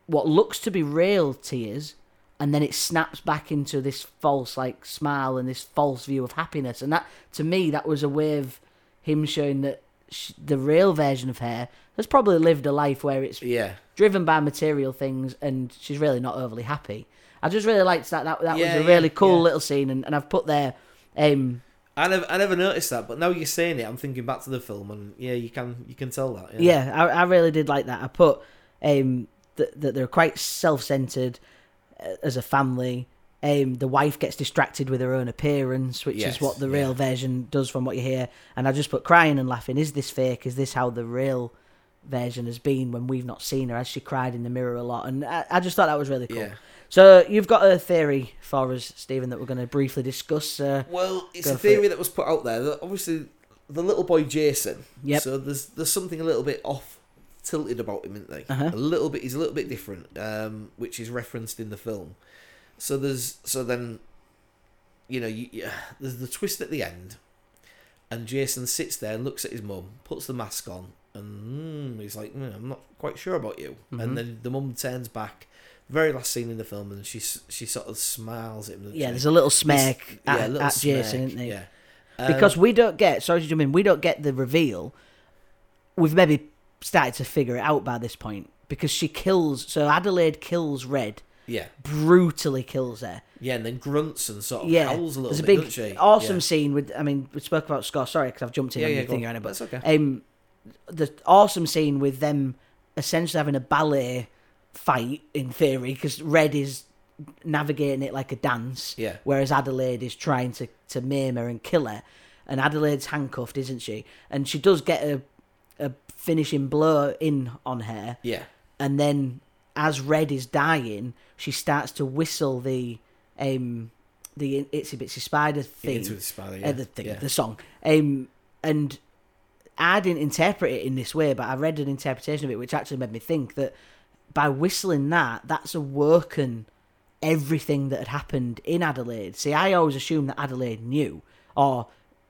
S1: what looks to be real tears, and then it snaps back into this false like smile and this false view of happiness. And that to me, that was a way of him showing that sh the real version of her has probably lived a life where it's
S2: yeah.
S1: driven by material things and she's really not overly happy. I just really liked that. That, that
S2: Yeah,
S1: was a
S2: yeah,
S1: really cool
S2: yeah.
S1: little scene, and, and I've put there. Um,
S2: I never, I never noticed that, but now you're saying it, I'm thinking back to the film, and yeah, you can, you can tell that. Yeah,
S1: yeah, I, I really did like that. I put um, that that they're quite self-centered uh, as a family. Um, the wife gets distracted with her own appearance, which
S2: Yes,
S1: is what the
S2: yeah.
S1: real version does from what you hear. And I just put crying and laughing. Is this fake? Is this how the real version has been when we've not seen her? As she cried in the mirror a lot, and I, I just thought that was really cool.
S2: Yeah.
S1: So you've got a theory for us, Stephen, that we're going to briefly discuss. Uh,
S2: Well, it's
S1: Go
S2: a
S1: for it.
S2: theory that was put out there. That obviously, the little boy Jason.
S1: Yep.
S2: So there's there's something a little bit off tilted about him, isn't there?
S1: Uh-huh.
S2: A little bit. He's a little bit different, um, which is referenced in the film. So there's so then, you know, you, you, there's the twist at the end, and Jason sits there and looks at his mum, puts the mask on, and mm, he's like, mm, "I'm not quite sure about you."
S1: Mhm.
S2: And then the mum turns back. Very last scene in the film, and she s- she sort of smiles at him. doesn't
S1: yeah,
S2: she?
S1: there's a little smirk
S2: Yeah,
S1: at,
S2: a little
S1: at Jason,
S2: smirk,
S1: isn't there?
S2: Yeah. Um,
S1: because we don't get sorry to jump in we don't get the reveal we've maybe started to figure it out by this point because she kills so adelaide kills red
S2: yeah,
S1: brutally kills her
S2: yeah, and then grunts and sort of
S1: yeah
S2: Oh, howls a little
S1: there's a
S2: bit,
S1: big
S2: doesn't she?
S1: awesome
S2: Yeah.
S1: scene with i mean we spoke about score sorry because i've jumped in
S2: Yeah,
S1: on
S2: yeah,
S1: your
S2: go
S1: thing
S2: on.
S1: Anna, but
S2: That's okay.
S1: um the awesome scene with them essentially having a ballet fight in theory because red is navigating it like a dance
S2: Yeah.
S1: whereas adelaide is trying to to maim her and kill her and adelaide's handcuffed isn't she and she does get a a finishing blow in on her
S2: Yeah,
S1: and then as red is dying she starts to whistle the um the itsy bitsy spider thing
S2: into the spider.
S1: uh,
S2: Yeah.
S1: the thing,
S2: yeah.
S1: the song. Um, and I didn't interpret it in this way, but I read an interpretation of it, which actually made me think that by whistling that, that's awoken everything that had happened in Adelaide. See, I always assumed that Adelaide knew, or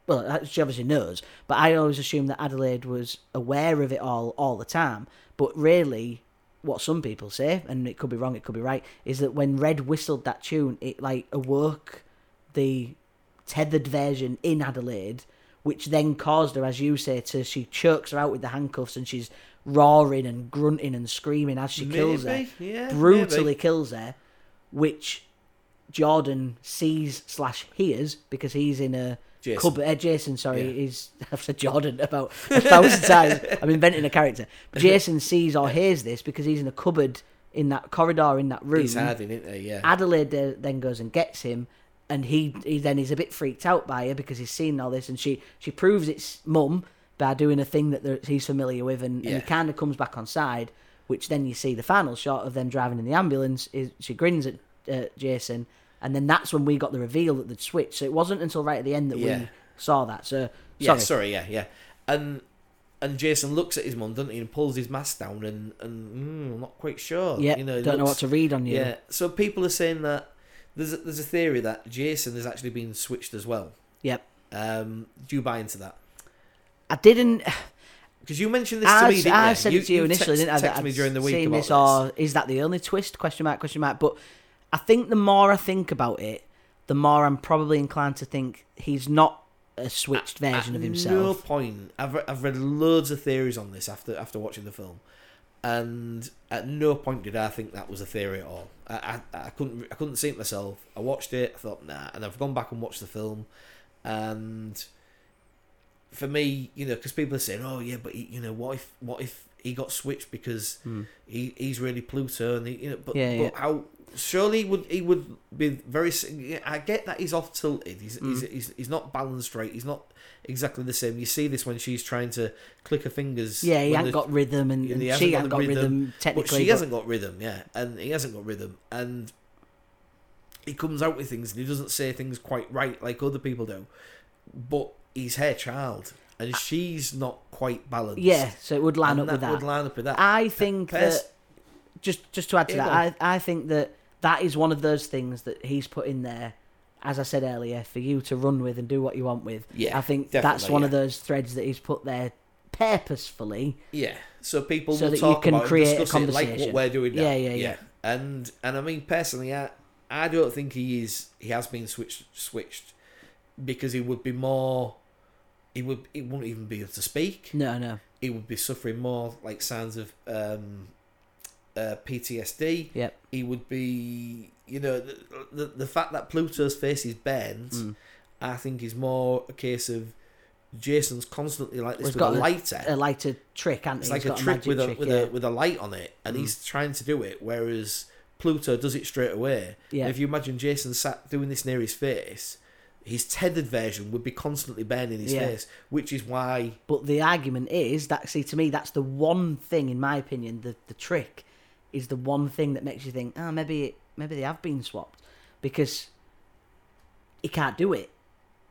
S1: well, she obviously knows, but I always assumed that Adelaide was aware of it all all the time. But really, what some people say, and it could be wrong, it could be right, is that when Red whistled that tune, it like awoke the tethered version in Adelaide, which then caused her, as you say, to she chokes her out with the handcuffs and she's roaring and grunting and screaming as she kills her,
S2: Maybe, yeah,
S1: brutally
S2: maybe.
S1: kills her, which Jordan sees slash hears because he's in a
S2: Jason.
S1: cupboard. Uh, Jason, sorry,
S2: Yeah.
S1: he's I've said Jordan about a thousand times. I'm inventing a character. Jason sees or hears this because he's in a cupboard in that corridor in that room.
S2: He's hiding, isn't he? Yeah,
S1: Adelaide de- then goes and gets him, and he, he then is a bit freaked out by her because he's seen all this, and she she proves it's mum by doing a thing that they're- he's familiar with, and, and
S2: Yeah.
S1: he kind of comes back on side. Which then you see the final shot of them driving in the ambulance. Is she grins at uh, Jason, and then that's when we got the reveal that they'd switched. So it wasn't until right at the end that
S2: Yeah.
S1: we saw that. So
S2: yeah.
S1: sorry.
S2: Sorry, yeah, yeah, and. And Jason looks at his mum, doesn't he, and pulls his mask down, and and mm, I'm not quite sure.
S1: yeah,
S2: you know, he
S1: don't know
S2: looks-
S1: what to read on you.
S2: Yeah, so people are saying that there's a, there's a theory that Jason has actually been switched as well.
S1: Yep.
S2: Um, do you buy into that?
S1: I didn't.
S2: Because you mentioned this
S1: I,
S2: to me, didn't
S1: I
S2: you?
S1: said it to you, initially,
S2: text,
S1: didn't I? that
S2: Text me
S1: I'd
S2: during the week
S1: seen
S2: about
S1: this, or is that the only twist? Question mark. Question mark. But I think the more I think about it, the more I'm probably inclined to think he's not a switched version of
S2: At No
S1: himself.
S2: point. I've, re- I've read loads of theories on this after after watching the film, and at no point did I think that was a theory at all. I, I, I couldn't I couldn't see it myself. I watched it. I thought nah, and I've gone back and watched the film, and for me, you know, because people are saying, oh yeah, but he, you know, what if what if he got switched because
S1: Mm.
S2: he he's really Pluto, and he, you know, but,
S1: Yeah,
S2: but
S1: yeah.
S2: how surely he would he would be very. s- I get that he's off tilted. He's,
S1: Hmm.
S2: he's he's he's not balanced right. He's not exactly the same. You see this when she's trying to click her fingers.
S1: Yeah, he
S2: when
S1: hadn't
S2: the-
S1: got rhythm, and,
S2: and
S1: and
S2: he
S1: she
S2: hasn't got
S1: hadn't
S2: the
S1: got rhythm,
S2: rhythm,
S1: technically.
S2: But she
S1: but-
S2: hasn't got rhythm, yeah, and he hasn't got rhythm, and he comes out with things and he doesn't say things quite right like other people do, but he's her child, and she's not quite balanced.
S1: Yeah, so it would line
S2: and
S1: up with that.
S2: Would line up with that.
S1: I think
S2: Pers-
S1: that just just to add to
S2: Yeah,
S1: that, I, I think that that is one of those things that he's put in there, as I said earlier, for you to run with and do what you want with.
S2: Yeah,
S1: I think that's
S2: definitely,
S1: one
S2: yeah.
S1: of those threads that he's put there purposefully.
S2: Yeah, so people
S1: So
S2: will
S1: that you
S2: talk
S1: can
S2: about
S1: create
S2: it,
S1: a
S2: discuss it, like what
S1: conversation.
S2: we're doing. Now.
S1: Yeah, yeah, yeah.
S2: And and I mean personally, I I don't think he is. He has been switched switched because he would be more. He would. He wouldn't even be able to speak.
S1: No, no,
S2: He would be suffering more like signs of um, uh, PTSD.
S1: yep,
S2: He would be, you know, the, the, the fact that Pluto's face is bent,
S1: Mm.
S2: I think, is more a case of Jason's constantly like this
S1: Well, he's
S2: with
S1: got
S2: a
S1: a-
S2: lighter.
S1: a lighter trick, and
S2: It's
S1: he's
S2: like a
S1: got
S2: trick
S1: magic
S2: with a
S1: trick,
S2: with
S1: yeah. Mm.
S2: a with a light on it, and he's trying to do it, whereas Pluto does it straight away.
S1: Yeah.
S2: And if you imagine Jason sat doing this near his face, his tethered version would be constantly burning his
S1: Yeah.
S2: face, which is why
S1: But the argument is that see to me that's the one thing in my opinion the the trick is the one thing that makes you think oh maybe it, maybe they have been swapped because he can't do it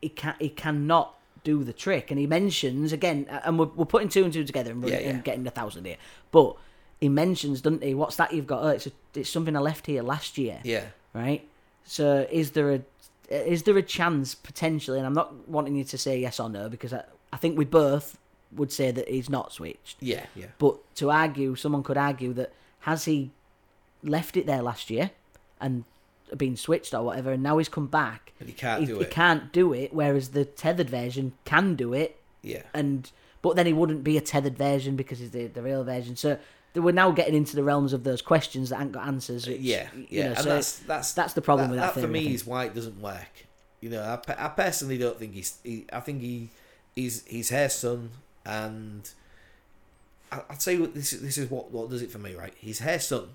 S1: he can he cannot do the trick and he mentions again and we're, we're putting two and two together and, we're
S2: Yeah, yeah.
S1: and getting a thousand here but he mentions doesn't he what's that you've got oh it's a, it's something I left here last year
S2: yeah,
S1: right? So is there a is there a chance potentially? And I'm not wanting you to say yes or no because I, I think we both would say that he's not switched.
S2: yeah, yeah,
S1: But to argue, someone could argue that has he left it there last year and been switched or whatever, and now he's come back.
S2: and he can't
S1: He,
S2: do
S1: he
S2: it.
S1: can't do it, whereas the tethered version can do it,
S2: Yeah,
S1: and but then he wouldn't be a tethered version because he's the, the real version. So we're now getting into the realms of those questions that ain't got answers. Which,
S2: Uh, yeah,
S1: you
S2: yeah.
S1: know,
S2: and
S1: so
S2: that's that's
S1: that's the problem
S2: that,
S1: with that
S2: that for
S1: theory, I
S2: me
S1: think.
S2: is why it doesn't work. You know, I, pe- I personally don't think he's. He, I think he, he's he's her son, and I, I'd say what this is- this is what what does it for me, right? He's her son,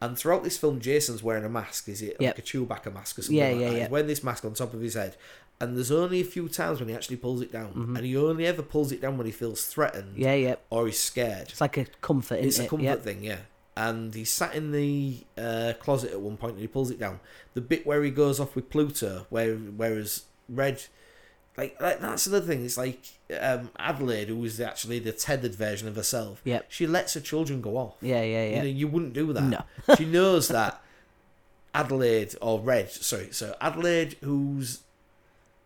S2: and throughout this film, Jason's wearing a mask. Is it
S1: Yep.
S2: like a Chewbacca mask or something?
S1: Yeah,
S2: like
S1: yeah,
S2: that?
S1: yeah.
S2: He's wearing this mask on top of his head, and there's only a few times when he actually pulls it down, and he only ever pulls it down when he feels threatened
S1: Mm-hmm. Yeah, yeah.
S2: or he's scared.
S1: It's like a comfort, isn't
S2: It's a
S1: it?
S2: comfort
S1: Yep.
S2: thing, yeah. And he sat in the uh, closet at one point and he pulls it down. The bit where he goes off with Pluto, where whereas Red, like, like that's another thing. It's like um, Adelaide, who is actually the tethered version of herself.
S1: Yep.
S2: she lets her children go off.
S1: Yeah, yeah, yeah.
S2: You know, you wouldn't do that.
S1: No.
S2: she knows that Adelaide or Red, sorry, so Adelaide, who's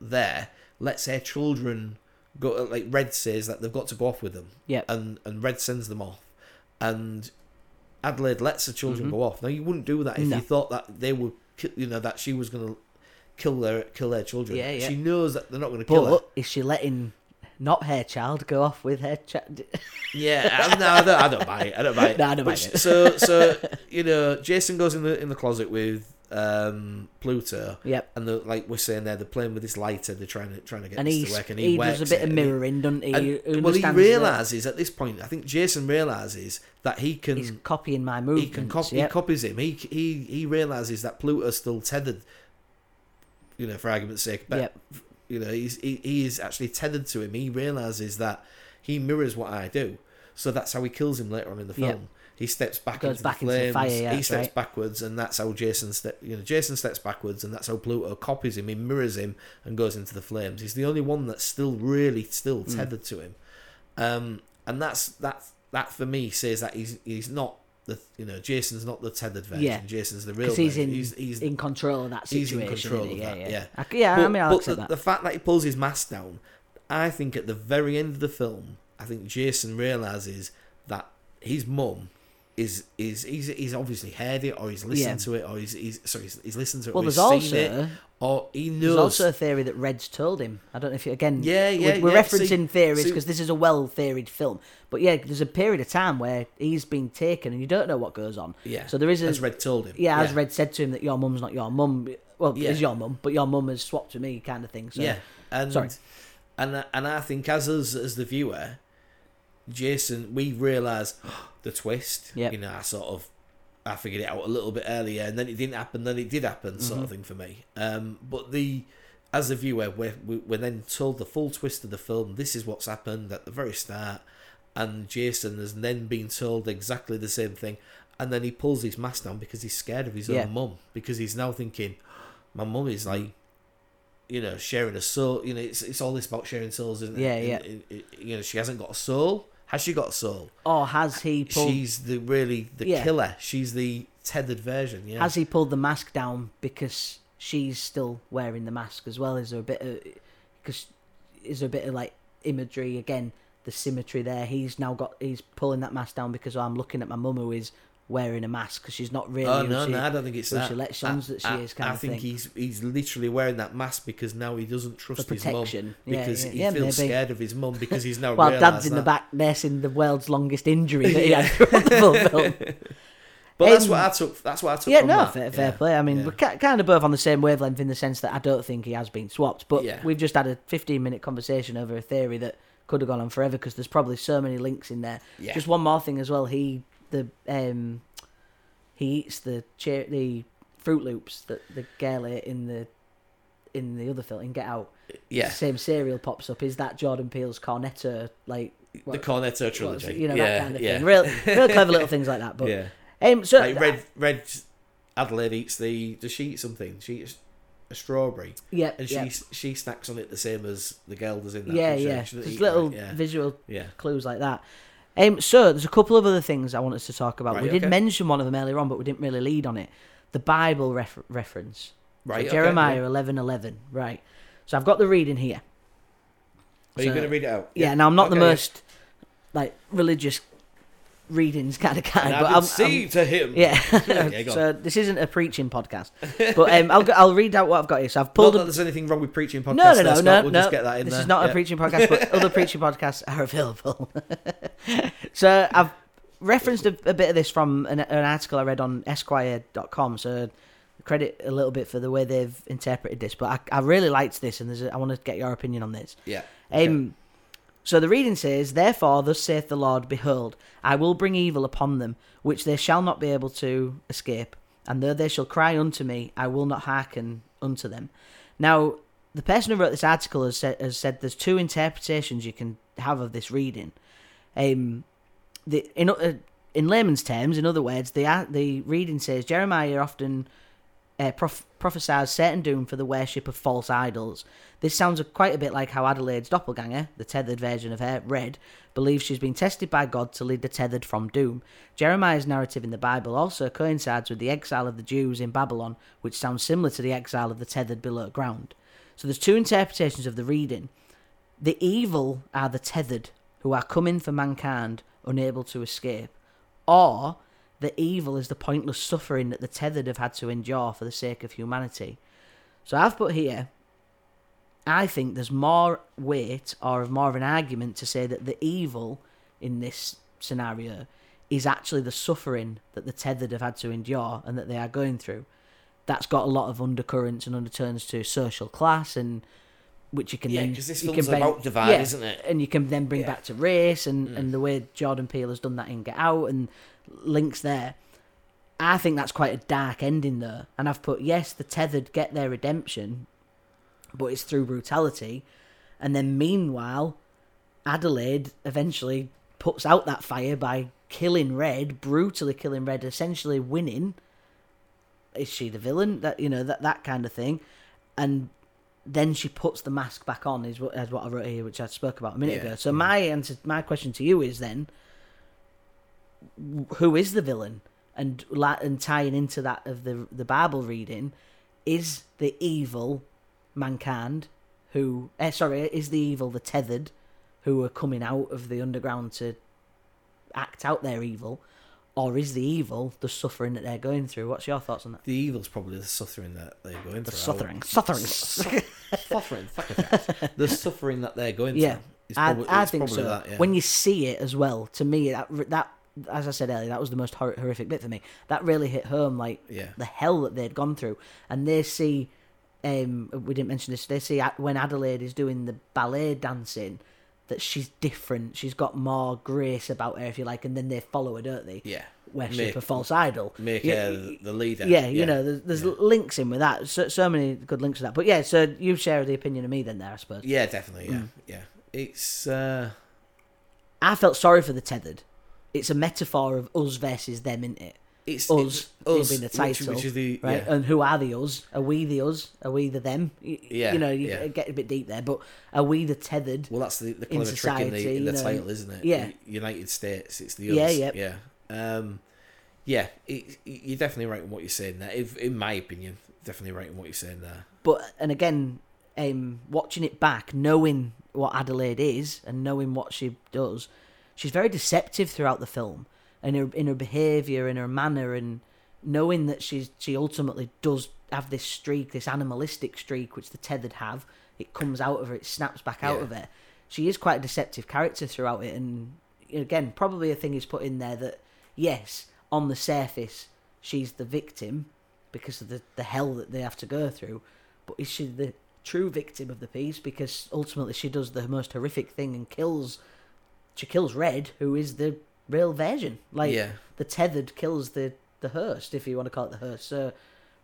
S2: there, lets her children go. Like Red says that they've got to go off with them.
S1: Yep.
S2: And and Red sends them off, and Adelaide lets the children go off. Now you wouldn't do that if
S1: Mm-hmm. No.
S2: you thought that they were, ki- you know, that she was gonna kill their kill their children.
S1: Yeah, yeah.
S2: She knows that they're not gonna kill her.
S1: but is she letting not her child go off with her child?
S2: Yeah, I- no, I don't, I don't buy it. I don't buy it.
S1: No, I don't buy
S2: But
S1: it.
S2: So, so you know, Jason goes in the in the closet with um Pluto.
S1: Yep.
S2: And the, like we're saying there, they're playing with this lighter. They're trying to trying to get
S1: And,
S2: this
S1: he,
S2: to work, and
S1: he,
S2: he, works
S1: does a bit
S2: it,
S1: of
S2: and he-
S1: mirroring, doesn't he?
S2: and-
S1: He
S2: well, he
S1: understands that
S2: realizes at this point. I think Jason realizes that he can
S1: he's copying my movements.
S2: he can cop-
S1: yep.
S2: he copies him. He he he realizes that Pluto's still tethered. You know, for argument's sake, but
S1: Yep.
S2: you know he's he, he is actually tethered to him. He realizes that he mirrors what I do, so that's how he kills him later on in the film.
S1: Yep.
S2: He steps back,
S1: Goes
S2: into,
S1: back
S2: the
S1: into
S2: flames,
S1: the fire, yeah,
S2: he
S1: that's
S2: steps
S1: right.
S2: backwards, and that's how Jason step. You know, Jason steps backwards, and that's how Pluto copies him. He mirrors him and goes into the flames. He's the only one that's still really still
S1: Mm.
S2: tethered to him. Um, and that's that that for me says that he's he's not the you know Jason's not the tethered version.
S1: Yeah.
S2: Jason's the real.
S1: because he's
S2: version.
S1: in
S2: he's, he's
S1: in control of that
S2: he's in
S1: situation.
S2: control
S1: isn't he? yeah,
S2: of that,
S1: Yeah,
S2: yeah.
S1: I c- yeah. I mean, I'll
S2: the,
S1: accept
S2: the
S1: that.
S2: fact that he pulls his mask down, I think at the very end of the film, I think Jason realizes that his mum is is he's, he's obviously heard it or he's listened
S1: Yeah.
S2: to it or he's, he's sorry he's, he's listened to it
S1: Well,
S2: or he's
S1: there's
S2: seen
S1: also-
S2: it or he knows
S1: There's also a theory that Red's told him. I don't know if you, again,
S2: Yeah, yeah,
S1: we're, we're
S2: yeah.
S1: referencing
S2: See-
S1: theories
S2: see-
S1: because this is a well theoried film. But yeah, there's a period of time where he's been taken and you don't know what goes on.
S2: yeah
S1: So there is a,
S2: as Red told him
S1: yeah, as Red said to him that your mum's not your mum. Well,
S2: Yeah.
S1: it's your mum, but your mum has swapped to me, kind of thing. So
S2: yeah and
S1: Sorry.
S2: and and I think as us as the viewer Jason, we realise the twist.
S1: Yep.
S2: You know, I sort of I figured it out a little bit earlier, and then it didn't happen. Then it did happen,
S1: Mm-hmm.
S2: sort of thing for me. Um, but the as a viewer, we're, we- we're then told the full twist of the film. This is what's happened at the very start, and Jason has then been told exactly the same thing, and then he pulls his mask down because he's scared of his
S1: Yeah.
S2: own mum because he's now thinking, my mum is like, you know, sharing a soul. You know, it's it's all this about sharing souls, isn't it?
S1: Yeah,
S2: And-
S1: yeah.
S2: and- and, you know, she hasn't got a soul. Has she got a soul?
S1: Or has he pulled?
S2: She's the really the
S1: Yeah.
S2: killer. She's the tethered version. Yeah.
S1: Has he pulled the mask down because she's still wearing the mask as well? Is there a bit of because is there a bit of like imagery again? The symmetry there. He's now got he's pulling that mask down because I'm looking at my mum who is wearing a mask because she's not really.
S2: Oh
S1: who
S2: no,
S1: she-
S2: no, I don't think it's
S1: who
S2: that.
S1: she lets
S2: I-
S1: on that she
S2: I,
S1: is kind
S2: I
S1: of
S2: think
S1: thing.
S2: he's he's literally wearing that mask because now he doesn't trust his mum
S1: protection. Yeah,
S2: because
S1: yeah,
S2: he
S1: yeah,
S2: feels
S1: maybe.
S2: scared of his mum because he's now
S1: While
S2: realised
S1: Dad's in
S2: that.
S1: the back nursing the world's longest injury that he had throughout the full film.
S2: But that's
S1: Um,
S2: what I took. That's what I took.
S1: Yeah,
S2: from
S1: no,
S2: that.
S1: fair, fair
S2: Yeah,
S1: play. I mean,
S2: yeah.
S1: we're ki- kind of both on the same wavelength in the sense that I don't think he has been swapped, but
S2: Yeah.
S1: we've just had a 15 minute conversation over a theory that could have gone on forever because there's probably so many links in there.
S2: Yeah.
S1: Just one more thing as well. He the um he eats the cha- the fruit loops that the girl ate in the in the other film in Get Out.
S2: yeah.
S1: The same cereal pops up. Is that Jordan Peele's Cornetto like
S2: The
S1: what- what
S2: Cornetto
S1: was
S2: trilogy.
S1: it? you know
S2: yeah,
S1: that kind of
S2: yeah.
S1: thing. Real, real clever little things like that. But
S2: yeah.
S1: um, so
S2: like red, red. Adelaide eats the. Does she eat something? She eats a strawberry,
S1: yeah,
S2: and she
S1: yeah.
S2: she snacks on it the same as the girl does in that.
S1: yeah,
S2: doesn't she?
S1: yeah.
S2: She doesn't
S1: There's
S2: eat that,
S1: little
S2: Yeah.
S1: visual
S2: yeah.
S1: clues like that. Um, so there's a couple of other things I wanted to talk about.
S2: Right,
S1: we did
S2: okay.
S1: mention one of them earlier on, but we didn't really lead on it. The Bible ref- reference, So
S2: Right. okay,
S1: Jeremiah
S2: yeah.
S1: eleven eleven, right? So I've got the reading here.
S2: Are you
S1: So-
S2: going to read it out?
S1: Yeah, now I'm not the
S2: Okay, yeah.
S1: most like religious readings kind of guy,
S2: And
S1: but
S2: I
S1: I'm,
S2: did see
S1: I'm-
S2: to him.
S1: yeah.
S2: Yeah, go on.
S1: so this isn't a preaching podcast, but um, I'll go, I'll read out what I've got here. So I've
S2: Not
S1: pulled
S2: that
S1: up.
S2: there's anything wrong with preaching podcasts.
S1: No, no,
S2: there,
S1: no,
S2: Scott,
S1: no,
S2: We'll
S1: no.
S2: just get that in
S1: this
S2: there.
S1: is not
S2: Yeah.
S1: a preaching podcast, but other preaching podcasts are available. so I've referenced a, a bit of this from an, an article I read on Esquire.com. So credit a little bit for the way they've interpreted this, but I, I really liked this, and there's a, I want to get your opinion on this.
S2: Yeah. okay.
S1: Um, so the reading says, Therefore, thus saith the Lord, Behold, I will bring evil upon them, which they shall not be able to escape. And though they shall cry unto me, I will not hearken unto them. Now, the person who wrote this article has said, has said there's two interpretations you can have of this reading. Um, the, in, uh, in layman's terms, in other words, the, ar- the reading says Jeremiah often uh, prof- prophesies certain doom for the worship of false idols. This sounds a- quite a bit like how Adelaide's doppelganger, the tethered version of her, Red, believes she's been tested by God to lead the tethered from doom. Jeremiah's narrative in the Bible also coincides with the exile of the Jews in Babylon, which sounds similar to the exile of the tethered below ground. So there's two interpretations of the reading. The evil are the tethered, who are coming for mankind, unable to escape. Or the evil is the pointless suffering that the tethered have had to endure for the sake of humanity. So I've put here, I think there's more weight or more of an argument to say that the evil in this scenario is actually the suffering that the tethered have had to endure and that they are going through. That's got a lot of undercurrents and undertones to social class and which you can
S2: Yeah,
S1: then
S2: 'cause this
S1: you
S2: film's
S1: can bend-
S2: about divide, isn't it?
S1: and you can then bring
S2: Yeah. Mm.
S1: back to race and, and the way Jordan Peele has done that in Get Out and links there. I think that's quite a dark ending though. And I've put yes, the tethered get their redemption, but it's through brutality. And then meanwhile, Adelaide eventually puts out that fire by killing Red, brutally killing Red, essentially winning. Is she the villain? That you know that that kind of thing, and then she puts the mask back on. Is what is what I wrote here, which I spoke about a minute
S2: Yeah,
S1: ago. So my answer, my question to you is then, wh- who is the villain? And la- and tying into that of the the Bible reading, is the evil mankind who eh, sorry is the evil the tethered who are coming out of the underground to act out their evil or is the evil the suffering that they're going through what's your thoughts on that
S2: The evil's probably the suffering that they're going
S1: the
S2: through.
S1: suffering suffering
S2: suffering, fuck it. The suffering that they're going
S1: yeah
S2: through. is
S1: I,
S2: probably-
S1: I
S2: it's
S1: think so
S2: probably that, yeah.
S1: when you see it as well to me that that as i said earlier that was the most hor- horrific bit for me that really hit home like
S2: Yeah.
S1: the hell that they'd gone through and they see um we didn't mention this they see at- when adelaide is doing the ballet dancing that she's different. She's got more grace about her, if you like, and then they follow her, don't they?
S2: Yeah.
S1: Where she's
S2: Make-
S1: a false idol.
S2: Make
S1: Yeah,
S2: her the- the leader.
S1: yeah, you know, there's, there's links in with that. So, so many good links to that. But yeah, so you share the opinion of me then there, I suppose.
S2: Yeah, definitely.
S1: Mm.
S2: Yeah, yeah. It's uh,
S1: I felt sorry for the tethered. It's a metaphor of us versus them, isn't it?
S2: it's
S1: Us,
S2: it's
S1: being the
S2: which-
S1: title,
S2: which, is the
S1: right?
S2: yeah.
S1: And who are the us? Are we the us? Are we the them? Y- y-
S2: Yeah,
S1: You know, you
S2: yeah.
S1: get a bit deep there, but are we the tethered?
S2: Well, that's the, the clever trick in
S1: society,
S2: the, in the
S1: you know.
S2: title, isn't it?
S1: Yeah.
S2: U- United States. It's the
S1: Yeah,
S2: us.
S1: yep.
S2: yeah, um, yeah. It, you're definitely right in what you're saying there. If, in my opinion, definitely right in what you're saying there.
S1: But and again, um, watching it back, knowing what Adelaide is and knowing what she does, she's very deceptive throughout the film, and her in her behaviour, in her manner, and knowing that she's she ultimately does have this streak, this animalistic streak, which the tethered have. It comes out of her, it snaps back out
S2: Yeah.
S1: of her. She is quite a deceptive character throughout it, and again, probably a thing is put in there that yes, on the surface, she's the victim because of the, the hell that they have to go through. But is she the true victim of the piece? Because ultimately she does the most horrific thing and kills. She kills Red, who is the real version. Like
S2: Yeah.
S1: the tethered kills the the Hearst, if you want to call it the Hearst. So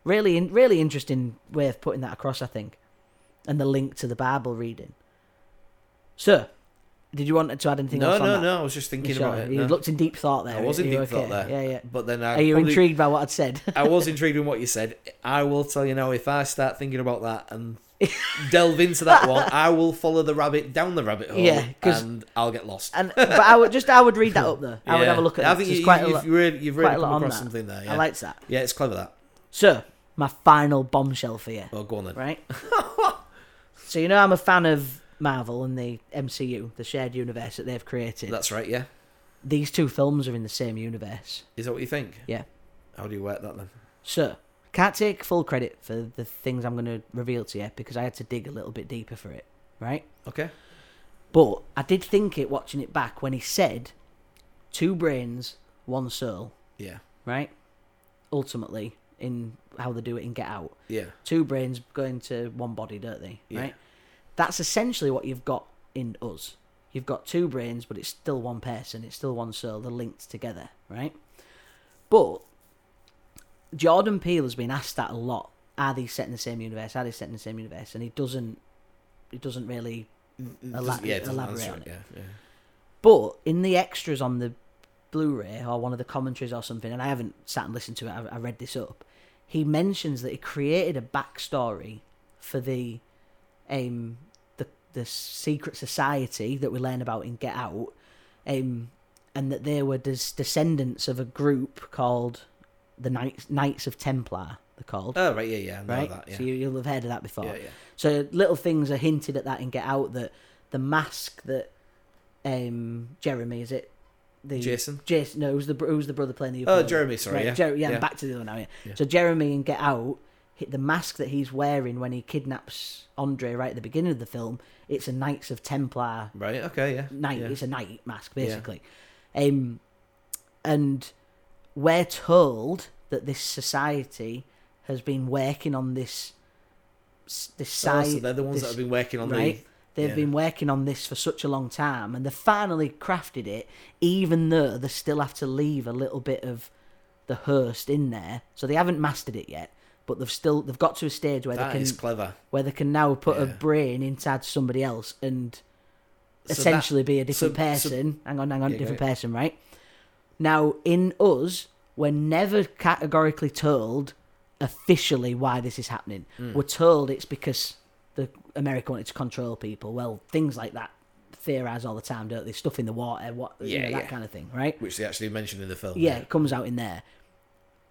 S1: really, in- really interesting way of putting that across, I think, and the link to the Bible reading. Sir, did you want to add anything
S2: No,
S1: else? on
S2: no,
S1: that?
S2: no. I was just thinking
S1: You sure?
S2: about it.
S1: You
S2: no.
S1: looked in deep thought there.
S2: I was in
S1: Are you
S2: deep thought
S1: okay?
S2: there.
S1: Yeah, yeah.
S2: But then I
S1: Are you
S2: probably-
S1: intrigued by what I'd said?
S2: I was intrigued in what you said. I will tell you now, if I start thinking about that and delve into that one, I will follow the rabbit down the rabbit hole
S1: Yeah, 'cause-
S2: and I'll get lost.
S1: and but I would just I would read that up though. I would
S2: Yeah.
S1: have a look at.
S2: I
S1: it.
S2: think
S1: There's
S2: you,
S1: quite a
S2: you've,
S1: lot,
S2: really, you've really
S1: quite a lot
S2: come
S1: on
S2: across
S1: that.
S2: something there. Yeah.
S1: I liked that.
S2: yeah, it's clever that.
S1: So my final bombshell for you,
S2: Well, go on then.
S1: right? so you know I'm a fan of Marvel and the MCU, the shared universe that they've created.
S2: That's right, yeah.
S1: These two films are in the same universe.
S2: Is that what you think?
S1: Yeah.
S2: How do you work that then?
S1: So can't take full credit for the things I'm going to reveal to you because I had to dig a little bit deeper for it, right?
S2: Okay.
S1: But I did think it watching it back when he said, two brains, one soul,
S2: Yeah.
S1: right? Ultimately, in how they do it in Get Out.
S2: Yeah.
S1: Two brains go into one body, don't they?
S2: Yeah.
S1: Right? That's essentially what you've got in us. You've got two brains, but it's still one person, it's still one soul, they're linked together, right? But Jordan Peele has been asked that a lot. Are they set in the same universe? Are they set in the same universe? And he doesn't he doesn't really Elab-
S2: yeah, it doesn't
S1: elaborate
S2: answer
S1: on it.
S2: Yeah, yeah.
S1: But in the extras on the Blu-ray or one of the commentaries or something, and I haven't sat and listened to it. I, I read this up. He mentions that he created a backstory for the, um, the the secret society that we learn about in Get Out, um, and that they were des- descendants of a group called the Knights Knights of Templar. They're called
S2: Oh, right, yeah, yeah. I know
S1: right.
S2: that, yeah.
S1: So you, you'll have heard of that before.
S2: yeah, yeah.
S1: So little things are hinted at that in Get Out that the mask that um Jeremy is it the
S2: Jason?
S1: Jason no who's the br- who's the brother playing the other
S2: Oh,
S1: brother?
S2: Jeremy, sorry, yeah.
S1: Jer- yeah, I'm
S2: Yeah.
S1: back to the other now yeah.
S2: Yeah.
S1: So Jeremy in Get Out hit the mask that he's wearing when he kidnaps Andre right at the beginning of the film it's a Knights of Templar
S2: Right, okay, yeah.
S1: night.
S2: yeah. Oh,
S1: It's a night mask, basically. Um, and we're told that this society has been working on this s- this
S2: Oh,
S1: side.
S2: so they're the ones that have been working on
S1: right. They've
S2: yeah.
S1: been working on this for such a long time, and they finally crafted it. Even though they still have to leave a little bit of the Hearst in there, so they haven't mastered it yet. But they've still they've got to a stage where
S2: the... That
S1: they can
S2: is clever.
S1: where they can now put a
S2: Yeah.
S1: brain inside somebody else and
S2: So that-
S1: essentially be a different
S2: so- so-
S1: person. hang on, hang on,
S2: Yeah, go
S1: different person, right? Now, in us, we're never categorically told officially why this is happening.
S2: Hmm.
S1: We're told it's because the America wanted to control people. Well, things like that theorize all the time, don't they? Stuff in the water, what you
S2: Yeah,
S1: know, that
S2: yeah.
S1: kind of thing, right?
S2: Which they actually mentioned in the film.
S1: Yeah, it comes out in there.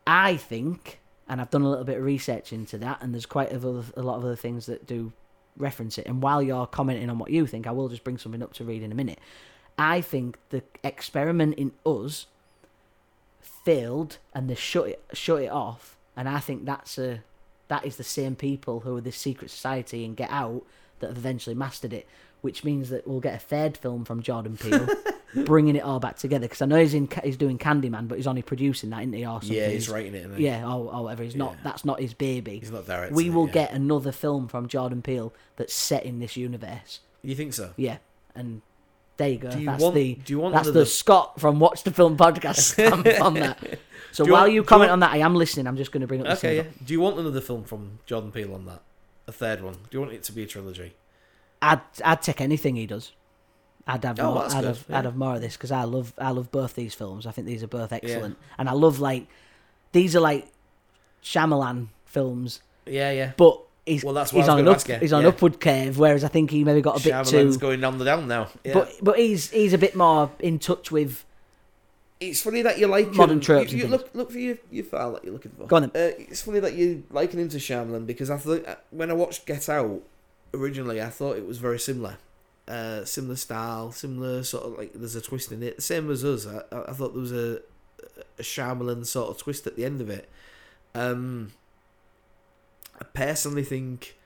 S1: I think, and I've done a little bit of research into that, and there's quite a, lot- a lot of other things that do reference it. And while you're commenting on what you think, I will just bring something up to read in a minute. I think the experiment in us failed, and they shut it shut it off. And I think that's a that is the same people who are the secret society and Get Out that have eventually mastered it, which means that we'll get a third film from Jordan Peele. bringing it all back together because I know he's in he's doing Candyman, but he's only producing that, isn't he? Or something.
S2: Yeah, he's writing it. Isn't he?
S1: Yeah, or, or whatever. He's not.
S2: Yeah.
S1: That's not his baby.
S2: He's not directing
S1: we
S2: it,
S1: will
S2: yeah.
S1: get another film from Jordan Peele that's set in this universe.
S2: You think so?
S1: Yeah, and There you go.
S2: Do you
S1: that's
S2: want?
S1: the
S2: do you want
S1: that's
S2: another-
S1: the Scott from Watch the Film podcast stamp on that. So
S2: Do you
S1: while
S2: want-
S1: you
S2: do you
S1: comment
S2: want-
S1: on that, I am listening. I'm just going to bring up. This
S2: Okay,
S1: okay,
S2: yeah. Do you want another film from Jordan Peele on that? A third one? Do you want it to be a trilogy?
S1: I'd I'd take anything he does. I'd have
S2: Oh,
S1: more. I'd
S2: that's good,
S1: have
S2: yeah.
S1: I'd have more of this because I love I love both these films. I think these are both excellent, and I love like these are like Shyamalan films,
S2: Yeah, yeah.
S1: but he's
S2: Well, that's what
S1: he's
S2: I was
S1: on an
S2: gonna
S1: up,
S2: ask you,
S1: he's on
S2: yeah.
S1: an upward curve, whereas I think he maybe got a bit
S2: Shyamalan's
S1: too.
S2: going down the down now. Yeah.
S1: But but he's he's a bit more in touch with
S2: it's funny that you like
S1: Modern
S2: him.
S1: tropes
S2: You,
S1: and
S2: you look look for your, your file that you're looking for.
S1: Go on then.
S2: Uh, it's funny that you liken him to Shyamalan because I thought uh, when I watched Get Out originally, I thought it was very similar, uh, similar style, similar sort of like there's a twist in it, same as us. I, I I thought there was a a Shyamalan sort of twist at the end of it. Um, I personally think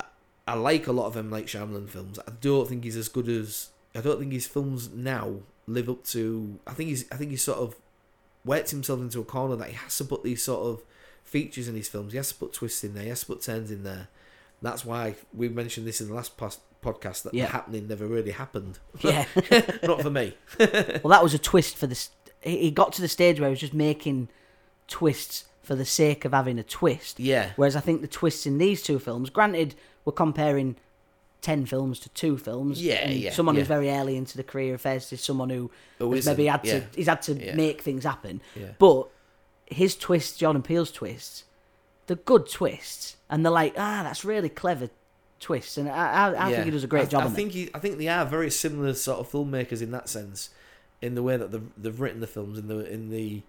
S2: I- I like a lot of M. Night Shyamalan films. I don't think he's as good as I don't think his films now live up to. I think he's I think he's sort of worked himself into a corner that he has to put these sort of features in his films. He has to put twists in there. He has to put turns in there. That's why we mentioned this in the last pos- podcast that
S1: Yeah.
S2: the happening never really happened.
S1: yeah.
S2: Not for me.
S1: Well, that was a twist for this. He he got to the stage where he was just making twists for the sake of having a twist.
S2: Yeah.
S1: Whereas I think the twists in these two films, granted, we're comparing ten films to two films.
S2: Yeah,
S1: and
S2: yeah,
S1: Someone who's
S2: yeah.
S1: very early into the career of theirs is someone who
S2: Who
S1: has maybe
S2: isn't,
S1: had to
S2: yeah.
S1: he's had to
S2: Yeah.
S1: make things happen.
S2: Yeah.
S1: But his twists, Jordan Peele's twists, they're good twists, and they're like, ah, that's really clever twists, and I, I, I
S2: Yeah.
S1: think he does a great
S2: I,
S1: job.
S2: I
S1: on it.
S2: think he, I think they are very similar sort of filmmakers in that sense, in the way that they've, they've written the films in the in the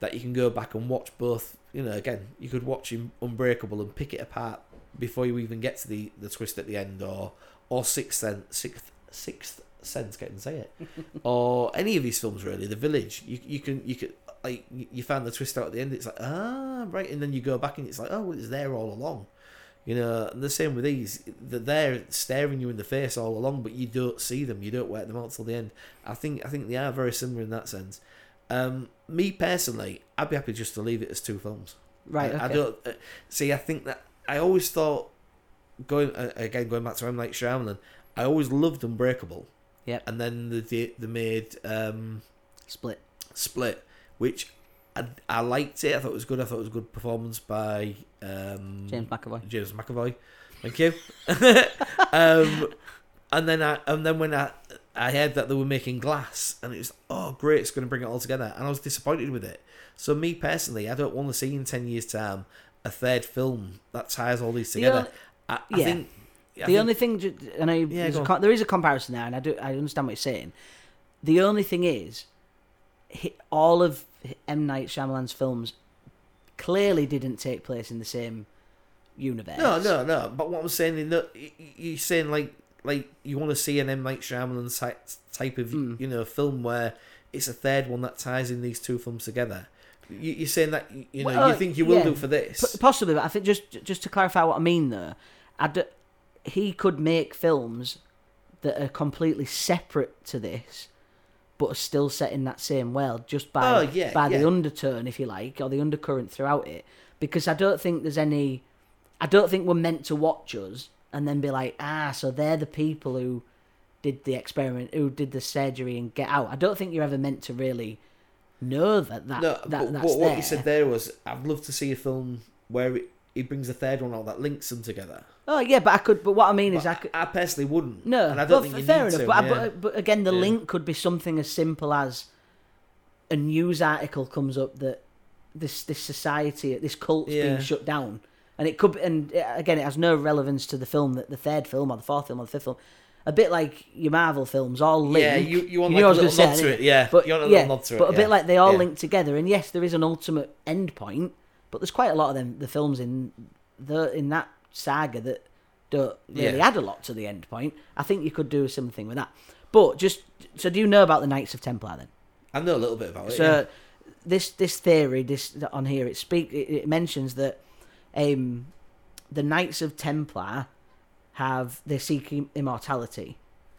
S2: that you can go back and watch both. You know, again, you could watch Un- Unbreakable and pick it apart before you even get to the, the twist at the end, or or Sixth Sense, Sixth Sixth Sense, get and say it, or any of these films really. The Village, you you can you could like you you find the twist out at the end. It's like ah right, and then you go back and it's like oh it was there all along. You know, and the same with these. They're there staring you in the face all along, but you don't see them. You don't work them out till the end. I think I think they are very similar in that sense. Um, me personally, I'd be happy just to leave it as two films.
S1: right.
S2: I, I
S1: okay.
S2: don't uh, see. I think that I always thought going uh, again going back to M Night Shyamalan. I always loved Unbreakable.
S1: Yep.
S2: And then the they, they made um,
S1: Split.
S2: Split, which I, I liked it. I thought it was good. I thought it was a good performance by um,
S1: James McAvoy.
S2: James McAvoy. Thank you. um, and then I and then when I I heard that they were making glass, and it was oh great, it's going to bring it all together, and I was disappointed with it. So me personally, I don't want to see in ten years' time a third film that ties all these
S1: The
S2: together.
S1: only-
S2: I, I
S1: yeah.
S2: think I
S1: The
S2: think-
S1: only thing, ju- I know there's
S2: go
S1: a
S2: on.
S1: con- there is a comparison there, and I do I understand what you're saying. The only thing is, hi- all of M Night Shyamalan's films clearly didn't take place in the same universe.
S2: no, no, no. But what I'm saying, is that y- y- you're saying like like you want to see an M Night Shyamalan type type of
S1: Hmm.
S2: you know film where it's a third one that ties in these two films together. You- You're saying that you- you know
S1: Well,
S2: you think you will
S1: yeah.
S2: do for this.
S1: P- possibly, but I think just just to clarify what I mean there, I d- he could make films that are completely separate to this, but are still set in that same world, just by
S2: Oh, yeah,
S1: by
S2: yeah.
S1: the undertone, if you like, or the undercurrent throughout it. Because I don't think there's any, I don't think we're meant to watch us and then be like, ah, so they're the people who did the experiment, who did the surgery and get out. I don't think you're ever meant to really know that that,
S2: No,
S1: that
S2: but,
S1: that's
S2: what, what
S1: there.
S2: you said there was, I'd love to see a film where it, he brings a third one out that links them together.
S1: Oh yeah, but I could. But what I mean is,
S2: But
S1: I
S2: I,
S1: could.
S2: I personally wouldn't.
S1: No,
S2: and I
S1: well,
S2: don't think
S1: f-
S2: you
S1: fair
S2: need
S1: enough.
S2: to.
S1: but, I-
S2: yeah.
S1: but, but again, the
S2: Yeah.
S1: link could be something as simple as a news article comes up that this this society, this cult's
S2: Yeah.
S1: being shut down, and it could. be- And uh, again, it has no relevance to the film that the third film or the fourth film or the fifth film. A bit like your Marvel films, all link.
S2: yeah, you, you want
S1: know
S2: like
S1: what I
S2: a
S1: was
S2: little
S1: gonna
S2: nod
S1: say,
S2: to it, yeah.
S1: But
S2: you want a
S1: yeah,
S2: little nod to it,
S1: but a
S2: yeah.
S1: bit like they all
S2: Yeah.
S1: link together. And yes, there is an ultimate end point, but there's quite a lot of them the films in the in that saga that don't really
S2: Yeah.
S1: add a lot to the end point. I think you could do something with that. But just so do you know about the Knights of Templar then?
S2: I know a little bit about it.
S1: So
S2: yeah.
S1: this this theory this on here it speak it, it mentions that um, the Knights of Templar have they seek im- immortality.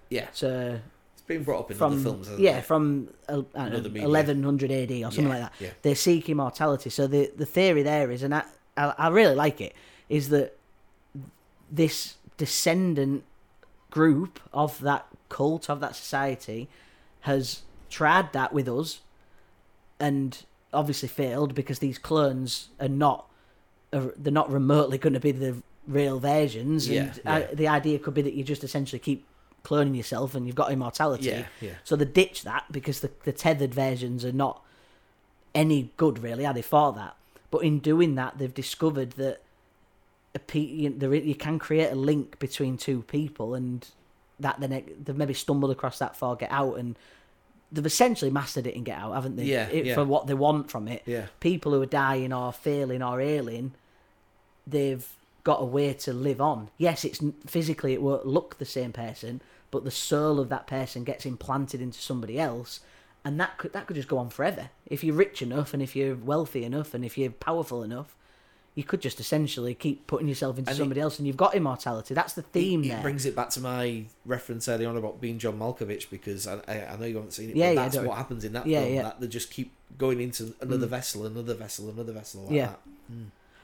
S2: yeah,
S1: So
S2: it's been brought up in
S1: from
S2: other films. Hasn't
S1: yeah
S2: it?
S1: from uh, I
S2: Another
S1: don't know,
S2: media.
S1: 1100 AD or something
S2: Yeah,
S1: like that.
S2: yeah.
S1: They seek immortality. So the the theory there is, and I I, I really like it, is that this descendant group of that cult of that society has tried that with us and obviously failed because these clones are not are, they're not remotely going to be the real versions and
S2: Yeah,
S1: uh,
S2: yeah.
S1: the idea could be that you just essentially keep cloning yourself and you've got immortality
S2: Yeah, yeah.
S1: so they ditch that because the, the tethered versions are not any good really are they for that but in doing that they've discovered that a pe- you, there, is- you can create a link between two people and that then it- they've maybe stumbled across that for get out and they've essentially mastered it in get out haven't they
S2: Yeah,
S1: It-
S2: yeah.
S1: for what they want from it
S2: Yeah.
S1: people who are dying or failing or ailing they've got a way to live on yes it's n- physically it won't look the same person but the soul of that person gets implanted into somebody else and that could that could just go on forever if you're rich enough and if you're wealthy enough and if you're powerful enough you could just essentially keep putting yourself into
S2: And it-
S1: somebody else and you've got immortality that's the theme
S2: it,
S1: there
S2: It brings it back to my reference earlier on about being John Malkovich because I, I, I know you haven't seen it,
S1: Yeah, yeah,
S2: but that's
S1: don't-
S2: what happens in that
S1: Yeah,
S2: film.
S1: yeah.
S2: That they just keep going into another vessel, another vessel, another vessel. Like
S1: Yeah.
S2: That.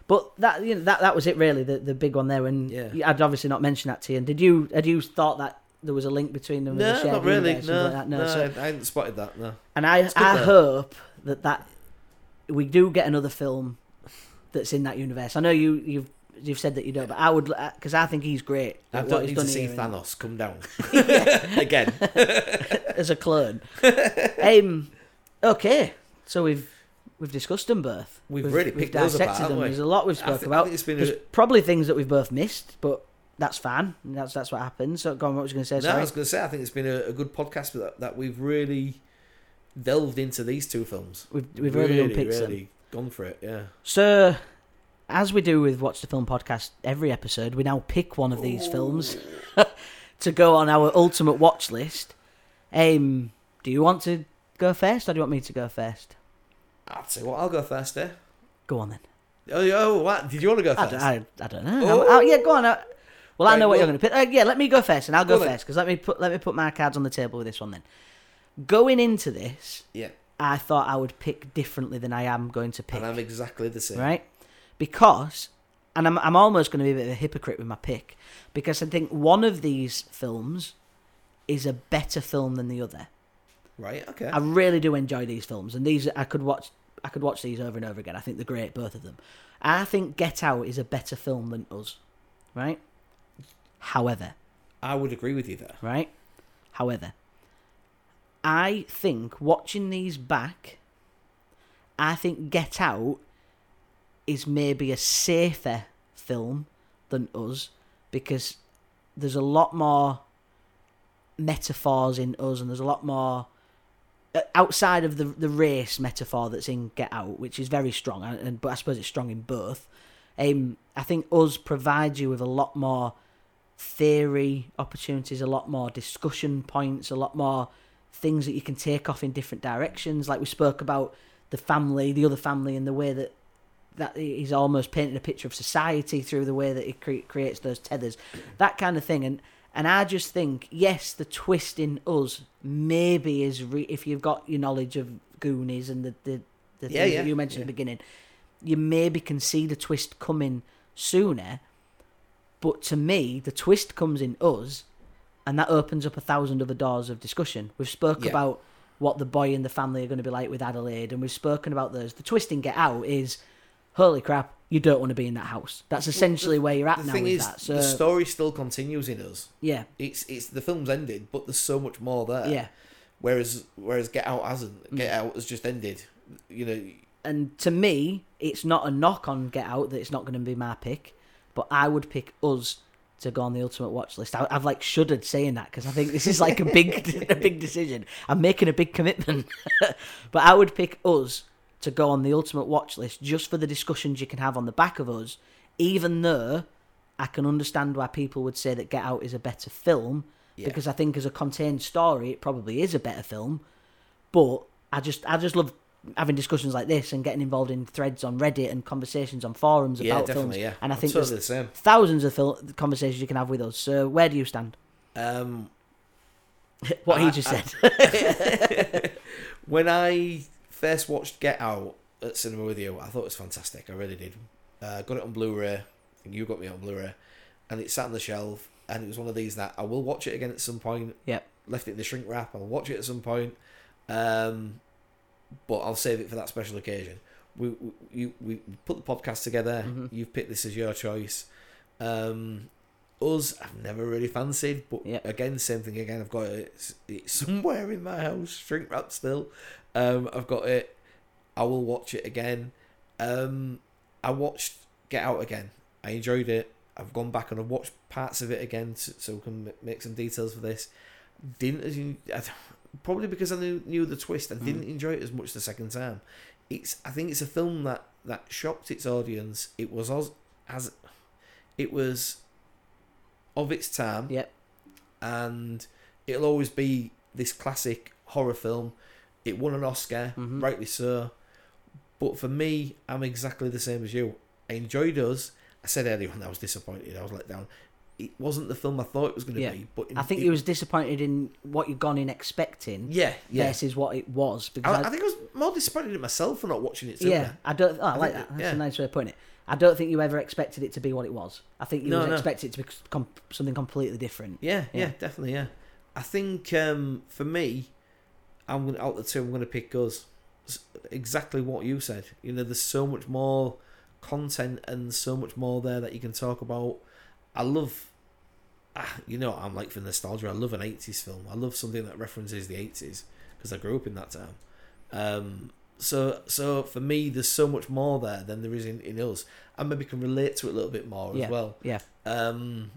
S1: But that you know, that that was it really, the the big one there. And
S2: Yeah.
S1: you- I'd obviously not mentioned that to you. And did you had you thought that there was a link between them? and the
S2: No,
S1: shared
S2: not really.
S1: universe and
S2: No,
S1: like that?
S2: no,
S1: So-
S2: I, I hadn't spotted that. No.
S1: and I
S2: good
S1: I
S2: though.
S1: hope that that we do get another film that's in that universe. I know you you've you've said that you don't, but I would because I think he's great.
S2: I
S1: at what
S2: don't
S1: he's
S2: need to
S1: done
S2: see
S1: here and-
S2: Thanos come down again.
S1: as a clone. um, okay, so we've we've discussed them both.
S2: We've really picked those apart, haven't we?
S1: There's a lot we've
S2: I thi-
S1: spoke
S2: I
S1: about.
S2: think it's been a-
S1: There's probably things that we've both missed, but that's fine. That's that's what happened. So go on, what was you going to say?
S2: No, I
S1: Sorry.
S2: was going to say I think it's been a, a good podcast but that, that we've really delved into these two films.
S1: We've we've already
S2: really,
S1: unpicked them.
S2: really gone for it. Yeah.
S1: So, as we do with Watch the Film podcast every episode, we now pick one of these films to go on our ultimate watch list. Um, do you want to go first, or do you want me to go first?
S2: I'll tell you what, I'll go first. Eh?
S1: Go on then.
S2: Oh, yeah, oh, what? Did you want to go
S1: I
S2: first?
S1: don't, I, I don't know. I- I- yeah, go on. I, well, I
S2: Right,
S1: know what
S2: well-
S1: you're going to pick. Uh, yeah, let me go first, and I'll go
S2: Well, then.
S1: first because let me put let me put my cards on the table with this one. Then going into this,
S2: yeah.
S1: I thought I would pick differently than I am going to pick,
S2: And I'm exactly the same.
S1: right? Because, and I'm I'm almost going to be a bit of a hypocrite with my pick because I think one of these films is a better film than the other.
S2: Right. Okay.
S1: I really do enjoy these films, and these I could watch. I could watch these over and over again. I think they're great, both of them. I think Get Out is a better film than Us, right? However,
S2: I would agree with you there.
S1: right? However, I think watching these back, I think Get Out is maybe a safer film than Us because there's a lot more metaphors in Us and there's a lot more uh, outside of the the race metaphor that's in Get Out, which is very strong, and and- but I suppose it's strong in both. Um, I think Us provides you with a lot more theory opportunities, a lot more discussion points, a lot more things that you can take off in different directions. Like we spoke about the family, the other family, and the way that that he's almost painting a picture of society through the way that he cre- creates those tethers, that kind of thing. And and I just think, yes, the twist in us maybe is re- if you've got your knowledge of Goonies and the the, the
S2: Yeah,
S1: things
S2: yeah,
S1: that you mentioned at
S2: yeah.
S1: the beginning, you maybe can see the twist coming sooner. But to me, the twist comes in us, and that opens up a thousand other doors of discussion. We've spoke
S2: Yeah.
S1: about what the boy and the family are going to be like with Adelaide, and we've spoken about those. The twist in Get Out is, holy crap, you don't want to be in that house. That's essentially where you're at
S2: The
S1: now
S2: thing
S1: with
S2: is,
S1: that. So
S2: the story still continues in us.
S1: yeah,
S2: It's it's the film's ended, but there's so much more there.
S1: yeah, Mm.
S2: Whereas whereas Get Out hasn't. Get Out has just ended. You know.
S1: and to me, it's not a knock on Get Out that it's not going to be my pick, but I would pick us to go on the ultimate watch list. I, I've like shuddered saying that because I think this is like a big a big decision. I'm making a big commitment, but I would pick us to go on the ultimate watch list just for the discussions you can have on the back of us, even though I can understand why people would say that Get Out is a better film
S2: Yeah.
S1: because I think as a contained story it probably is a better film, but I just I just love having discussions like this and getting involved in threads on Reddit and conversations on forums
S2: Yeah,
S1: about
S2: definitely.
S1: films.
S2: Yeah.
S1: And I
S2: I'm
S1: think
S2: totally
S1: there's
S2: the same.
S1: thousands of fil- conversations you can have with us. So where do you stand?
S2: Um,
S1: What he
S2: I-
S1: just
S2: I-
S1: said.
S2: when I first watched Get Out at cinema with you, I thought it was fantastic. I really did. Uh, got it on Blu-ray. I think you got me on Blu-ray, and it sat on the shelf. and it was one of these that I will watch it again at some point.
S1: Yep.
S2: Left it in the shrink wrap. I'll watch it at some point, um, but I'll save it for that special occasion. We we, you- we put the podcast together.
S1: Mhm.
S2: You've picked this as your choice. Um, us, I've never really fancied, but
S1: Yep.
S2: again, same thing again. I've got it, it's, it's somewhere in my house, shrink wrap still. Um, I've got it. I will watch it again. Um, I watched Get Out again. I enjoyed it. I've gone back and I've watched parts of it again, so, so we can ma- make some details for this. Didn't as you I don't- probably because I knew knew the twist. I
S1: Mm.
S2: didn't enjoy it as much the second time. It's I think it's a film that that shocked its audience. It was as, as it was of its time.
S1: Yep.
S2: And it'll always be this classic horror film. It won an Oscar,
S1: Mhm.
S2: rightly so. But for me, I'm exactly the same as you. I enjoyed us. I said earlier when I was disappointed, I was let down. It wasn't the film I thought it was going to
S1: Yeah.
S2: be, but
S1: I think
S2: it,
S1: you was disappointed in what you'd gone in expecting
S2: Yeah, yeah.
S1: versus what it was because
S2: I,
S1: I,
S2: I think I was more disappointed in myself for not watching it. Too,
S1: yeah, I don't. Oh, I,
S2: I
S1: like
S2: think
S1: that.
S2: that-
S1: That's
S2: yeah.
S1: a nice way of putting it. I don't think you ever expected it to be what it was. I think you
S2: No,
S1: was
S2: no.
S1: expected it to be com- something completely different.
S2: Yeah, yeah,
S1: Yeah.
S2: definitely. Yeah, I think um, for me, I'm gonna out of the two. I'm gonna pick us. S- Exactly what you said. You know, there's so much more content and so much more there that you can talk about. I love. Ah, you know, I'm like for nostalgia. I love an '80s film. I love something that references the '80s because I grew up in that time. Um, so, so for me, there's so much more there than there is in, in us. I maybe can relate to it a little bit more
S1: Yeah.
S2: as well
S1: Yeah.
S2: um,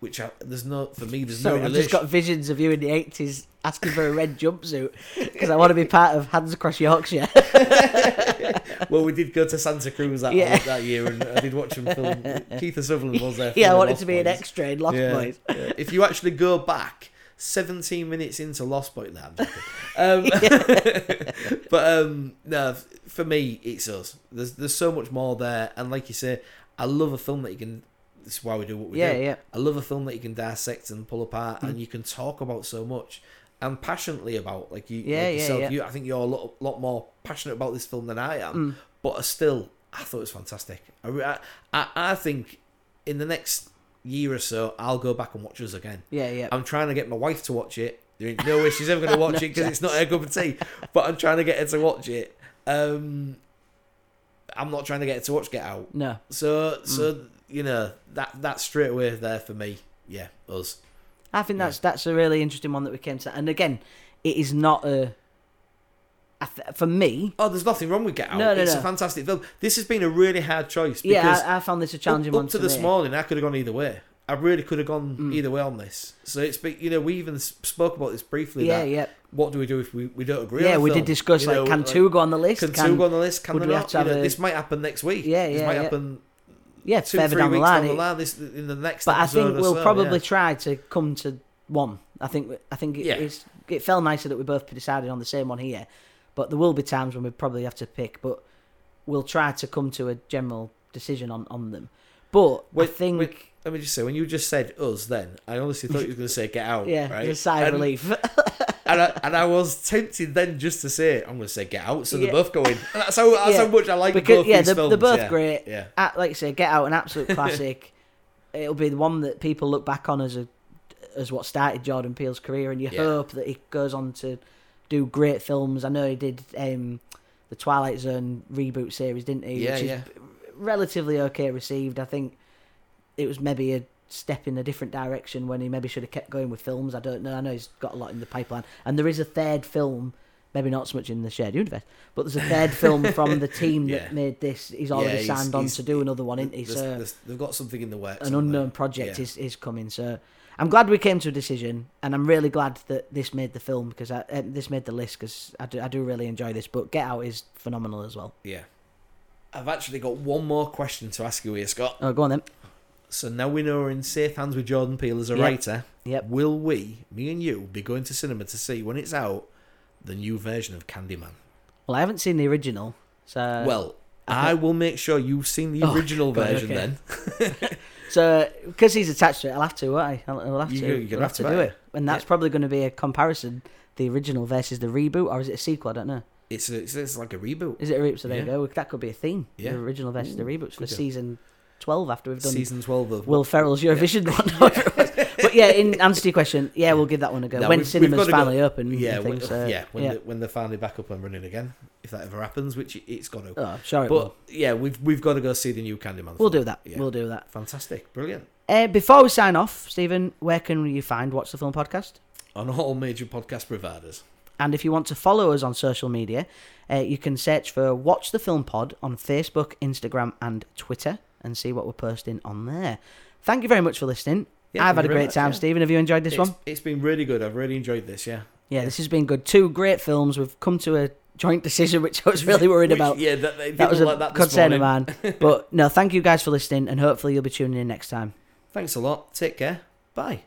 S2: which I, there's no for me. There's
S1: Sorry,
S2: no
S1: I've just
S2: relation.
S1: got visions of you in the eighties asking for a red jumpsuit because I want to be part of Hands Across Yorkshire.
S2: well, we did go to Santa Cruz that
S1: Yeah.
S2: that year, and I did watch him film. Keith Sutherland was there.
S1: yeah, I
S2: filming
S1: wanted
S2: Lost
S1: to be an
S2: Boys.
S1: extra in Lost
S2: Yeah,
S1: Boys.
S2: yeah. If you actually go back 17 minutes into Lost Boy, no, I'm joking. um, but um, no, f- for me, it's us. There's there's so much more there, and like you say, I love a film that you can. This is why we do what we
S1: Yeah,
S2: do.
S1: yeah.
S2: I love a film that you can dissect and pull apart,
S1: Mm.
S2: and you can talk about so much and passionately about. Like you,
S1: Yeah,
S2: like
S1: yeah,
S2: yourself,
S1: yeah.
S2: you. I think you're a lot, lot more passionate about this film than I am,
S1: Mm.
S2: but I still, I thought it was fantastic. I, re- I, I, I think in the next year or so, I'll go back and watch us again.
S1: Yeah, yeah.
S2: I'm trying to get my wife to watch it. There ain't no way she's ever going to watch it because it's not her cup of tea. But I'm trying to get her to watch it. Um, I'm not trying to get her to watch Get Out.
S1: no,
S2: So
S1: Hmm.
S2: so you know that that's straight away there for me. Yeah, us.
S1: I think that's that's a really interesting one that we came to. And again, it is not a. I th- for me,
S2: Oh, there's nothing wrong with Get Out.
S1: No, no,
S2: it's
S1: no.
S2: a fantastic film. This has been a really hard choice.
S1: yeah,
S2: because
S1: I, I found this a challenging
S2: up,
S1: one
S2: up to
S1: to
S2: this
S1: me.
S2: morning, I could have gone either way. I really could have gone
S1: Hmm.
S2: either way on this. So it's been, you know we even s- spoke about this briefly.
S1: Yeah,
S2: that
S1: yeah,
S2: What do we do if we, we don't agree? on
S1: yeah.
S2: a
S1: We
S2: film?
S1: did discuss
S2: You
S1: like
S2: know, uh,
S1: can two go on the list?
S2: Can
S1: Can-
S2: two go on the list? Can
S1: would
S2: they
S1: we have
S2: not?
S1: to
S2: You
S1: have
S2: know,
S1: a-
S2: this might happen next week.
S1: Yeah,
S2: This
S1: yeah,
S2: might
S1: yeah.
S2: happen
S1: yeah,
S2: two,
S1: further
S2: three
S1: down the
S2: weeks
S1: line.
S2: down
S1: it-
S2: the line. This in the next.
S1: but I
S2: episode
S1: think
S2: or
S1: we'll
S2: so,
S1: probably
S2: yeah.
S1: try to come to one. I think I think it,
S2: Yeah.
S1: it's, it fell nicer that we both decided on the same one here, but there will be times when we probably have to pick. But we'll try to come to a general decision on, on them. But I
S2: Wait,
S1: think
S2: wait, let me just say, when you just said us, then I honestly thought you were going to say get out.
S1: yeah,
S2: right?
S1: it's a sigh of
S2: and,
S1: relief.
S2: And I, and I was tempted then just to say I'm going to say get out, so
S1: Yeah.
S2: they're both going. And that's how that's
S1: Yeah.
S2: how much I like
S1: because
S2: both
S1: yeah,
S2: these
S1: they're,
S2: films.
S1: they're both
S2: yeah.
S1: great.
S2: Yeah,
S1: Uh, like you say, Get Out, an absolute classic. It'll be the one that people look back on as a as what started Jordan Peele's career, and you
S2: Yeah.
S1: hope that he goes on to do great films. I know he did um, the Twilight Zone reboot series, didn't he?
S2: yeah,
S1: Which is
S2: yeah.
S1: relatively okay received. I think it was maybe a step in a different direction when he maybe should have kept going with films. I don't know. I know he's got a lot in the pipeline, and there is a third film. Maybe not so much in the shared universe, but there's a third film from the team that
S2: Yeah.
S1: made this. He's
S2: Yeah,
S1: already
S2: he's-
S1: signed on
S2: he's-
S1: to do another one, isn't he?
S2: There's-
S1: So
S2: there's- they've got something in the works.
S1: uh, an
S2: haven't they?
S1: unknown project
S2: Yeah.
S1: is, is coming. So I'm glad we came to a decision, and I'm really glad that this made the film because I, uh, this made the list because I do, I do really enjoy this. But Get Out is phenomenal as well.
S2: Yeah. I've actually got one more question to ask you here, Scott.
S1: Oh, go on then.
S2: So now we know we're in safe hands with Jordan Peele as a
S1: Yep.
S2: writer.
S1: Yep.
S2: Will we, me and you, be going to cinema to see when it's out the new version of Candyman?
S1: Well, I haven't seen the original, so
S2: well,
S1: I
S2: I, will make sure you've seen the
S1: Uh, uh-huh. Oh,
S2: original
S1: God,
S2: version
S1: okay.
S2: then.
S1: So, because he's attached to it, I'll have to. Won't I? I'll, I'll have to.
S2: You- you're gonna
S1: I'll
S2: have
S1: have
S2: to
S1: to do
S2: buy
S1: it, and that's probably going to be a comparison: the original versus the reboot, or is it a sequel? I don't know.
S2: It's, a, it's, it's like a reboot.
S1: Is it a reboot? So there
S2: Yeah.
S1: you go. That could be a theme:
S2: Yeah.
S1: the original versus the
S2: Ooh,
S1: reboots for
S2: good job.
S1: season twelve after we've done
S2: season twelve of
S1: Will Ferrell's Eurovision one. however it was. But yeah, in answer to your question, yeah, we'll give that one a go
S2: No,
S1: when
S2: we've- we've
S1: cinemas
S2: gotta go-
S1: finally open. and
S2: yeah, when,
S1: things, uh,
S2: yeah, when,
S1: yeah.
S2: The, when they're finally back up and running again, if that ever happens, which it's got to.
S1: Oh, sure, it
S2: but
S1: will.
S2: yeah, we've we've got to go see the new Candyman.
S1: We'll
S2: film.
S1: do that.
S2: Yeah.
S1: We'll do that.
S2: Fantastic, brilliant.
S1: Uh, before we sign off, Stephen, where can you find Watch the Film podcast?
S2: On all major podcast providers.
S1: And if you want to follow us on social media, uh, you can search for Watch the Film Pod on Facebook, Instagram, and Twitter and see what we're posting on there. Thank you very much for listening.
S2: Yeah,
S1: I've
S2: thank
S1: had a
S2: you very
S1: great
S2: much,
S1: time,
S2: yeah.
S1: Stephen. Have you enjoyed this
S2: It's-
S1: one?
S2: It's been really good. I've really enjoyed this. Yeah.
S1: Yeah, this has been good. Two great films. We've come to a joint decision, which I was really worried
S2: Which-
S1: about.
S2: Yeah, that, they
S1: that
S2: didn't
S1: was a
S2: like that this
S1: concern of
S2: morning.
S1: mine. But no, thank you guys for listening, and hopefully you'll be tuning in next time.
S2: Thanks a lot. Take care. Bye.